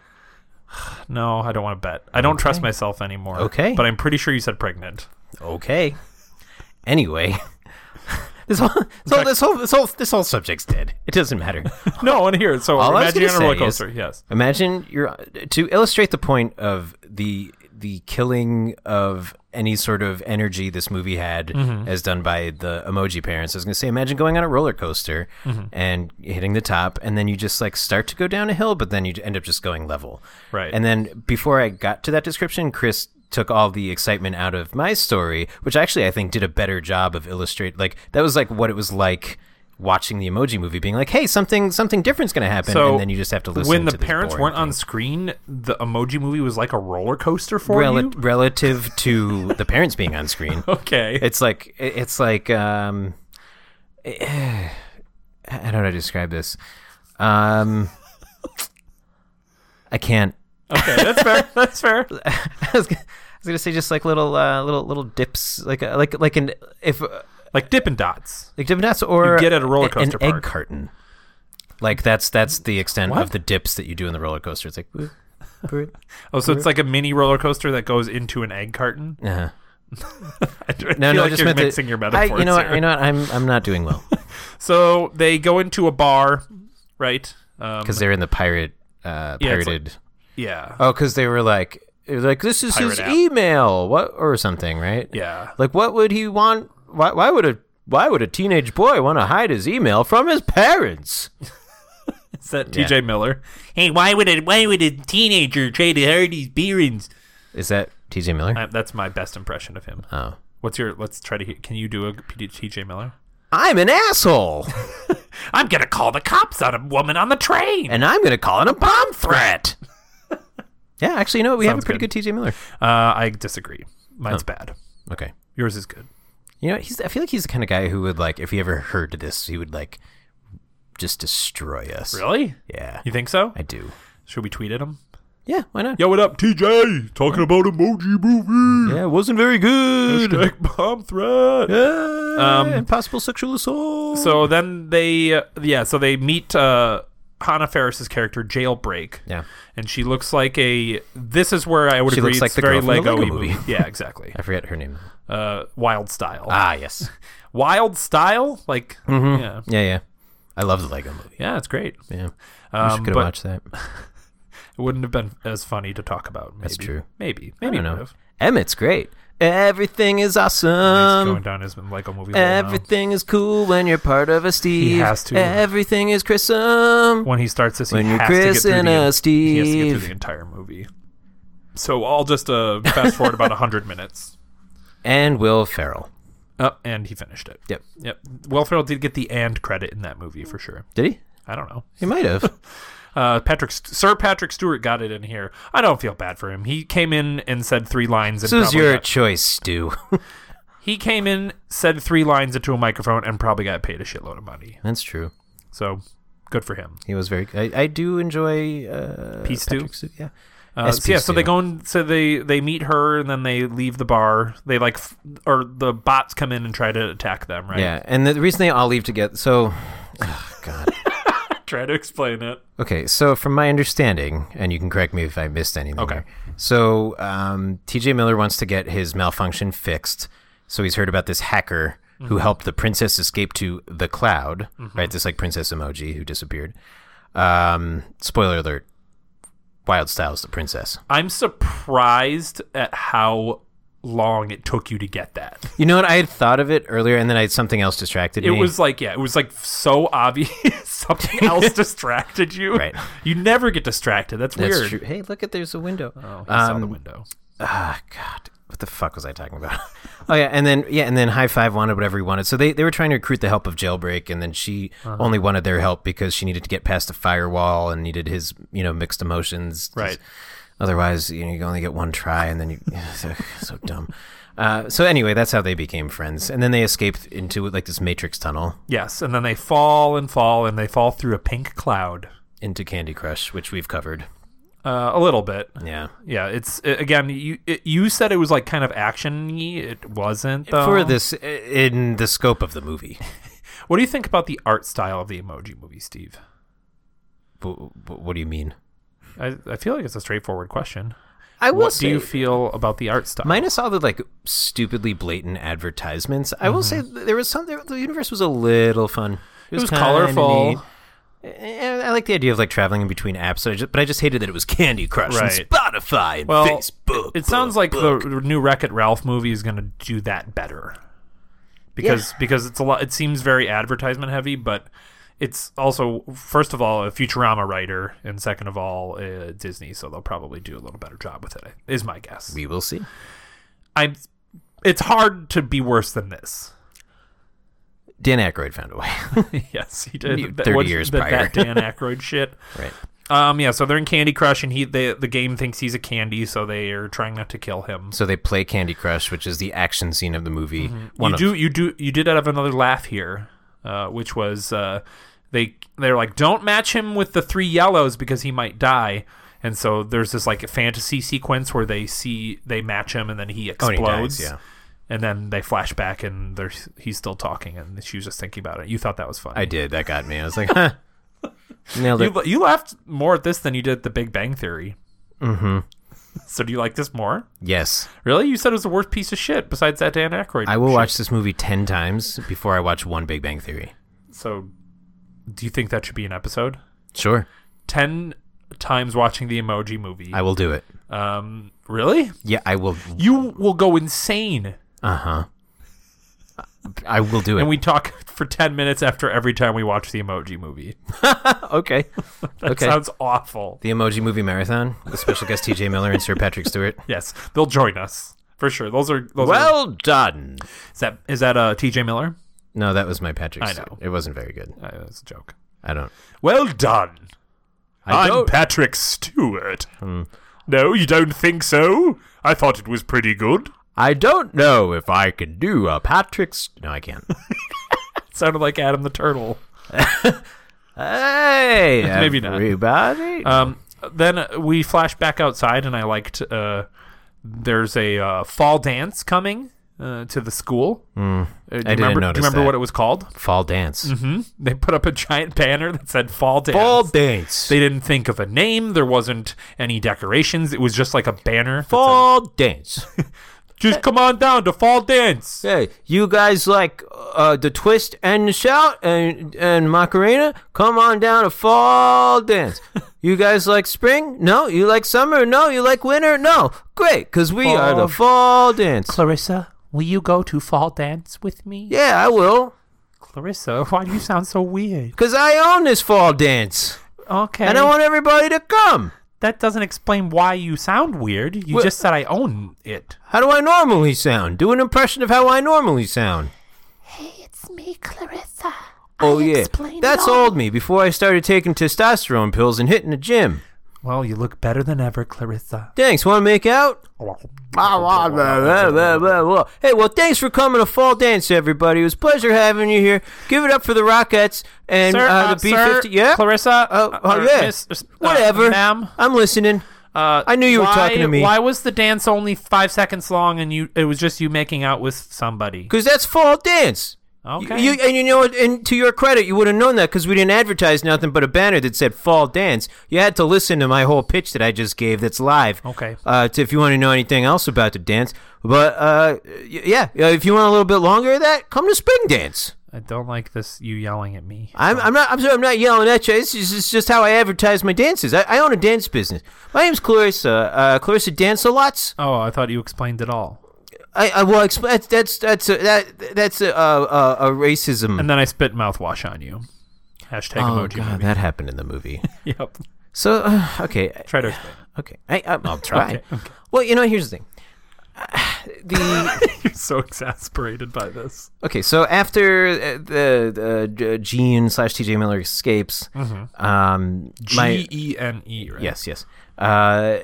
[SPEAKER 2] No, I don't want to bet. I don't trust myself anymore.
[SPEAKER 1] Okay.
[SPEAKER 2] but I'm pretty sure you said pregnant.
[SPEAKER 1] Okay. Anyway, this whole this whole, this whole this whole this whole subject's dead. It doesn't matter.
[SPEAKER 2] No, I want to hear it. So
[SPEAKER 1] All I was
[SPEAKER 2] imagine you're on a
[SPEAKER 1] gonna
[SPEAKER 2] roller
[SPEAKER 1] say is-
[SPEAKER 2] coaster. yes.
[SPEAKER 1] Imagine you're to illustrate the point of the the killing of any sort of energy this movie had as done by the emoji parents. I was gonna say, imagine going on a roller coaster and hitting the top, and then you just like start to go down a hill, but then you end up just going level.
[SPEAKER 2] Right.
[SPEAKER 1] And then before I got to that description, Chris took all the excitement out of my story, which actually I think did a better job of illustrate like that was like what it was like watching the emoji movie being like, hey, something something different's going to happen.
[SPEAKER 2] So
[SPEAKER 1] and then you just have to listen
[SPEAKER 2] when the
[SPEAKER 1] to this
[SPEAKER 2] parents
[SPEAKER 1] boring
[SPEAKER 2] weren't on
[SPEAKER 1] thing.
[SPEAKER 2] screen, the emoji movie was like a roller coaster for
[SPEAKER 1] Rel-
[SPEAKER 2] you.
[SPEAKER 1] relative to the parents being on screen.
[SPEAKER 2] Okay.
[SPEAKER 1] It's like it- it's like um eh, how do I describe this? Um I can't
[SPEAKER 2] okay, that's fair. That's fair.
[SPEAKER 1] I was gonna, I was gonna say just like little uh, little little dips like uh, like like an if uh,
[SPEAKER 2] Like Dippin' Dots.
[SPEAKER 1] like dip nuts or
[SPEAKER 2] You get at a roller
[SPEAKER 1] an-
[SPEAKER 2] coaster
[SPEAKER 1] an egg
[SPEAKER 2] park.
[SPEAKER 1] carton. Like that's that's the extent
[SPEAKER 2] What?
[SPEAKER 1] of the dips that you do in the roller coaster. It's like uh-huh. boop, boop.
[SPEAKER 2] Oh, so it's like a mini roller coaster that goes into an egg carton.
[SPEAKER 1] uh-huh.
[SPEAKER 2] I feel
[SPEAKER 1] No, no, I
[SPEAKER 2] like
[SPEAKER 1] just
[SPEAKER 2] you're
[SPEAKER 1] meant that-
[SPEAKER 2] mixing your
[SPEAKER 1] I-
[SPEAKER 2] metaphors
[SPEAKER 1] you know, what,
[SPEAKER 2] here.
[SPEAKER 1] you know, what, I'm I'm not doing well
[SPEAKER 2] So they go into a bar, right? Um,
[SPEAKER 1] because they're in the pirate uh,
[SPEAKER 2] Yeah, it's like-
[SPEAKER 1] pirated.
[SPEAKER 2] yeah,
[SPEAKER 1] Oh, because they were like, they were like this is his
[SPEAKER 2] Pirate app.
[SPEAKER 1] email, what or something, right?
[SPEAKER 2] yeah.
[SPEAKER 1] Like, what would he want? Why, why would a why would a teenage boy want to hide his email from his parents?
[SPEAKER 2] It's that T.J. Miller.
[SPEAKER 4] Hey, why would a why would a teenager try to hurt his parents?
[SPEAKER 1] Is that T.J. Miller?
[SPEAKER 2] I, that's my best impression of him.
[SPEAKER 1] oh,
[SPEAKER 2] What's your? Let's try to. hear Can you do a P- T.J. Miller?
[SPEAKER 1] I'm an asshole,
[SPEAKER 2] I'm gonna call the cops on a woman on the train. Uh,
[SPEAKER 1] and I'm gonna call it a bomb threat. yeah, actually, you know what? We have
[SPEAKER 2] Sounds
[SPEAKER 1] a pretty
[SPEAKER 2] good.
[SPEAKER 1] good, T.J. Miller.
[SPEAKER 2] Uh, I disagree. Mine's bad.
[SPEAKER 1] Okay,
[SPEAKER 2] Yours is good.
[SPEAKER 1] you know, he's. I feel like he's the kind of guy who would like, if he ever heard this, he would like, just destroy us.
[SPEAKER 2] Really?
[SPEAKER 1] Yeah,
[SPEAKER 2] You think so?
[SPEAKER 1] I do.
[SPEAKER 2] Should we tweet at him?
[SPEAKER 1] Yeah, why not?
[SPEAKER 2] Yo, mm. what up, TJ? Talking about emoji movie.
[SPEAKER 1] Yeah, it wasn't very good.
[SPEAKER 2] Hashtag bomb threat.
[SPEAKER 1] Um,
[SPEAKER 2] and
[SPEAKER 1] possible sexual assault.
[SPEAKER 2] So then they, uh, yeah, so they meet uh, Hannah Ferris's character, Jailbreak.
[SPEAKER 1] yeah,
[SPEAKER 2] And she looks like a. This is where I would
[SPEAKER 1] She
[SPEAKER 2] agree.
[SPEAKER 1] looks like
[SPEAKER 2] it's
[SPEAKER 1] the
[SPEAKER 2] very
[SPEAKER 1] girl from the
[SPEAKER 2] Lego-y
[SPEAKER 1] Lego movie.
[SPEAKER 2] Yeah, exactly.
[SPEAKER 1] I forget her name.
[SPEAKER 2] Uh, wild style.
[SPEAKER 1] Ah, Mm-hmm. yes.
[SPEAKER 2] wild style, like yeah,
[SPEAKER 1] Yeah, yeah. I love the Lego movie.
[SPEAKER 2] yeah, it's great.
[SPEAKER 1] Yeah, I wish
[SPEAKER 2] Um,
[SPEAKER 1] we could
[SPEAKER 2] but
[SPEAKER 1] have watched that.
[SPEAKER 2] it wouldn't have been as funny to talk about. Maybe.
[SPEAKER 1] That's true.
[SPEAKER 2] Maybe,
[SPEAKER 1] I
[SPEAKER 2] maybe
[SPEAKER 1] don't
[SPEAKER 2] it would
[SPEAKER 1] know.
[SPEAKER 2] have.
[SPEAKER 1] Emmett's great. Everything is
[SPEAKER 2] He's going
[SPEAKER 1] awesome.
[SPEAKER 2] down his Lego movie. hole now.
[SPEAKER 1] Everything is cool when you're part of a Steve.
[SPEAKER 2] has to.
[SPEAKER 1] Everything is Chrisum.
[SPEAKER 2] when he starts this, he
[SPEAKER 1] When
[SPEAKER 2] has
[SPEAKER 1] you're
[SPEAKER 2] to get
[SPEAKER 1] Chris
[SPEAKER 2] through
[SPEAKER 1] and
[SPEAKER 2] the,
[SPEAKER 1] a
[SPEAKER 2] He has to get through
[SPEAKER 1] Steve.
[SPEAKER 2] the entire movie. So I'll just uh, fast forward about hundred minutes.
[SPEAKER 1] And Will Ferrell.
[SPEAKER 2] Uh, and he finished it.
[SPEAKER 1] Yep.
[SPEAKER 2] Yep. Will Ferrell did get the and credit in that movie for sure.
[SPEAKER 1] Did he?
[SPEAKER 2] I don't know.
[SPEAKER 1] He might have.
[SPEAKER 2] Uh, Patrick St- Sir Patrick Stewart got it in here. I don't feel bad for him. He came in and said three lines. And
[SPEAKER 1] this was
[SPEAKER 2] probably
[SPEAKER 1] your
[SPEAKER 2] got-
[SPEAKER 1] choice, Stu.
[SPEAKER 2] he came in, said three lines into a microphone, and probably got paid a shitload of money.
[SPEAKER 1] That's true.
[SPEAKER 2] So good for him.
[SPEAKER 1] He was very. I, I do enjoy. Uh,
[SPEAKER 2] Peace, Stu?
[SPEAKER 1] Patrick Stu. Yeah.
[SPEAKER 2] Uh,
[SPEAKER 1] SP
[SPEAKER 2] so yeah, so
[SPEAKER 1] Stu.
[SPEAKER 2] they go and so they they meet her, and then they leave the bar. They like f- or the bots come in and try to attack them. Right?
[SPEAKER 1] Yeah, and the reason they all leave together. So, Ugh, God.
[SPEAKER 2] Try to explain it.
[SPEAKER 1] Okay, so from my understanding, and you can correct me if I missed anything.
[SPEAKER 2] Okay.
[SPEAKER 1] there, So, um, T.J. Miller wants to get his malfunction fixed. So he's heard about this hacker
[SPEAKER 2] Mm-hmm.
[SPEAKER 1] who helped the princess escape to the cloud. Right, this like princess emoji who disappeared. Um, spoiler alert: Wild Styles the princess.
[SPEAKER 2] I'm surprised at how long it took you to get that.
[SPEAKER 1] You know what? I had thought of it earlier, and then I something else distracted
[SPEAKER 2] It
[SPEAKER 1] me.
[SPEAKER 2] was like yeah, it was like so obvious. Something else distracted you.
[SPEAKER 1] Right.
[SPEAKER 2] You never get distracted. That's,
[SPEAKER 1] That's
[SPEAKER 2] weird.
[SPEAKER 1] true. Hey, look at there's a window.
[SPEAKER 2] Oh, he saw the
[SPEAKER 1] Um,
[SPEAKER 2] window.
[SPEAKER 1] ah, God, what the fuck was I talking about? oh yeah, and then yeah, and then High Five wanted whatever he wanted. So they, they were trying to recruit the help of Jailbreak, and then she only wanted their help because she needed to get past the firewall and needed his you know mixed emotions.
[SPEAKER 2] Right.
[SPEAKER 1] Otherwise, you know, you only get one try, and then you so, so dumb. Uh, so anyway, that's how they became friends, and then they escaped into like this matrix tunnel
[SPEAKER 2] Yes, and then they fall and fall and they fall through a pink cloud.
[SPEAKER 1] into Candy Crush, which we've covered.
[SPEAKER 2] Uh, a little bit.
[SPEAKER 1] Yeah.
[SPEAKER 2] Yeah, it's uh, again. You it, you said it was like kind of actiony. It wasn't though.
[SPEAKER 1] For this, in the scope of the movie,
[SPEAKER 2] what do you think about the art style of the Emoji Movie, Steve?
[SPEAKER 1] W- w- what do you mean?
[SPEAKER 2] I, I feel like it's a straightforward question.
[SPEAKER 1] I will
[SPEAKER 2] What
[SPEAKER 1] say,
[SPEAKER 2] do you feel about the art style?
[SPEAKER 1] minus all the like stupidly blatant advertisements i will say th- there was some there- the universe was a little fun
[SPEAKER 2] Mm-hmm. it was
[SPEAKER 1] kinda
[SPEAKER 2] colorful.
[SPEAKER 1] neat. Eh, I like the idea of like traveling in between apps, so I just, but I just hated that it was Candy Crush
[SPEAKER 2] Right.
[SPEAKER 1] and Spotify and
[SPEAKER 2] Well,
[SPEAKER 1] Facebook.
[SPEAKER 2] It sounds like the new Wreck It Ralph movie is going to do that better because because it's a lot. It seems very advertisement heavy, but it's also first of all a Futurama writer, and second of all uh, Disney, so they'll probably do a little better job with it. Is my guess.
[SPEAKER 1] we will see.
[SPEAKER 2] I'm. It's hard to be worse than this.
[SPEAKER 1] Dan Aykroyd found a way.
[SPEAKER 2] yes, he did.
[SPEAKER 1] 30
[SPEAKER 2] what-
[SPEAKER 1] years
[SPEAKER 2] that,
[SPEAKER 1] prior.
[SPEAKER 2] That Dan Aykroyd shit.
[SPEAKER 1] right.
[SPEAKER 2] Um, yeah, so they're in Candy Crush, and he they, the game thinks he's a candy, so they are trying not to kill him.
[SPEAKER 1] So they play Candy Crush, which is the action scene of the movie. One
[SPEAKER 2] Mm-hmm. you
[SPEAKER 1] of
[SPEAKER 2] do you do you did have another laugh here, uh, which was uh, they they're like don't match him with the three yellows because he might die. And so there's this like fantasy sequence where they see they match him and then he
[SPEAKER 1] Oh, and
[SPEAKER 2] explodes.
[SPEAKER 1] he dies, yeah.
[SPEAKER 2] And then they flash back and there's he's still talking and she was just thinking about it. You thought that was funny.
[SPEAKER 1] I did. That got me. I was like, huh. Nailed it.
[SPEAKER 2] You, you laughed more at this than you did at the Big Bang Theory. Mm-hmm. So do you like this more?
[SPEAKER 1] yes.
[SPEAKER 2] Really? You said it was the worst piece of shit besides that Dan Aykroyd.
[SPEAKER 1] I will
[SPEAKER 2] shit.
[SPEAKER 1] watch this movie 10 times before I watch one Big Bang Theory.
[SPEAKER 2] So do you think that should be an episode?
[SPEAKER 1] Sure.
[SPEAKER 2] 10 times watching the emoji movie.
[SPEAKER 1] I will do it.
[SPEAKER 2] um, really?
[SPEAKER 1] Yeah, I will.
[SPEAKER 2] You will go insane.
[SPEAKER 1] Uh huh. I will do it.
[SPEAKER 2] And we talk for 10 minutes after every time we watch the emoji movie.
[SPEAKER 1] okay.
[SPEAKER 2] That
[SPEAKER 1] Okay.
[SPEAKER 2] sounds awful.
[SPEAKER 1] the Emoji Movie Marathon with special guest TJ Miller and Sir Patrick Stewart.
[SPEAKER 2] Yes, they'll join us. For sure. Those are those are,
[SPEAKER 1] Well done.
[SPEAKER 2] is that is that uh TJ Miller?
[SPEAKER 1] No, that was my Patrick
[SPEAKER 2] I
[SPEAKER 1] Stewart.
[SPEAKER 2] know.
[SPEAKER 1] It wasn't very good.
[SPEAKER 2] Uh, that's a joke.
[SPEAKER 1] I don't.
[SPEAKER 2] Well done.
[SPEAKER 1] I don't. Hmm.
[SPEAKER 2] Patrick Stewart. No, you don't think so? I thought it was pretty good.
[SPEAKER 1] I don't know if I could do a Patrick's. No, I can't.
[SPEAKER 2] It sounded like Adam the Turtle.
[SPEAKER 1] hey,
[SPEAKER 2] Maybe not.
[SPEAKER 1] Everybody.
[SPEAKER 2] Um, then uh, we flash back outside, and I liked uh, there's a uh, fall dance coming uh, to the school. Uh, do you
[SPEAKER 1] Hmm. didn't
[SPEAKER 2] remember, Do
[SPEAKER 1] notice
[SPEAKER 2] you remember
[SPEAKER 1] that.
[SPEAKER 2] what it was called?
[SPEAKER 1] Fall dance.
[SPEAKER 2] They put up a giant banner that said fall dance.
[SPEAKER 1] Fall dance.
[SPEAKER 2] They didn't think of a name. There wasn't any decorations. It was just like a banner. that
[SPEAKER 1] Fall dance.
[SPEAKER 2] said, Just come on down to fall dance.
[SPEAKER 1] Hey, you guys like uh, the twist and the shout and and Macarena? Come on down to fall dance. You guys like spring? No. You like summer? No. You like winter? No. Great, because we are the fall dance.
[SPEAKER 2] Clarissa, will you go to fall dance with me?
[SPEAKER 1] yeah, I will,
[SPEAKER 2] Clarissa, why do you sound so weird?
[SPEAKER 1] because I own this fall dance.
[SPEAKER 2] Okay.
[SPEAKER 1] And I want everybody to come.
[SPEAKER 2] that doesn't explain why you sound weird. You
[SPEAKER 1] Well-
[SPEAKER 2] just said I own it.
[SPEAKER 1] How do I normally sound? Do an impression of how I normally sound.
[SPEAKER 5] It's me, Clarissa.
[SPEAKER 1] Oh
[SPEAKER 5] I
[SPEAKER 1] yeah,
[SPEAKER 5] explained it
[SPEAKER 1] that's
[SPEAKER 5] all.
[SPEAKER 1] old me. Before I started taking testosterone pills and hitting the gym.
[SPEAKER 2] Well, you look better than ever, Clarissa.
[SPEAKER 1] Thanks. Want to make out? Blah, blah, blah, blah, blah, blah, blah. Hey, well, thanks for coming to Fall Dance, everybody. It was a pleasure having you here. Give it up for the Rockettes and
[SPEAKER 2] Sir,
[SPEAKER 1] uh,
[SPEAKER 2] uh,
[SPEAKER 1] the B fifty.
[SPEAKER 2] sir,
[SPEAKER 1] Yeah,
[SPEAKER 2] Clarissa.
[SPEAKER 1] Oh,
[SPEAKER 2] uh,
[SPEAKER 1] oh,
[SPEAKER 2] uh,
[SPEAKER 1] yeah.
[SPEAKER 2] miss- uh,
[SPEAKER 1] Whatever.
[SPEAKER 2] ma'am.
[SPEAKER 1] I'm listening.
[SPEAKER 2] Uh,
[SPEAKER 1] I knew you were
[SPEAKER 2] why-
[SPEAKER 1] talking to me.
[SPEAKER 2] Why was the dance only five seconds long, and you? It was just you making out with somebody.
[SPEAKER 1] Cause that's Fall Dance.
[SPEAKER 2] Okay.
[SPEAKER 1] You, and you know, what? and to your credit, you would have known that because we didn't advertise nothing but a banner that said "Fall Dance." You had to listen to my whole pitch that I just gave. That's live.
[SPEAKER 2] Okay.
[SPEAKER 1] Uh, to, if you want to know anything else about the dance, but uh, y- yeah, uh, if you want a little bit longer of that, come to Spring Dance.
[SPEAKER 2] I don't like this. You yelling at me.
[SPEAKER 1] I'm, I'm not. I'm sorry. I'm not yelling at you. This is this is just how I advertise my dances. I, I own a dance business. My name's Clarissa. Uh, Clarissa Dance a Lots.
[SPEAKER 2] Oh, I thought you explained it all.
[SPEAKER 1] I, I will explain. That's that's that's a, that that's a, a, a racism.
[SPEAKER 2] And then I spit mouthwash on you. Hashtag
[SPEAKER 1] oh
[SPEAKER 2] emoji.
[SPEAKER 1] god,
[SPEAKER 2] movie.
[SPEAKER 1] that happened in the movie.
[SPEAKER 2] Yep.
[SPEAKER 1] so uh, okay,
[SPEAKER 2] Try to explain.
[SPEAKER 1] Okay, I, I, I'll try.
[SPEAKER 2] Okay, okay.
[SPEAKER 1] Well, you know, here's the thing. The
[SPEAKER 2] You're so exasperated by this.
[SPEAKER 1] okay, so after uh, the uh, G- Gene slash TJ Miller escapes, um, my
[SPEAKER 2] Mm-hmm. G E N E, right?
[SPEAKER 1] yes, yes, uh,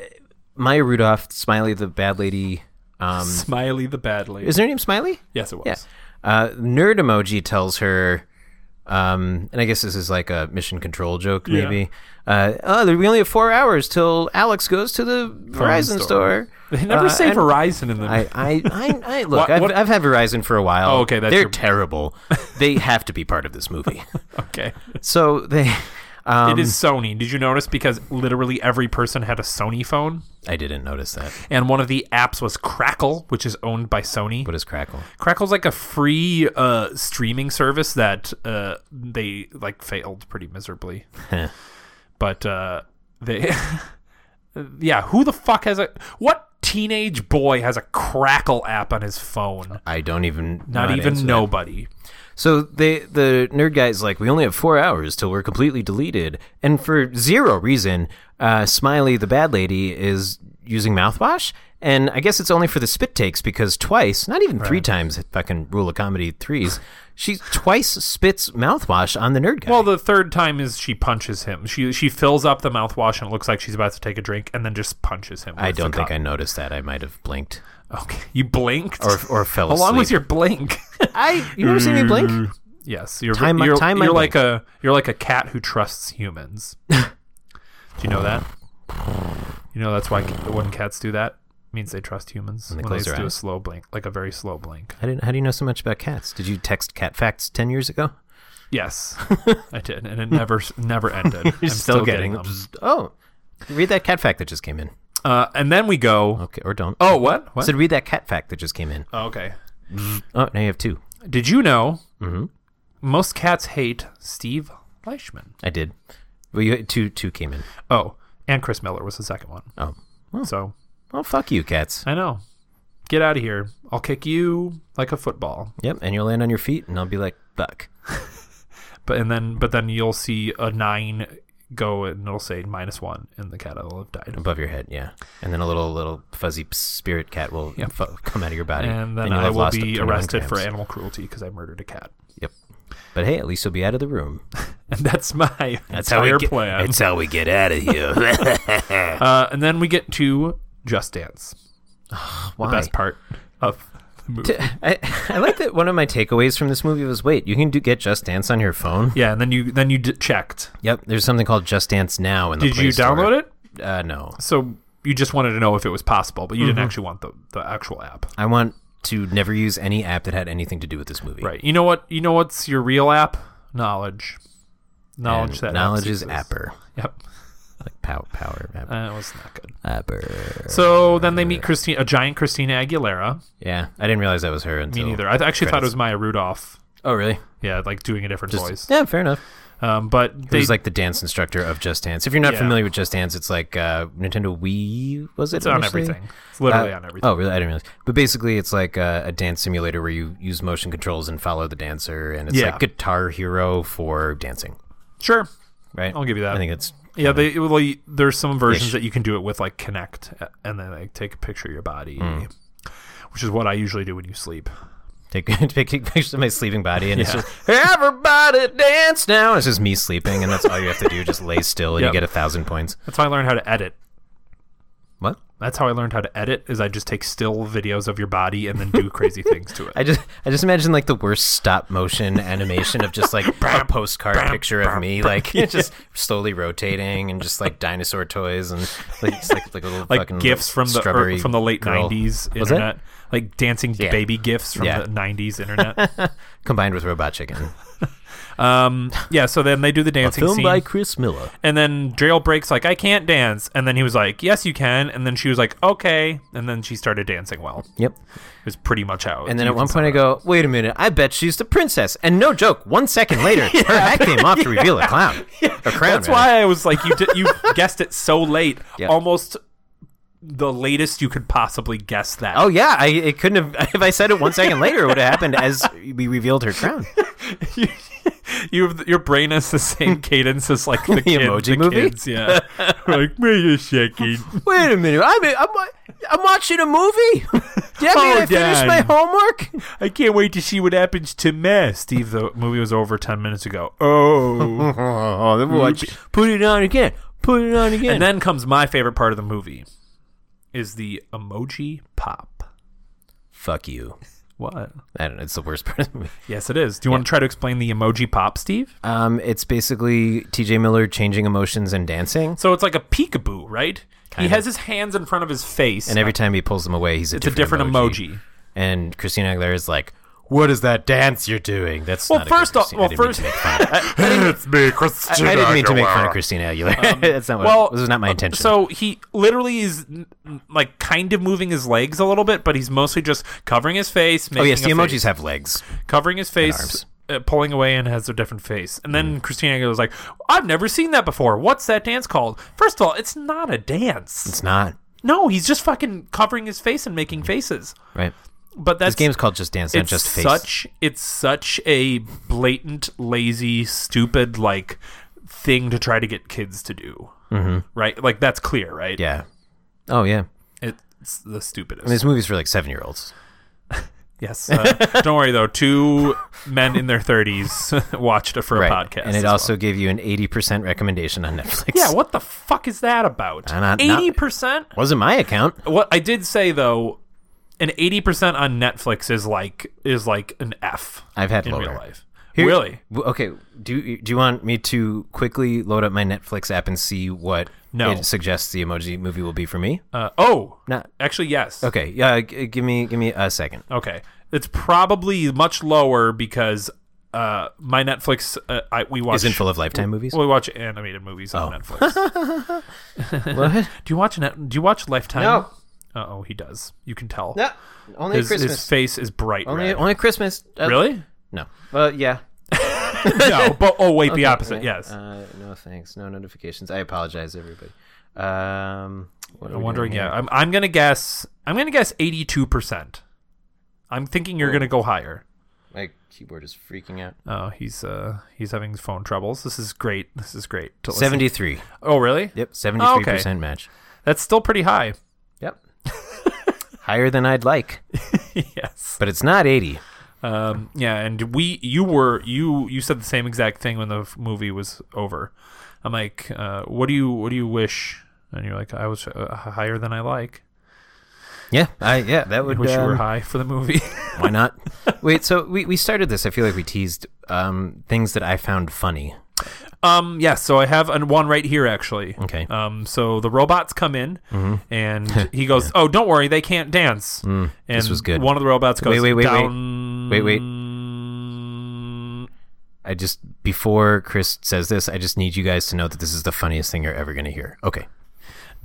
[SPEAKER 1] Maya Rudolph, Smiley the bad lady. Um,
[SPEAKER 2] Smiley the bad lady.
[SPEAKER 1] is her name Smiley?
[SPEAKER 2] yes, it was.
[SPEAKER 1] Yeah. Uh, Nerd emoji tells her, um, and I guess this is like a mission control joke, maybe. Uh, oh, there- we only have four hours till Alex goes to the Verizon
[SPEAKER 2] store.
[SPEAKER 1] store.
[SPEAKER 2] They never
[SPEAKER 1] Uh,
[SPEAKER 2] say
[SPEAKER 1] and-
[SPEAKER 2] Verizon in the
[SPEAKER 1] I, I, I, I look.
[SPEAKER 2] What-
[SPEAKER 1] I've,
[SPEAKER 2] what-
[SPEAKER 1] I've had Verizon for a while.
[SPEAKER 2] Oh, okay, that's
[SPEAKER 1] They're
[SPEAKER 2] your-
[SPEAKER 1] terrible. they have to be part of this movie.
[SPEAKER 2] Okay.
[SPEAKER 1] So they. Um,
[SPEAKER 2] it is Sony. Did you notice? Because literally every person had a Sony phone,
[SPEAKER 1] um, I didn't notice that.
[SPEAKER 2] and one of the apps was Crackle, which is owned by Sony.
[SPEAKER 1] What is Crackle?
[SPEAKER 2] Crackle's like a free uh, streaming service that uh, they like failed pretty miserably. but uh, they, yeah, who the fuck has a what teenage boy has a Crackle app on his phone?
[SPEAKER 1] I don't even. know
[SPEAKER 2] Not
[SPEAKER 1] how to answer
[SPEAKER 2] even
[SPEAKER 1] that.
[SPEAKER 2] nobody.
[SPEAKER 1] So they, the nerd guy's like, we only have four hours till we're completely deleted, and for zero reason, uh, Smiley the bad lady is using mouthwash, And I guess it's only for the spit takes because twice, not even three times, fucking rule of comedy threes, she twice spits mouthwash on the nerd guy.
[SPEAKER 2] Well, the third time is she punches him. She she fills up the mouthwash and it looks like she's about to take a drink, and then just punches him.
[SPEAKER 1] I don't think I noticed that. I might have blinked
[SPEAKER 2] I. Okay, you blinked.
[SPEAKER 1] or or fell
[SPEAKER 2] How
[SPEAKER 1] asleep.
[SPEAKER 2] long was your blink?
[SPEAKER 1] I you ever seen me blink?
[SPEAKER 2] yes, you're
[SPEAKER 1] Time my-
[SPEAKER 2] you're,
[SPEAKER 1] time my
[SPEAKER 2] you're like
[SPEAKER 1] blink.
[SPEAKER 2] a you're like a cat who trusts humans. do you know that? You know that's why ca- when cats do that it means they trust humans.
[SPEAKER 1] they
[SPEAKER 2] when
[SPEAKER 1] close
[SPEAKER 2] they
[SPEAKER 1] their
[SPEAKER 2] do a
[SPEAKER 1] eyes.
[SPEAKER 2] slow blink, like a very slow blink.
[SPEAKER 1] How, did, how do you know so much about cats? Did you text cat facts ten years ago?
[SPEAKER 2] Yes, I did, and it never never ended. I'm
[SPEAKER 1] You're still, getting,
[SPEAKER 2] them.
[SPEAKER 1] Oh, read that cat fact that just came in.
[SPEAKER 2] Uh, and then we go.
[SPEAKER 1] Okay, or don't.
[SPEAKER 2] Oh, what? What?
[SPEAKER 1] I said read that cat fact that just came in.
[SPEAKER 2] Oh, okay.
[SPEAKER 1] Oh, now you have two.
[SPEAKER 2] Did you know
[SPEAKER 1] Mm-hmm.
[SPEAKER 2] most cats hate Steve Leishman?
[SPEAKER 1] I did. Well, you two two came in.
[SPEAKER 2] Oh, and Chris Miller was the second one.
[SPEAKER 1] Oh,
[SPEAKER 2] So
[SPEAKER 1] well, fuck you, cats.
[SPEAKER 2] I know. Get out of here. I'll kick you like a football.
[SPEAKER 1] Yep, and you'll land on your feet, and I'll be like, fuck.
[SPEAKER 2] But and then but then you'll see a nine go and it'll say minus one and the cat will have died.
[SPEAKER 1] above your head, yeah. And then a little little fuzzy p- spirit cat will fu- come out of your body,
[SPEAKER 2] And then
[SPEAKER 1] you'll
[SPEAKER 2] I
[SPEAKER 1] have
[SPEAKER 2] will
[SPEAKER 1] lost
[SPEAKER 2] be
[SPEAKER 1] 21
[SPEAKER 2] arrested for
[SPEAKER 1] grams.
[SPEAKER 2] animal cruelty because I murdered a cat.
[SPEAKER 1] Yep. But hey, at least you'll be out of the room.
[SPEAKER 2] And that's my
[SPEAKER 1] That's how
[SPEAKER 2] entire
[SPEAKER 1] we get,
[SPEAKER 2] plan.
[SPEAKER 1] That's how we get out of here.
[SPEAKER 2] Uh, and then we get to Just Dance,
[SPEAKER 1] Why?
[SPEAKER 2] the best part of the movie.
[SPEAKER 1] I, I like that one of my takeaways from this movie was wait, you can do get Just Dance on your phone.
[SPEAKER 2] yeah, and then you then you d- checked.
[SPEAKER 1] Yep, there's something called Just Dance Now in the
[SPEAKER 2] Did you download it?
[SPEAKER 1] it? Uh, no,
[SPEAKER 2] So you just wanted to know if it was possible, but you
[SPEAKER 1] Mm-hmm.
[SPEAKER 2] didn't actually want the, the actual app.
[SPEAKER 1] I want to never use any app that had anything to do with this movie.
[SPEAKER 2] Right. You know what you know what's your real app? Knowledge.
[SPEAKER 1] And
[SPEAKER 2] Knowledge that
[SPEAKER 1] knowledge
[SPEAKER 2] apps
[SPEAKER 1] is
[SPEAKER 2] exist.
[SPEAKER 1] apper,
[SPEAKER 2] Yep.
[SPEAKER 1] like pow, power app,
[SPEAKER 2] Uh, it was not good.
[SPEAKER 1] apper.
[SPEAKER 2] So then they meet Christina a giant Christina Aguilera.
[SPEAKER 1] Yeah, I didn't realize that was her
[SPEAKER 2] Me
[SPEAKER 1] until
[SPEAKER 2] neither. I th- actually thought it
[SPEAKER 1] credits.
[SPEAKER 2] was Maya Rudolph.
[SPEAKER 1] Oh, really?
[SPEAKER 2] Yeah, like doing a different voice.
[SPEAKER 1] Yeah, fair enough.
[SPEAKER 2] Um, but
[SPEAKER 1] It
[SPEAKER 2] they
[SPEAKER 1] was like the dance instructor of Just Dance. If you're not
[SPEAKER 2] Yeah.
[SPEAKER 1] familiar with Just Dance, it's like uh, Nintendo Wii was it?
[SPEAKER 2] it's on
[SPEAKER 1] initially?
[SPEAKER 2] everything. It's literally
[SPEAKER 1] Uh,
[SPEAKER 2] on everything.
[SPEAKER 1] Oh, really? I didn't realize. But basically, it's like a, a dance simulator where you use motion controls and follow the dancer, and it's
[SPEAKER 2] Yeah.
[SPEAKER 1] like Guitar Hero for dancing,
[SPEAKER 2] Sure.
[SPEAKER 1] right?
[SPEAKER 2] I'll give you that.
[SPEAKER 1] I think it's
[SPEAKER 2] Yeah, they well, like, there's some versions
[SPEAKER 1] Ish.
[SPEAKER 2] that you can do it with like Connect, uh, and then like take a picture of your body,
[SPEAKER 1] Mm.
[SPEAKER 2] which is what I usually do when you sleep.
[SPEAKER 1] take take pictures of my sleeping body, and it's just everybody dance now. It's just me sleeping, and that's all you have to do. Just lay still, and
[SPEAKER 2] Yep.
[SPEAKER 1] you get a thousand points.
[SPEAKER 2] That's how I learned how to edit.
[SPEAKER 1] What?
[SPEAKER 2] That's how I learned how to edit. Is I just take still videos of your body and then do crazy things to it.
[SPEAKER 1] I just I just imagine like the worst stop motion animation of just like a postcard picture of me like just slowly rotating and just like dinosaur toys and like just, like, like a little
[SPEAKER 2] like
[SPEAKER 1] fucking
[SPEAKER 2] gifs from the
[SPEAKER 1] strawberry
[SPEAKER 2] er, from the late
[SPEAKER 1] girl.
[SPEAKER 2] '90s
[SPEAKER 1] Was it?
[SPEAKER 2] internet, like dancing
[SPEAKER 1] Yeah.
[SPEAKER 2] baby gifs from
[SPEAKER 1] Yeah.
[SPEAKER 2] the '90s internet.
[SPEAKER 1] combined with Robot Chicken
[SPEAKER 2] um, yeah. So then they do the dancing scene,
[SPEAKER 1] Chris Miller.
[SPEAKER 2] and then Jailbreak's like, "I can't dance," and then he was like, "Yes, you can," and then she was like, "Okay," and then she started dancing well.
[SPEAKER 1] Yep.
[SPEAKER 2] is pretty much how.
[SPEAKER 1] And then at one point I go, wait a minute, I bet she's the princess. And no joke, one second later, her hat came off to reveal a clown. A crown.
[SPEAKER 2] that's why I was like, you did, you guessed it so late,
[SPEAKER 1] Yeah.
[SPEAKER 2] almost the latest you could possibly guess that.
[SPEAKER 1] Oh yeah, I it couldn't have if I said it one second later it would have happened as we revealed her crown.
[SPEAKER 2] you have, your brain has the same cadence as like the, kid-
[SPEAKER 1] emoji
[SPEAKER 2] the
[SPEAKER 1] movie?
[SPEAKER 2] Kids, yeah, like wait a second.
[SPEAKER 1] Wait a minute. I'm I'm, I'm watching a movie. Yeah,
[SPEAKER 2] Oh, I finished my Dad.
[SPEAKER 1] homework.
[SPEAKER 2] I can't wait to see what happens to me. Steve, the movie was over ten minutes ago. Oh,
[SPEAKER 1] Oh, then watch. Put it on again. Put it on again.
[SPEAKER 2] and then comes my favorite part of the movie, is the emoji pop.
[SPEAKER 1] Fuck you.
[SPEAKER 2] What?
[SPEAKER 1] I don't know. It's the worst part of the movie.
[SPEAKER 2] Yes, it is. Do you want to try to explain the emoji pop, Steve?
[SPEAKER 1] Um, it's basically T.J. Miller changing emotions and dancing,
[SPEAKER 2] So it's like a peekaboo, right? he
[SPEAKER 1] Kinda.
[SPEAKER 2] has his hands in front of his face.
[SPEAKER 1] and every time he pulls them away, he's a
[SPEAKER 2] it's a
[SPEAKER 1] different
[SPEAKER 2] different emoji.
[SPEAKER 1] And Christina Aguilera is like, "What is that dance you're doing?" That's
[SPEAKER 2] Well,
[SPEAKER 1] not a good
[SPEAKER 2] first off-
[SPEAKER 1] Christina-
[SPEAKER 2] well,
[SPEAKER 1] I didn't mean
[SPEAKER 2] first-
[SPEAKER 1] to make fun of-
[SPEAKER 6] It's me, Christina.
[SPEAKER 1] I didn't mean to make fun of Christina Aguilera. That's not what.
[SPEAKER 2] Um, well, uh,
[SPEAKER 1] this was not my intention.
[SPEAKER 2] So he literally is n- n- like kind of moving his legs a little bit, but he's mostly just covering his face. Making
[SPEAKER 1] oh yes,
[SPEAKER 2] a
[SPEAKER 1] the emojis
[SPEAKER 2] face-
[SPEAKER 1] have legs.
[SPEAKER 2] covering his face,
[SPEAKER 1] arms. Mm.
[SPEAKER 2] uh, pulling away, and has a different face. And then Christina goes like, "I've never seen that before. What's that dance called?" First of all, it's not a dance.
[SPEAKER 1] It's not
[SPEAKER 2] No, he's just fucking covering his face and making faces.
[SPEAKER 1] right.
[SPEAKER 2] But that's
[SPEAKER 1] This game's called Just Dance, not
[SPEAKER 2] it's
[SPEAKER 1] Just Face.
[SPEAKER 2] such it's such a blatant lazy stupid like thing to try to get kids to do mm-hmm. right like that's clear right
[SPEAKER 1] Yeah. Oh yeah.
[SPEAKER 2] it, s- the stupidest.
[SPEAKER 1] And this movie's for like seven year olds.
[SPEAKER 2] yes. Uh, don't worry though. Two men in their thirties watched it for a podcast.
[SPEAKER 1] and
[SPEAKER 2] as
[SPEAKER 1] it
[SPEAKER 2] well.
[SPEAKER 1] also gave you an 80% recommendation on Netflix.
[SPEAKER 2] Yeah, what the fuck is that about?
[SPEAKER 1] And I- not-
[SPEAKER 2] Eighty percent.
[SPEAKER 1] Wasn't my account.
[SPEAKER 2] What I did say though, an eighty percent on Netflix is like is like an F
[SPEAKER 1] I've had
[SPEAKER 2] in
[SPEAKER 1] lower.
[SPEAKER 2] real life.
[SPEAKER 1] Here-
[SPEAKER 2] really?
[SPEAKER 1] w- Okay. Do you- do you want me to quickly load up my Netflix app and see what
[SPEAKER 2] No.
[SPEAKER 1] it suggests the emoji movie will be for me?
[SPEAKER 2] Uh, oh,
[SPEAKER 1] Not
[SPEAKER 2] actually, yes.
[SPEAKER 1] okay. Yeah. G- give me give me a second.
[SPEAKER 2] Okay, it's probably much lower because uh, my Netflix uh, I, we watch
[SPEAKER 1] Isn't full of Lifetime movies.
[SPEAKER 2] we watch animated movies
[SPEAKER 1] Oh.
[SPEAKER 2] on Netflix.
[SPEAKER 1] what?
[SPEAKER 2] Do you watch Net? Do you watch Lifetime?
[SPEAKER 1] No.
[SPEAKER 2] Uh oh, he does. You can tell.
[SPEAKER 1] No. Only
[SPEAKER 2] His,
[SPEAKER 1] Christmas.
[SPEAKER 2] his face is bright
[SPEAKER 1] only
[SPEAKER 2] red.
[SPEAKER 1] only Christmas. Uh,
[SPEAKER 2] really?
[SPEAKER 1] No. Well, yeah.
[SPEAKER 2] no, but oh wait, the opposite. Yes.
[SPEAKER 1] Uh, no thanks. No notifications. I apologize, everybody. Um, what are
[SPEAKER 2] I'm
[SPEAKER 1] we
[SPEAKER 2] wondering.
[SPEAKER 1] doing here?
[SPEAKER 2] Yeah, I'm. I'm gonna guess. I'm gonna guess 82 percent. I'm thinking
[SPEAKER 1] Oh.
[SPEAKER 2] you're gonna go higher.
[SPEAKER 1] My keyboard is freaking out.
[SPEAKER 2] Oh, he's uh he's having phone troubles. This is great. This is great. to listen-
[SPEAKER 1] Seventy three.
[SPEAKER 2] Oh really?
[SPEAKER 1] Yep. Seventy three percent match.
[SPEAKER 2] That's still pretty high.
[SPEAKER 1] Yep. Higher than I'd like,
[SPEAKER 2] yes.
[SPEAKER 1] but it's not eighty.
[SPEAKER 2] Um, yeah, and we you were you you said the same exact thing when the f- movie was over. I'm like, uh, what do you what do you wish? And you're like, I was uh, higher than I like.
[SPEAKER 1] Yeah. I yeah. That would.
[SPEAKER 2] Wish you were
[SPEAKER 1] um,
[SPEAKER 2] high for the movie.
[SPEAKER 1] Why not? Wait, so we, we started this. I feel like we teased um, things that I found funny.
[SPEAKER 2] um, yeah. So I have an, one right here actually.
[SPEAKER 1] Okay. Mm-hmm.
[SPEAKER 2] Um, so the robots come in, and he goes, "Oh, don't worry, they can't dance." and
[SPEAKER 1] Mm, this was good.
[SPEAKER 2] One of the robots goes,
[SPEAKER 1] Wait, wait, wait, wait.
[SPEAKER 2] down, Mm.
[SPEAKER 1] Wait, wait. I just, before Chris says this, I just need you guys to know that this is the funniest thing you're ever going to hear. Okay.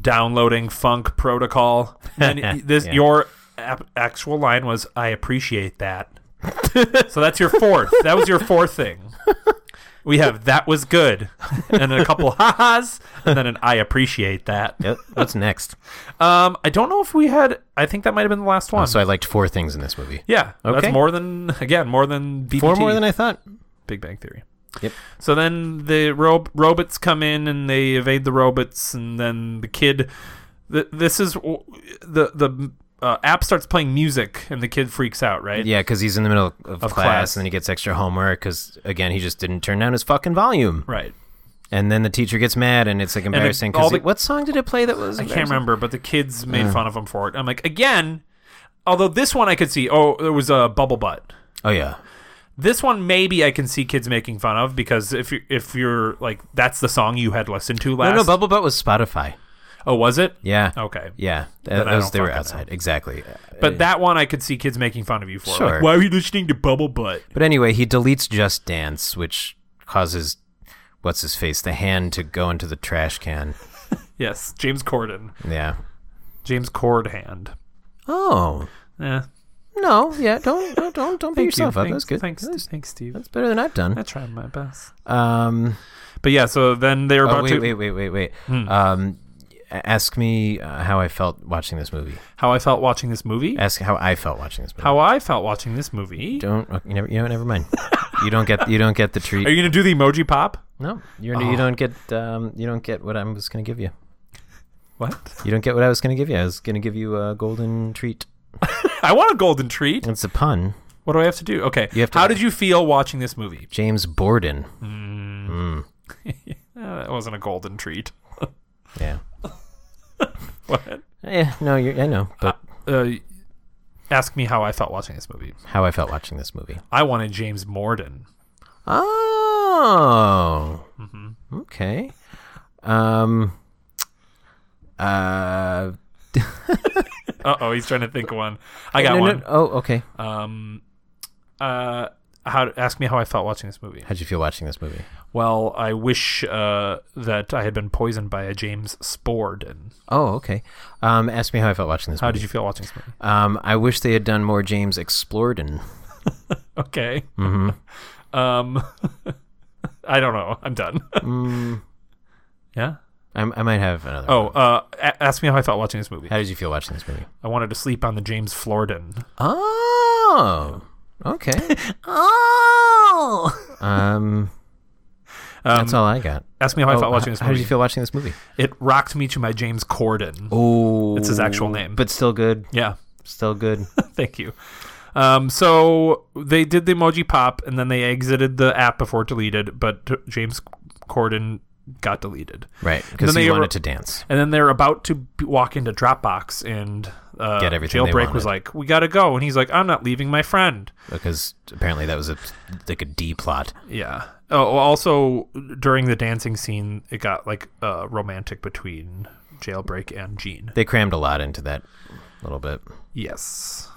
[SPEAKER 2] downloading funk protocol and this
[SPEAKER 1] Yeah.
[SPEAKER 2] your ap- actual line was i appreciate that so that's your fourth that was your fourth thing we have that was good and a couple ha-has and then an i appreciate that
[SPEAKER 1] Yep. What's next?
[SPEAKER 2] um i don't know if we had i think that might have been the last one
[SPEAKER 1] So I liked four things in this movie.
[SPEAKER 2] yeah
[SPEAKER 1] Okay.
[SPEAKER 2] that's more than again more than BBT.
[SPEAKER 1] Four more than I thought.
[SPEAKER 2] big bang theory
[SPEAKER 1] Yep.
[SPEAKER 2] so then the ro- robots come in and they evade the robots, and then the kid. Th- this is w- the the uh, app starts playing music, and the kid freaks out, right?
[SPEAKER 1] Yeah, because he's in the middle of, class,
[SPEAKER 2] class.
[SPEAKER 1] and then he gets extra homework because, again, he just didn't turn down his fucking volume.
[SPEAKER 2] Right.
[SPEAKER 1] And then the teacher gets mad, and it's like
[SPEAKER 2] the-
[SPEAKER 1] embarrassing
[SPEAKER 2] all
[SPEAKER 1] because
[SPEAKER 2] the-
[SPEAKER 1] what song did it play that was?
[SPEAKER 2] I can't remember, but the kids
[SPEAKER 1] Uh.
[SPEAKER 2] made fun of him for it. I'm like, again, although this one I could see. Oh, there was a bubble butt.
[SPEAKER 1] Oh, yeah.
[SPEAKER 2] This one maybe I can see kids making fun of because if you if you're like that's the song you had listened to last.
[SPEAKER 1] No, no, Bubble Butt was Spotify.
[SPEAKER 2] oh, was it?
[SPEAKER 1] Yeah.
[SPEAKER 2] Okay.
[SPEAKER 1] Yeah.
[SPEAKER 2] I
[SPEAKER 1] That, those,
[SPEAKER 2] don't
[SPEAKER 1] they were
[SPEAKER 2] fucking know.
[SPEAKER 1] outside. Exactly.
[SPEAKER 2] But that one I could see kids making fun of you for.
[SPEAKER 1] Sure.
[SPEAKER 2] Like, why are you listening to Bubble Butt?
[SPEAKER 1] But anyway, he deletes Just Dance, which causes what's his face, the hand to go into the trash can.
[SPEAKER 2] Yes, James Corden.
[SPEAKER 1] Yeah.
[SPEAKER 2] James Cordhand.
[SPEAKER 1] Oh
[SPEAKER 2] Yeah.
[SPEAKER 1] no, yeah. Don't don't don't, don't beat yourself up.
[SPEAKER 2] Thanks,
[SPEAKER 1] That's good.
[SPEAKER 2] Thanks,
[SPEAKER 1] That's,
[SPEAKER 2] thanks, Steve.
[SPEAKER 1] that's better than I've
[SPEAKER 2] I
[SPEAKER 1] done.
[SPEAKER 2] tried my best.
[SPEAKER 1] Um.
[SPEAKER 2] But yeah, so then they're
[SPEAKER 1] Oh
[SPEAKER 2] about
[SPEAKER 1] wait
[SPEAKER 2] to Hmm.
[SPEAKER 1] wait wait wait wait. Um. a- Ask me uh, how I felt watching this movie.
[SPEAKER 2] how I felt watching this movie.
[SPEAKER 1] Ask how I felt watching this movie.
[SPEAKER 2] How I felt watching this movie.
[SPEAKER 1] Don't you never you know never mind. you don't get you don't get the treat.
[SPEAKER 2] Are you Ah. gonna do the emoji pop?
[SPEAKER 1] no, you're you don't get um you don't get what I was gonna give you.
[SPEAKER 2] What?
[SPEAKER 1] You don't get what I was gonna give you. I was gonna give you a golden treat.
[SPEAKER 2] I want a golden treat.
[SPEAKER 1] It's a pun.
[SPEAKER 2] What do I have to do? Okay.
[SPEAKER 1] You have to-
[SPEAKER 2] How did you feel watching this movie?
[SPEAKER 1] James Borden.
[SPEAKER 2] Uh, that wasn't a golden treat.
[SPEAKER 1] Yeah.
[SPEAKER 2] What?
[SPEAKER 1] Yeah, no, you're, I know, but
[SPEAKER 2] Uh, ask me how I felt watching this movie.
[SPEAKER 1] how I felt watching this movie.
[SPEAKER 2] I wanted James Morden.
[SPEAKER 1] Oh.
[SPEAKER 2] Mm-hmm.
[SPEAKER 1] Okay. Um. Uh.
[SPEAKER 2] Uh oh, he's trying to think of one. I got
[SPEAKER 1] no, no,
[SPEAKER 2] one.
[SPEAKER 1] oh, okay.
[SPEAKER 2] Um, uh, how ask me how I felt watching this movie.
[SPEAKER 1] How'd you feel watching this movie?
[SPEAKER 2] Well, I wish uh, that I had been poisoned by a James Sporden.
[SPEAKER 1] Oh, okay. Um, ask me how I felt watching this
[SPEAKER 2] How
[SPEAKER 1] movie.
[SPEAKER 2] did you feel watching this movie?
[SPEAKER 1] Um, I wish they had done more James Explorden.
[SPEAKER 2] Okay.
[SPEAKER 1] Mm-hmm.
[SPEAKER 2] um, I don't know. I'm done.
[SPEAKER 1] Mm.
[SPEAKER 2] Yeah.
[SPEAKER 1] I, I might have another.
[SPEAKER 2] Oh, uh, a- ask me how I felt watching this movie.
[SPEAKER 1] How did you feel watching this movie?
[SPEAKER 2] I wanted to sleep on the James Florden.
[SPEAKER 1] Oh. Okay.
[SPEAKER 4] Oh!
[SPEAKER 1] um. That's all I got.
[SPEAKER 2] Ask me how I
[SPEAKER 1] Oh,
[SPEAKER 2] felt watching this
[SPEAKER 1] h- How did
[SPEAKER 2] movie.
[SPEAKER 1] you feel watching this movie?
[SPEAKER 2] It rocked me to my James Corden.
[SPEAKER 1] Oh,
[SPEAKER 2] It's That's his actual name.
[SPEAKER 1] but still good.
[SPEAKER 2] yeah,
[SPEAKER 1] Still good.
[SPEAKER 2] thank you. Um, so they did the emoji pop, and then they exited the app before deleted. But t- James Corden got deleted,
[SPEAKER 1] right. Because
[SPEAKER 2] Then
[SPEAKER 1] he
[SPEAKER 2] they
[SPEAKER 1] wanted
[SPEAKER 2] were-
[SPEAKER 1] to dance.
[SPEAKER 2] and then they're about to b- walk into Dropbox, and uh,
[SPEAKER 1] Get everything they
[SPEAKER 2] Jailbreak was
[SPEAKER 1] wanted.
[SPEAKER 2] like, "We gotta go," and he's like, "I'm not leaving my friend."
[SPEAKER 1] Because apparently that was a like a D plot.
[SPEAKER 2] Yeah. Oh, well, also during the dancing scene, it got like uh, romantic between Jailbreak and Gene.
[SPEAKER 1] They crammed a lot into that little bit.
[SPEAKER 2] Yes,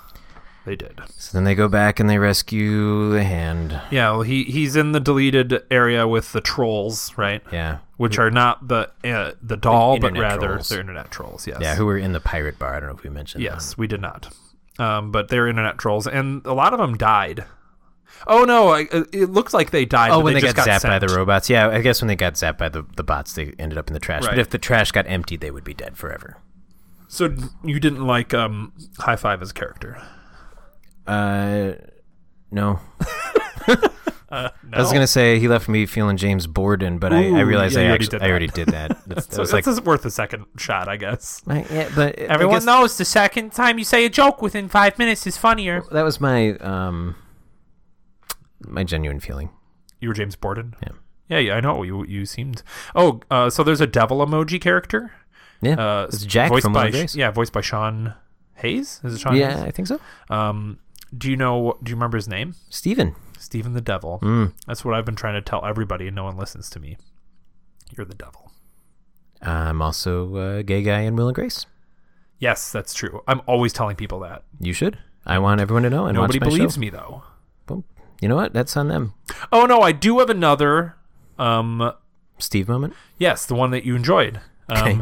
[SPEAKER 2] they did.
[SPEAKER 1] So then they go back and they rescue the hand.
[SPEAKER 2] Yeah, well, he he's in the deleted area with the trolls, right?
[SPEAKER 1] Yeah.
[SPEAKER 2] Which are not the uh, the doll,
[SPEAKER 1] The
[SPEAKER 2] but
[SPEAKER 1] internet
[SPEAKER 2] rather
[SPEAKER 1] trolls.
[SPEAKER 2] they're internet trolls. Yes.
[SPEAKER 1] Yeah, who were in the pirate bar. I don't know if we mentioned
[SPEAKER 2] yes, we did not. Um, but they're internet trolls, and a lot of them died. Oh no! I, it it looked like they died.
[SPEAKER 1] that. Oh,
[SPEAKER 2] but
[SPEAKER 1] when they,
[SPEAKER 2] just
[SPEAKER 1] got, zapped by
[SPEAKER 2] sent.
[SPEAKER 1] the robots. Yeah, I guess when they got zapped by the, the bots, they ended up in the trash.
[SPEAKER 2] Right.
[SPEAKER 1] But if the trash got emptied, they would be dead forever.
[SPEAKER 2] So you didn't like um, High Five as a character?
[SPEAKER 1] Uh, no. I was gonna say he left me feeling James Borden, but I, I
[SPEAKER 2] Uh, Ooh,
[SPEAKER 1] realized
[SPEAKER 2] yeah,
[SPEAKER 1] I
[SPEAKER 2] you already
[SPEAKER 1] actually
[SPEAKER 2] did
[SPEAKER 1] I
[SPEAKER 2] that.
[SPEAKER 1] already did that. That's, that
[SPEAKER 2] So
[SPEAKER 1] was like,
[SPEAKER 2] this is worth a second shot, I guess.
[SPEAKER 1] I- yeah, but
[SPEAKER 4] Everyone
[SPEAKER 1] I guess
[SPEAKER 4] knows the second time you say a joke within five minutes is funnier.
[SPEAKER 1] that was my um my genuine feeling.
[SPEAKER 2] You were James Borden.
[SPEAKER 1] Yeah.
[SPEAKER 2] Yeah, yeah, I know you. You seemed. Oh, uh, so there's a devil emoji character.
[SPEAKER 1] Yeah,
[SPEAKER 2] Uh,
[SPEAKER 1] it's Jack
[SPEAKER 2] voiced
[SPEAKER 1] from
[SPEAKER 2] by
[SPEAKER 1] Will Grace.
[SPEAKER 2] yeah, voiced by Sean Hayes. Is it Sean?
[SPEAKER 1] yeah,
[SPEAKER 2] Hayes?
[SPEAKER 1] I think so.
[SPEAKER 2] Um, do you know? Do you remember his name?
[SPEAKER 1] Steven.
[SPEAKER 2] Stephen the Devil.
[SPEAKER 1] Hmm.
[SPEAKER 2] That's what I've been trying to tell everybody, and no one listens to me. You're the devil.
[SPEAKER 1] I'm also a gay guy in Will and Grace.
[SPEAKER 2] Yes, that's true. I'm always telling people that.
[SPEAKER 1] You should. I want everyone to know. And
[SPEAKER 2] Nobody
[SPEAKER 1] watch my
[SPEAKER 2] believes
[SPEAKER 1] show.
[SPEAKER 2] me though.
[SPEAKER 1] Well, You know what? That's on them.
[SPEAKER 2] Oh no, I do have another. Um,
[SPEAKER 1] Steve moment.
[SPEAKER 2] Yes, the one that you enjoyed. Um,
[SPEAKER 1] Okay.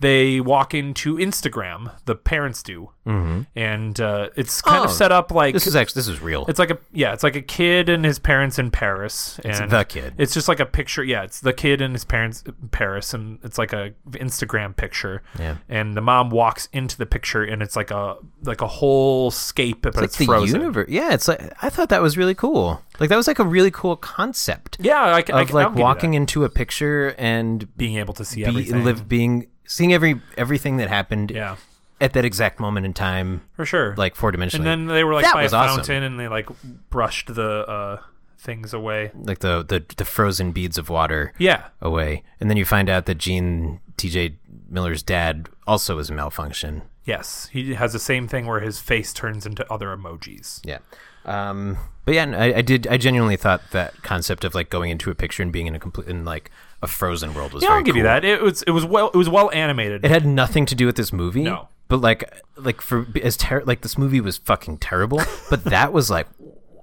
[SPEAKER 2] They walk into Instagram. The parents do, mm-hmm. and uh, it's kind of
[SPEAKER 1] Oh,
[SPEAKER 2] set up like
[SPEAKER 1] This is actually this is real.
[SPEAKER 2] it's like a yeah, it's like a kid and his parents in Paris. And
[SPEAKER 1] the kid.
[SPEAKER 2] It's just like a picture. Yeah, it's the kid and his parents in Paris, and it's like a Instagram picture.
[SPEAKER 1] Yeah.
[SPEAKER 2] and the mom walks into the picture, and it's like a like a whole scape, but it's,
[SPEAKER 1] like the
[SPEAKER 2] frozen.
[SPEAKER 1] universe. Yeah, it's like I thought that was really cool. Like that was like a really cool concept
[SPEAKER 2] Yeah, I, c- I,
[SPEAKER 1] of
[SPEAKER 2] c- I'll
[SPEAKER 1] like
[SPEAKER 2] give you
[SPEAKER 1] walking
[SPEAKER 2] that.
[SPEAKER 1] into a picture and
[SPEAKER 2] being able to see
[SPEAKER 1] be,
[SPEAKER 2] everything.
[SPEAKER 1] live being seeing every everything that happened
[SPEAKER 2] yeah,
[SPEAKER 1] at that exact moment in time,
[SPEAKER 2] for sure.
[SPEAKER 1] like four dimensionally.
[SPEAKER 2] And then they were like
[SPEAKER 1] That
[SPEAKER 2] by a
[SPEAKER 1] was awesome.
[SPEAKER 2] fountain and they like brushed the uh, things away.
[SPEAKER 1] like the, the the frozen beads of water
[SPEAKER 2] Yeah.
[SPEAKER 1] away, and then you find out that Gene T.J. Miller's dad also is a malfunction.
[SPEAKER 2] Yes. He has the same thing where his face turns into other emojis.
[SPEAKER 1] Yeah. Um, but yeah, I, I did. I genuinely thought that concept of like going into a picture and being in a complete in like a frozen world was.
[SPEAKER 2] Yeah,
[SPEAKER 1] very
[SPEAKER 2] I'll give you
[SPEAKER 1] cool.
[SPEAKER 2] that. It was it was well it was well animated.
[SPEAKER 1] It had nothing to do with this movie.
[SPEAKER 2] No.
[SPEAKER 1] But like, like for as ter- like this movie was fucking terrible. But that was like,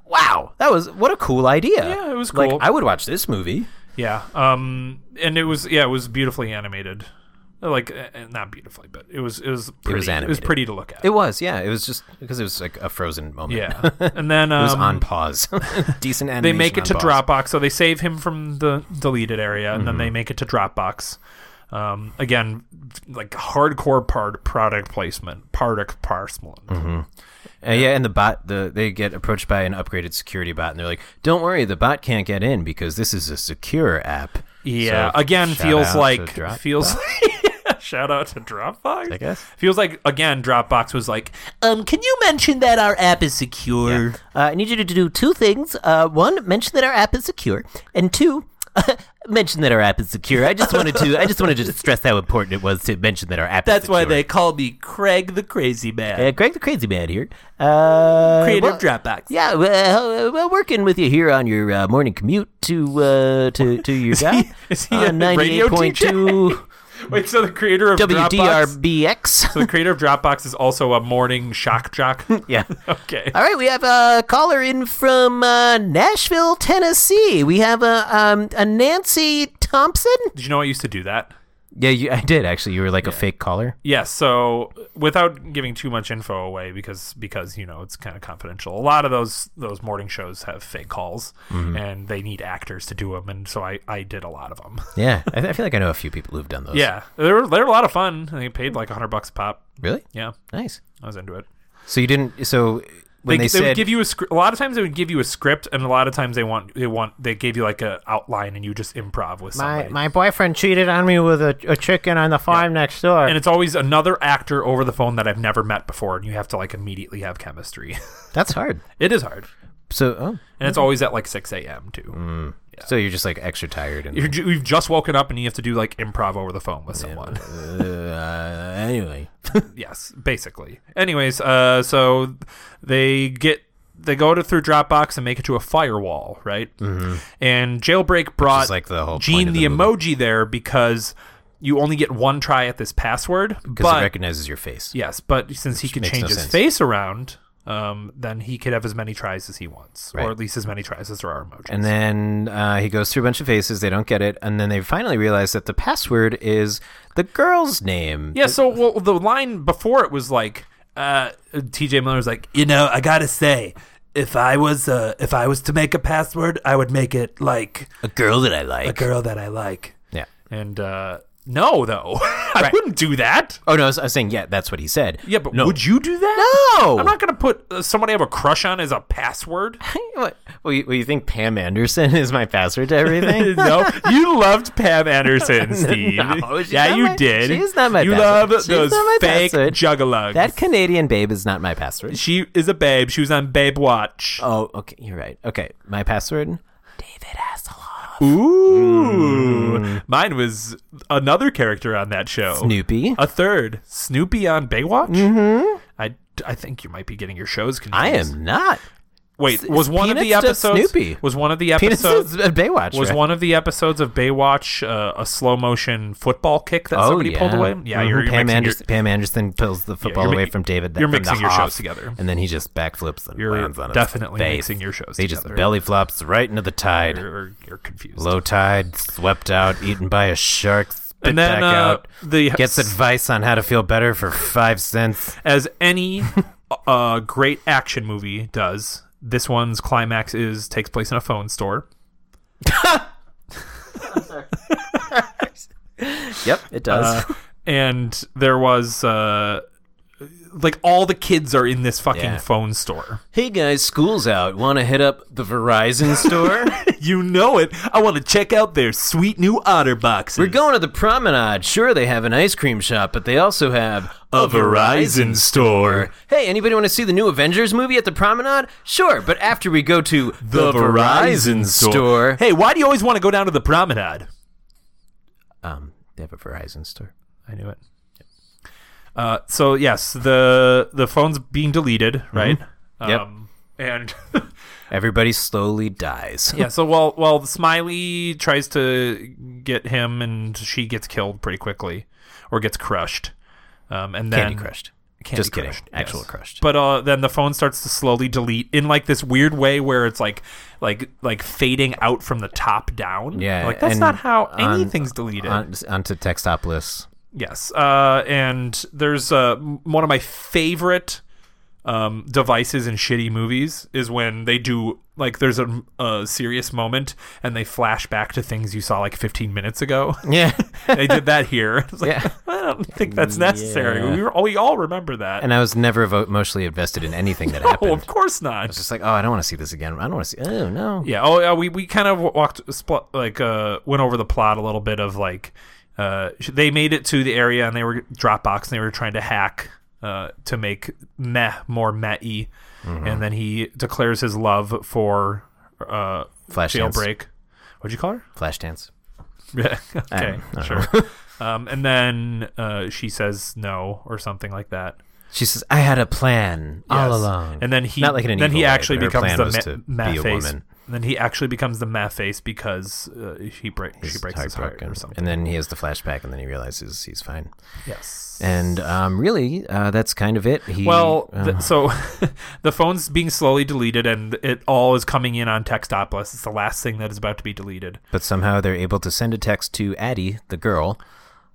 [SPEAKER 1] wow, that was what a cool idea.
[SPEAKER 2] Yeah, it was cool.
[SPEAKER 1] Like, I would watch this movie.
[SPEAKER 2] yeah. Um and it was yeah, it was beautifully animated. Like eh, eh, not beautifully, but it was it was pretty it was,
[SPEAKER 1] animated.
[SPEAKER 2] pretty to look at.
[SPEAKER 1] It was. Yeah, it was just because it was like a frozen moment.
[SPEAKER 2] yeah. And then
[SPEAKER 1] it
[SPEAKER 2] um,
[SPEAKER 1] was on pause. Decent animation.
[SPEAKER 2] they make
[SPEAKER 1] on
[SPEAKER 2] it to
[SPEAKER 1] pause.
[SPEAKER 2] Dropbox, so they save him from the deleted area, and
[SPEAKER 1] Mm-hmm.
[SPEAKER 2] then they make it to Dropbox. Um, again, like hardcore part product placement, product placement.
[SPEAKER 1] Uh, yeah, and the bot, the they get approached by an upgraded security bot, and they're like, "Don't worry, the bot can't get in because this is a secure app."
[SPEAKER 2] Yeah,
[SPEAKER 1] So,
[SPEAKER 2] again,
[SPEAKER 1] shout out
[SPEAKER 2] feels
[SPEAKER 1] to
[SPEAKER 2] like
[SPEAKER 1] Dropbox,
[SPEAKER 2] feels. shout out to Dropbox.
[SPEAKER 1] I guess.
[SPEAKER 2] feels like again Dropbox was like,
[SPEAKER 4] Um, can you mention that our app is secure?
[SPEAKER 6] Uh, I need you to do two things. Uh, one, mention that our app is secure, and two, mention that our app is secure. I just wanted to. I just wanted to stress how important it was to mention that our app.
[SPEAKER 4] That's
[SPEAKER 6] is
[SPEAKER 4] why
[SPEAKER 6] secure.
[SPEAKER 4] they call me Craig the Crazy Man.
[SPEAKER 6] Uh, Greg the Crazy Man here. Uh,
[SPEAKER 4] Creative
[SPEAKER 6] well-
[SPEAKER 4] Dropbox.
[SPEAKER 6] Yeah, well, uh, well, working with you here on your uh, morning commute to uh, to to your job
[SPEAKER 2] is he
[SPEAKER 6] on
[SPEAKER 2] a radio
[SPEAKER 6] two
[SPEAKER 2] wait, so the creator of Dropbox,
[SPEAKER 6] WDRBX.
[SPEAKER 2] so the creator of Dropbox is also a morning shock jock.
[SPEAKER 6] yeah.
[SPEAKER 2] okay,
[SPEAKER 6] All right, we have a caller in from uh, Nashville, Tennessee. We have a um, a Nancy Thompson.
[SPEAKER 2] did you know I used to do that?
[SPEAKER 1] Yeah, you, I did actually. You were like a fake caller.
[SPEAKER 2] Yes. so without giving too much info away, because because you know it's kind of confidential. A lot of those those morning shows have fake calls, and they need actors to do them, and so I I did a lot of them.
[SPEAKER 1] Yeah, I, I feel like I know a few people who've done those.
[SPEAKER 2] yeah, they're they're a lot of fun. They paid like hundred bucks a pop.
[SPEAKER 1] really
[SPEAKER 2] Yeah,
[SPEAKER 1] nice.
[SPEAKER 2] I was into it.
[SPEAKER 1] So you didn't. So when they,
[SPEAKER 2] they,
[SPEAKER 1] said
[SPEAKER 2] would give you a script. A lot of times they would give you a script, and a lot of times they want they want they gave you like a outline, and you just improv with somebody.
[SPEAKER 1] boyfriend cheated on me with a, a chicken on the farm next door.
[SPEAKER 2] and it's always another actor over the phone that I've never met before, and you have to like immediately have chemistry.
[SPEAKER 1] That's hard.
[SPEAKER 2] it is hard,
[SPEAKER 1] So, oh,
[SPEAKER 2] and it's always at like six a.m. too.
[SPEAKER 1] Mm-hmm. so you're just like extra tired. And
[SPEAKER 2] You're, ju- you've just woken up, and you have to do like improv over the phone with someone.
[SPEAKER 1] uh, anyway,
[SPEAKER 2] yes, basically. Anyways, uh, so they get they go to through Dropbox and make it to a firewall, right? Mm-hmm. And Jailbreak brought
[SPEAKER 1] is like the whole point
[SPEAKER 2] Gene
[SPEAKER 1] of
[SPEAKER 2] the,
[SPEAKER 1] the
[SPEAKER 2] emoji there because you only get one try at this password.
[SPEAKER 1] because
[SPEAKER 2] But
[SPEAKER 1] it recognizes your face.
[SPEAKER 2] yes, but since he can
[SPEAKER 1] makes
[SPEAKER 2] change
[SPEAKER 1] no
[SPEAKER 2] his
[SPEAKER 1] sense.
[SPEAKER 2] face around. Um, then he could have as many tries as he wants,
[SPEAKER 1] Right.
[SPEAKER 2] or at least as many tries as there are emojis.
[SPEAKER 1] And then uh, he goes through a bunch of faces. They don't get it, and then they finally realize that the password is the girl's name.
[SPEAKER 2] yeah, so well, the line before it was like uh, T.J. Miller was like,
[SPEAKER 4] You know, I gotta say, if I was uh, if I was to make a password, I would make it like
[SPEAKER 6] A girl that I like.
[SPEAKER 4] a girl that I like.
[SPEAKER 1] Yeah.
[SPEAKER 2] And uh, no, though, I wouldn't do that.
[SPEAKER 1] Oh no, I was, I was saying yeah, that's what he said.
[SPEAKER 2] Yeah, but
[SPEAKER 1] no.
[SPEAKER 2] would you do that?
[SPEAKER 1] No.
[SPEAKER 2] I'm not going to put uh, somebody I have a crush on as a password.
[SPEAKER 1] what, well, you, well, you think Pam Anderson is my password to everything?
[SPEAKER 2] no, you loved Pam Anderson, Steve.
[SPEAKER 1] she's
[SPEAKER 2] yeah,
[SPEAKER 1] not
[SPEAKER 2] you
[SPEAKER 1] my-
[SPEAKER 2] did.
[SPEAKER 1] she's not my
[SPEAKER 2] You
[SPEAKER 1] password.
[SPEAKER 2] love
[SPEAKER 1] She's
[SPEAKER 2] those
[SPEAKER 1] not my
[SPEAKER 2] fake
[SPEAKER 1] password.
[SPEAKER 2] juggalugs.
[SPEAKER 1] that Canadian babe is not my password.
[SPEAKER 2] she is a babe. She was on Babe Watch.
[SPEAKER 1] Oh, okay, you're right. Okay, my password.
[SPEAKER 2] Ooh, mine was another character on that show.
[SPEAKER 1] Snoopy.
[SPEAKER 2] A third, Snoopy on Baywatch. Mm-hmm. I, I think you might be getting your shows confused.
[SPEAKER 1] I am not.
[SPEAKER 2] Wait, was one of the
[SPEAKER 1] Peanuts does
[SPEAKER 2] episodes
[SPEAKER 1] Snoopy.
[SPEAKER 2] was one of the
[SPEAKER 1] Penis
[SPEAKER 2] episodes
[SPEAKER 1] is a Baywatch.
[SPEAKER 2] was
[SPEAKER 1] right?
[SPEAKER 2] one of the episodes of Baywatch uh, a slow motion football kick that
[SPEAKER 1] Oh,
[SPEAKER 2] somebody pulled away? Yeah,
[SPEAKER 1] Mhm.
[SPEAKER 2] you're, you're
[SPEAKER 1] Pam
[SPEAKER 2] mixing your-
[SPEAKER 1] Anderson. Pam Anderson pulls the football
[SPEAKER 2] you're mi-
[SPEAKER 1] away from David.
[SPEAKER 2] you're
[SPEAKER 1] from the
[SPEAKER 2] mixing your shows
[SPEAKER 1] Hoff,
[SPEAKER 2] together.
[SPEAKER 1] and then he just backflips and
[SPEAKER 2] You're
[SPEAKER 1] lands on his
[SPEAKER 2] definitely
[SPEAKER 1] face.
[SPEAKER 2] mixing your shows
[SPEAKER 1] He just
[SPEAKER 2] together.
[SPEAKER 1] belly flops right into the tide.
[SPEAKER 2] you're, you're confused.
[SPEAKER 1] Low tide, swept out, eaten by a shark, spit
[SPEAKER 2] and then
[SPEAKER 1] back
[SPEAKER 2] uh,
[SPEAKER 1] out.
[SPEAKER 2] the
[SPEAKER 1] Gets advice on how to feel better for five cents.
[SPEAKER 2] as any uh, great action movie does. This one's climax is takes place in a phone store.
[SPEAKER 1] Yep, it does.
[SPEAKER 2] Uh, and there was uh like all the kids are in this fucking
[SPEAKER 1] Yeah.
[SPEAKER 2] phone store.
[SPEAKER 1] hey guys, school's out. Want to hit up the Verizon store?
[SPEAKER 2] You know it. I want to check out their sweet new otter boxes.
[SPEAKER 1] We're going to the promenade. Sure, they have an ice cream shop, but they also have a Verizon store. Hey, anybody want to see the new Avengers movie at the promenade? Sure, but after we go to the, Verizon store.
[SPEAKER 2] Hey, why do you always want to go down to the promenade?
[SPEAKER 1] Um, they have a Verizon store.
[SPEAKER 2] I knew it. Uh, so yes, the the phone's being deleted, right?
[SPEAKER 1] Yep.
[SPEAKER 2] Um, and
[SPEAKER 1] Everybody slowly dies.
[SPEAKER 2] yeah, so while while Smiley tries to get him, and she gets killed pretty quickly, or gets crushed, um, and then
[SPEAKER 1] Candy crushed.
[SPEAKER 2] Candy
[SPEAKER 1] Just kidding.
[SPEAKER 2] crushed,
[SPEAKER 1] Actual
[SPEAKER 2] yes.
[SPEAKER 1] crushed.
[SPEAKER 2] But uh, then the phone starts to slowly delete in like this weird way where it's like like like fading out from the top down.
[SPEAKER 1] Yeah,
[SPEAKER 2] like that's
[SPEAKER 1] and
[SPEAKER 2] not how
[SPEAKER 1] on-
[SPEAKER 2] anything's deleted.
[SPEAKER 1] On, onto Textopolis.
[SPEAKER 2] yes, uh, and there's uh, m- one of my favorite um, devices in shitty movies is when they do like there's a, a serious moment and they flash back to things you saw like 15 minutes ago.
[SPEAKER 1] Yeah.
[SPEAKER 2] they did that here. It's like,
[SPEAKER 1] Yeah.
[SPEAKER 2] I don't think that's necessary.
[SPEAKER 1] Yeah.
[SPEAKER 2] We were, we all remember that.
[SPEAKER 1] and I was never evo- emotionally invested in anything that happened.
[SPEAKER 2] oh, of course not.
[SPEAKER 1] Just like, oh, I don't want to see this again. I don't want to see. Oh no.
[SPEAKER 2] Yeah. Oh, yeah. We, we kind of walked spl- like uh went over the plot a little bit of like uh sh- they made it to the area and they were Dropbox and they were trying to hack uh to make meh more meh y
[SPEAKER 1] Mm-hmm.
[SPEAKER 2] and then he declares his love for uh
[SPEAKER 1] Flashdance.
[SPEAKER 2] jailbreak. What'd you call her?
[SPEAKER 1] Flashdance.
[SPEAKER 2] Yeah. okay.
[SPEAKER 1] don't- I don't
[SPEAKER 2] Sure. um, and then uh, she says no or something like that.
[SPEAKER 1] She says, "I had a plan all
[SPEAKER 2] Yes.
[SPEAKER 1] along."
[SPEAKER 2] And then he
[SPEAKER 1] Not like in an
[SPEAKER 2] then he
[SPEAKER 1] evil way,
[SPEAKER 2] actually
[SPEAKER 1] but her
[SPEAKER 2] becomes
[SPEAKER 1] plan
[SPEAKER 2] the
[SPEAKER 1] was
[SPEAKER 2] ma-
[SPEAKER 1] to
[SPEAKER 2] math
[SPEAKER 1] be a
[SPEAKER 2] face.
[SPEAKER 1] woman.
[SPEAKER 2] Then he actually becomes the math face because uh, she break she breaks his heart or something.
[SPEAKER 1] And then he has the flashback, and then he realizes he's fine.
[SPEAKER 2] Yes.
[SPEAKER 1] And um, really, uh, that's kind of it. He,
[SPEAKER 2] well,
[SPEAKER 1] uh,
[SPEAKER 2] th- so the phone's being slowly deleted, and it all is coming in on Textopolis. It's the last thing that is about to be deleted.
[SPEAKER 1] but somehow they're able to send a text to Addie, the girl. Ah,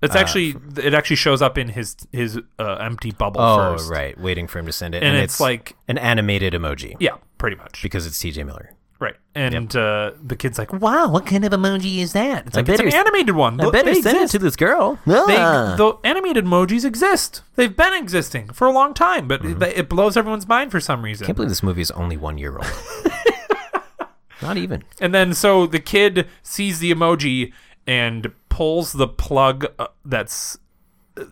[SPEAKER 2] It's actually it actually shows up in his his uh, empty bubble
[SPEAKER 1] Oh,
[SPEAKER 2] first,
[SPEAKER 1] right, waiting for him to send it,
[SPEAKER 2] And it's like-
[SPEAKER 1] an animated emoji
[SPEAKER 2] Yeah, pretty much.
[SPEAKER 1] because it's T.J. Miller.
[SPEAKER 2] Right. And uh, the kid's like, "What?
[SPEAKER 4] Wow, what kind of emoji is that? It's
[SPEAKER 2] Like, it's an
[SPEAKER 6] better-
[SPEAKER 2] animated one.
[SPEAKER 6] I
[SPEAKER 2] Th-
[SPEAKER 6] better
[SPEAKER 2] they
[SPEAKER 6] send
[SPEAKER 2] exist.
[SPEAKER 6] it to this girl.
[SPEAKER 2] They,
[SPEAKER 6] Ah.
[SPEAKER 2] the animated emojis exist. They've been existing for a long time, but it- it, blows everyone's mind for some reason.
[SPEAKER 1] Mm-hmm. can't believe this movie is only one year old. Not even.
[SPEAKER 2] And then so the kid sees the emoji and pulls the plug uh, that's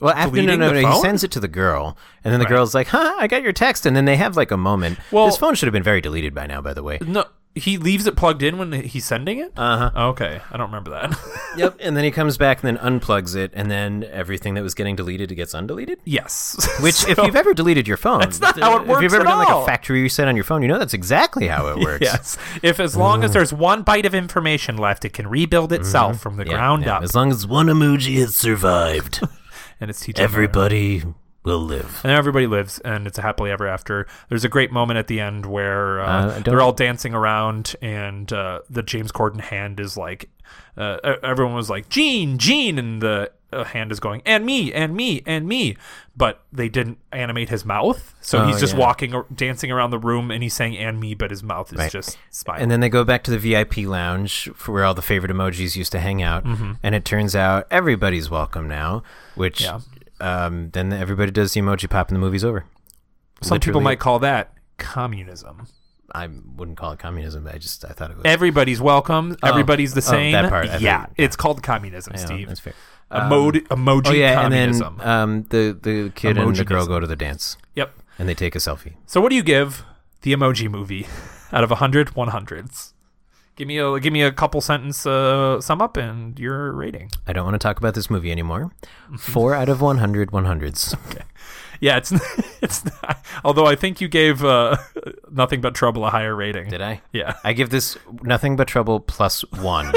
[SPEAKER 1] Well, after no,
[SPEAKER 2] Deleting
[SPEAKER 1] no,
[SPEAKER 2] the
[SPEAKER 1] no, he
[SPEAKER 2] phone?
[SPEAKER 1] sends it to the girl, and then the girl's like, "Huh, I got your text," and then they have like a moment.
[SPEAKER 2] Well-
[SPEAKER 1] this phone should have been very deleted by now, by the way.
[SPEAKER 2] no he leaves it plugged in when he's sending it? Uh-huh. Okay, I don't remember that.
[SPEAKER 1] Yep. And then he comes back and then unplugs it, and then everything that was getting deleted gets undeleted.
[SPEAKER 2] yes.
[SPEAKER 1] Which, if
[SPEAKER 2] So-
[SPEAKER 1] you've ever deleted your phone, that's
[SPEAKER 2] not how it
[SPEAKER 1] If
[SPEAKER 2] works
[SPEAKER 1] you've ever
[SPEAKER 2] at
[SPEAKER 1] done
[SPEAKER 2] all.
[SPEAKER 1] like a factory reset on your phone, you know that's exactly how it works.
[SPEAKER 2] Yes. If as long
[SPEAKER 1] Mm.
[SPEAKER 2] as there's one byte of information left, it can rebuild itself from the
[SPEAKER 1] Mm-hmm. Yeah,
[SPEAKER 2] ground
[SPEAKER 1] yeah.
[SPEAKER 2] up.
[SPEAKER 1] As long as one emoji has survived,
[SPEAKER 2] And it's teaching
[SPEAKER 1] everybody will live.
[SPEAKER 2] and everybody lives, and it's a happily ever after. There's a great moment at the end where
[SPEAKER 1] Uh, I
[SPEAKER 2] uh,
[SPEAKER 1] don't-
[SPEAKER 2] they're all dancing around, and uh, the James Corden hand is like, uh, e- everyone was like, Gene, Gene, and the uh, hand is going, and me, and me, and me. But they didn't animate his mouth, so
[SPEAKER 1] Oh,
[SPEAKER 2] he's just
[SPEAKER 1] yeah.
[SPEAKER 2] walking, or dancing around the room, and he's saying, and me, but his mouth is
[SPEAKER 1] Right.
[SPEAKER 2] just smiling.
[SPEAKER 1] And then they go back to the VIP lounge for where all the favorite emojis used to hang out.
[SPEAKER 2] Mm-hmm.
[SPEAKER 1] And it turns out everybody's welcome now, which
[SPEAKER 2] Yeah.
[SPEAKER 1] um, then everybody does the emoji pop and the movie's over.
[SPEAKER 2] Some people
[SPEAKER 1] literally-
[SPEAKER 2] might call that communism.
[SPEAKER 1] I wouldn't call it communism. but I just I thought it was.
[SPEAKER 2] Everybody's welcome. Everybody's the
[SPEAKER 1] oh,
[SPEAKER 2] same.
[SPEAKER 1] that part, I
[SPEAKER 2] Yeah,
[SPEAKER 1] thought-
[SPEAKER 2] it's called communism,
[SPEAKER 1] Yeah,
[SPEAKER 2] Steve.
[SPEAKER 1] that's fair.
[SPEAKER 2] Emoji, emoji
[SPEAKER 1] Oh yeah,
[SPEAKER 2] communism.
[SPEAKER 1] and then um, the the kid and the girl
[SPEAKER 2] Emojinism.
[SPEAKER 1] go to the dance
[SPEAKER 2] yep.
[SPEAKER 1] and they take a selfie.
[SPEAKER 2] So what do you give the emoji movie out of 100 100s? Give me a give me a couple sentence uh, sum up and your rating.
[SPEAKER 1] I don't want to talk about this movie anymore. Four out of 100 100s.
[SPEAKER 2] Yeah, it's it's not, although I think you gave uh, nothing but trouble a higher rating.
[SPEAKER 1] Did I?
[SPEAKER 2] Yeah.
[SPEAKER 1] I give this nothing but trouble plus one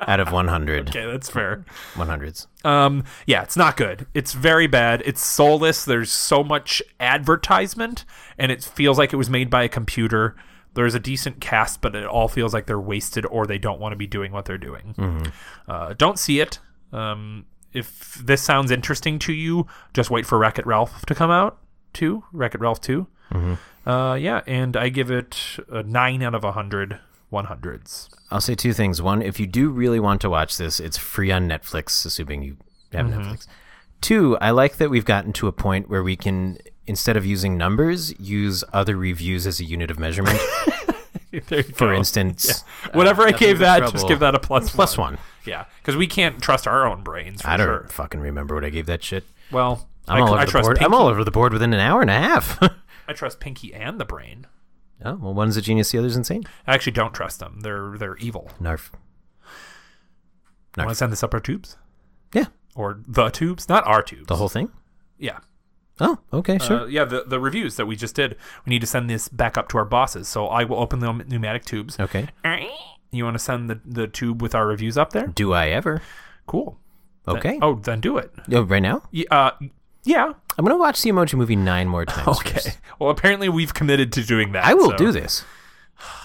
[SPEAKER 1] out of 100
[SPEAKER 2] Okay, that's fair.
[SPEAKER 1] 100s.
[SPEAKER 2] Um, yeah, it's not good. It's very bad. It's soulless. There's so much advertisement, and it feels like it was made by a computer. There's a decent cast, but it all feels like they're wasted or they don't want to be doing what they're doing.
[SPEAKER 1] Mm-hmm.
[SPEAKER 2] Uh, don't see it. Um, if this sounds interesting to you, just wait for Wreck It Ralph to come out too. Wreck It Ralph 2.
[SPEAKER 1] Mm-hmm.
[SPEAKER 2] Uh, yeah, and I give it a 9 out of 100 100s.
[SPEAKER 1] I'll say two things. One, if you do really want to watch this, it's free on Netflix, assuming you have
[SPEAKER 2] Mm-hmm.
[SPEAKER 1] Netflix. Two, I like that we've gotten to a point where we can, instead of using numbers, use other reviews as a unit of measurement.
[SPEAKER 2] There you
[SPEAKER 1] For
[SPEAKER 2] go. Uh,
[SPEAKER 1] instance,
[SPEAKER 2] Whatever I
[SPEAKER 1] Nothing
[SPEAKER 2] gave
[SPEAKER 1] but
[SPEAKER 2] that, just
[SPEAKER 1] trouble.
[SPEAKER 2] give that a plus
[SPEAKER 1] plus one.
[SPEAKER 2] Yeah, because we can't trust our own brains. For
[SPEAKER 1] I don't
[SPEAKER 2] Sure.
[SPEAKER 1] fucking remember what I gave that shit.
[SPEAKER 2] Well, I,
[SPEAKER 1] I'm, all
[SPEAKER 2] I
[SPEAKER 1] over the
[SPEAKER 2] trust
[SPEAKER 1] board.
[SPEAKER 2] Pinky,
[SPEAKER 1] I'm all over the board within an hour and a half. oh,
[SPEAKER 2] I trust Pinky and the brain.
[SPEAKER 1] well, one's a genius, the other's insane.
[SPEAKER 2] I actually don't trust them. They're they're evil.
[SPEAKER 1] Narf.
[SPEAKER 2] Want to send this up our tubes
[SPEAKER 1] Yeah,
[SPEAKER 2] or the tubes, not our tubes.
[SPEAKER 1] the whole thing.
[SPEAKER 2] yeah.
[SPEAKER 1] Oh, okay, sure.
[SPEAKER 2] Uh, yeah, the, the reviews that we just did. We need to send this back up to our bosses. So I will open the pneumatic tubes.
[SPEAKER 1] okay.
[SPEAKER 2] You want to send the, the tube with our reviews up there?
[SPEAKER 1] Do I ever?
[SPEAKER 2] Cool. Then-
[SPEAKER 1] Okay.
[SPEAKER 2] oh, then do it.
[SPEAKER 1] Oh, right now?
[SPEAKER 2] Y- Uh, yeah.
[SPEAKER 1] I'm going to watch the emoji movie nine more times.
[SPEAKER 2] Okay.
[SPEAKER 1] first.
[SPEAKER 2] Well, apparently we've committed to doing that.
[SPEAKER 1] I will
[SPEAKER 2] so-
[SPEAKER 1] do this.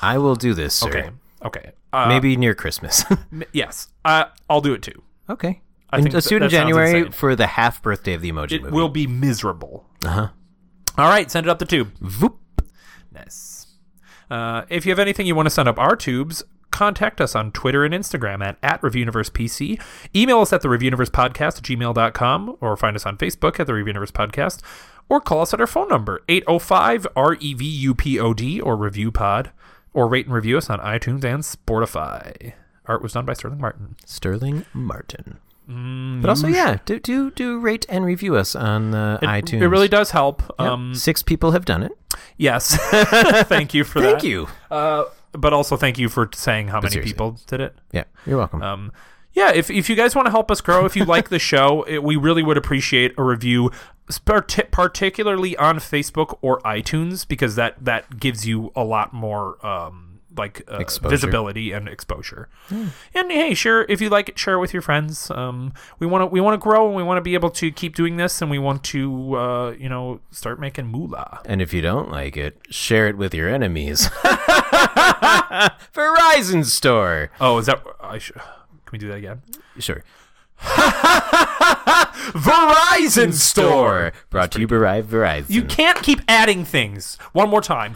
[SPEAKER 1] I will do this, sir.
[SPEAKER 2] Okay. Okay. Uh,
[SPEAKER 1] Maybe near Christmas.
[SPEAKER 2] m- yes. Uh, I'll do it too.
[SPEAKER 1] okay.
[SPEAKER 2] I
[SPEAKER 1] And
[SPEAKER 2] think
[SPEAKER 1] let's do it
[SPEAKER 2] that-
[SPEAKER 1] in
[SPEAKER 2] that sounds
[SPEAKER 1] January
[SPEAKER 2] insane.
[SPEAKER 1] for the half birthday of the emoji
[SPEAKER 2] It
[SPEAKER 1] movie.
[SPEAKER 2] will be miserable. Uh huh. All right, send it up the tube.
[SPEAKER 1] Voop.
[SPEAKER 2] Nice. Uh, if you have anything you want to send up our tubes, contact us on Twitter and Instagram at, at ReviewUniversePC. Email us at the Podcast at gmail.com or find us on Facebook at the Review Universe Podcast or call us at our phone number 805 REVUPOD or Review Pod or rate and review us on iTunes and Spotify. Art was done by Sterling Martin.
[SPEAKER 1] Sterling Martin.
[SPEAKER 2] Mm,
[SPEAKER 1] But also, yeah, do do do rate and review us on uh, iTunes.
[SPEAKER 2] It really does help. Um,
[SPEAKER 1] Six people have done it.
[SPEAKER 2] yes. Thank you for that.
[SPEAKER 1] Thank you.
[SPEAKER 2] Uh, but also thank you for saying how many
[SPEAKER 1] seriously.
[SPEAKER 2] people did it.
[SPEAKER 1] Yeah, you're welcome.
[SPEAKER 2] Um, yeah, if, if you guys want to help us grow, if you like the show, it, we really would appreciate a review, parti- particularly on Facebook or iTunes, because that, that gives you a lot more um, like uh,
[SPEAKER 1] Exposure. Hmm.
[SPEAKER 2] visibility and exposure. And hey, sure, if you like it, share it with your friends. Um, we want to we want to grow and we want to be able to keep doing this, and we want to uh, you know start making moolah.
[SPEAKER 1] and if you don't like it, share it with your enemies. Verizon store.
[SPEAKER 2] Oh, is that I should? Can we do that again?
[SPEAKER 1] Sure.
[SPEAKER 2] Verizon
[SPEAKER 1] Store brought to you by Verizon.
[SPEAKER 2] You can't keep adding things. One more time.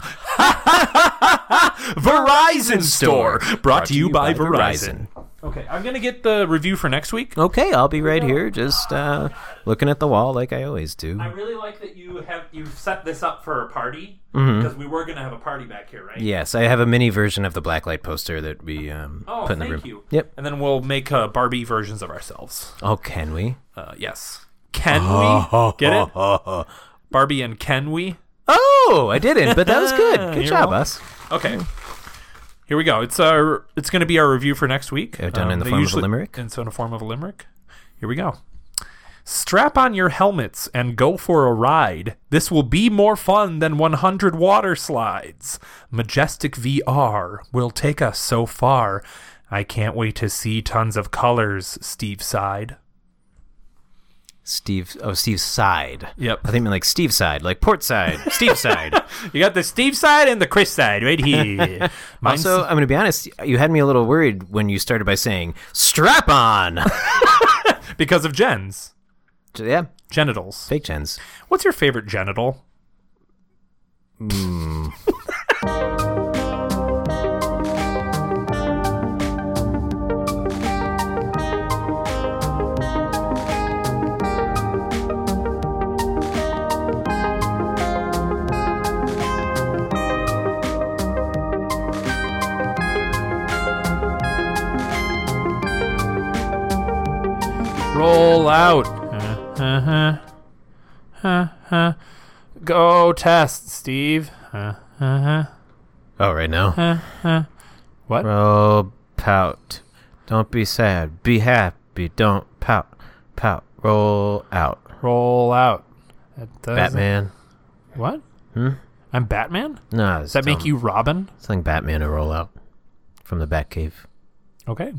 [SPEAKER 7] Verizon Store, brought, to you by, Verizon.
[SPEAKER 2] Okay, I'm gonna get the review for next week.
[SPEAKER 1] Okay, I'll be right here, just uh, looking at the wall like I always do.
[SPEAKER 2] I really like that you have you've set this up for a party
[SPEAKER 7] Mm-hmm.
[SPEAKER 2] because we were gonna have a party back here, right?
[SPEAKER 1] Yes, I have a mini version of the blacklight poster that we um,
[SPEAKER 2] Oh,
[SPEAKER 1] put in the
[SPEAKER 2] thank
[SPEAKER 1] room.
[SPEAKER 2] you.
[SPEAKER 1] Yep.
[SPEAKER 2] And then we'll make uh, Barbie versions of ourselves.
[SPEAKER 1] Oh, can we?
[SPEAKER 2] Uh, yes. Can we get it? Barbie and can we?
[SPEAKER 1] Oh, I didn't, but that was good. Good
[SPEAKER 2] You're
[SPEAKER 1] job,
[SPEAKER 2] welcome.
[SPEAKER 1] us.
[SPEAKER 2] Okay. Here we go. It's our. It's going to be our review for next week.
[SPEAKER 1] Uh, done in the form of a limerick?
[SPEAKER 2] And so in the form of a limerick. Here we go. Strap on your helmets and go for a ride. This will be more fun than 100 water slides. Majestic VR will take us so far. I can't wait to see tons of colors. Steve sighed.
[SPEAKER 1] Steve. Oh, Steve's side.
[SPEAKER 2] Yep.
[SPEAKER 1] I think I mean like Steve's side, like port side, Steve's side.
[SPEAKER 2] You got the Steve side and the Chris side right here. Mine's-
[SPEAKER 1] Also, I'm going to be honest. You had me a little worried when you started by saying "strap on."
[SPEAKER 2] because of Jen's
[SPEAKER 1] yeah,
[SPEAKER 2] genitals.
[SPEAKER 1] fake gens.
[SPEAKER 2] What's your favorite genital? Hmm. Roll out. Uh huh. Uh huh. Go test, Steve. Uh huh.
[SPEAKER 1] Oh, right now.
[SPEAKER 2] What?
[SPEAKER 1] Roll pout. Don't be sad. Be happy. Don't pout. Pout. Roll out.
[SPEAKER 2] Roll out. That doesn't-
[SPEAKER 1] Batman.
[SPEAKER 2] What? I'm Batman?
[SPEAKER 1] No,
[SPEAKER 2] Does that make you Robin?
[SPEAKER 1] something Batman to roll out from the Batcave?
[SPEAKER 2] Okay.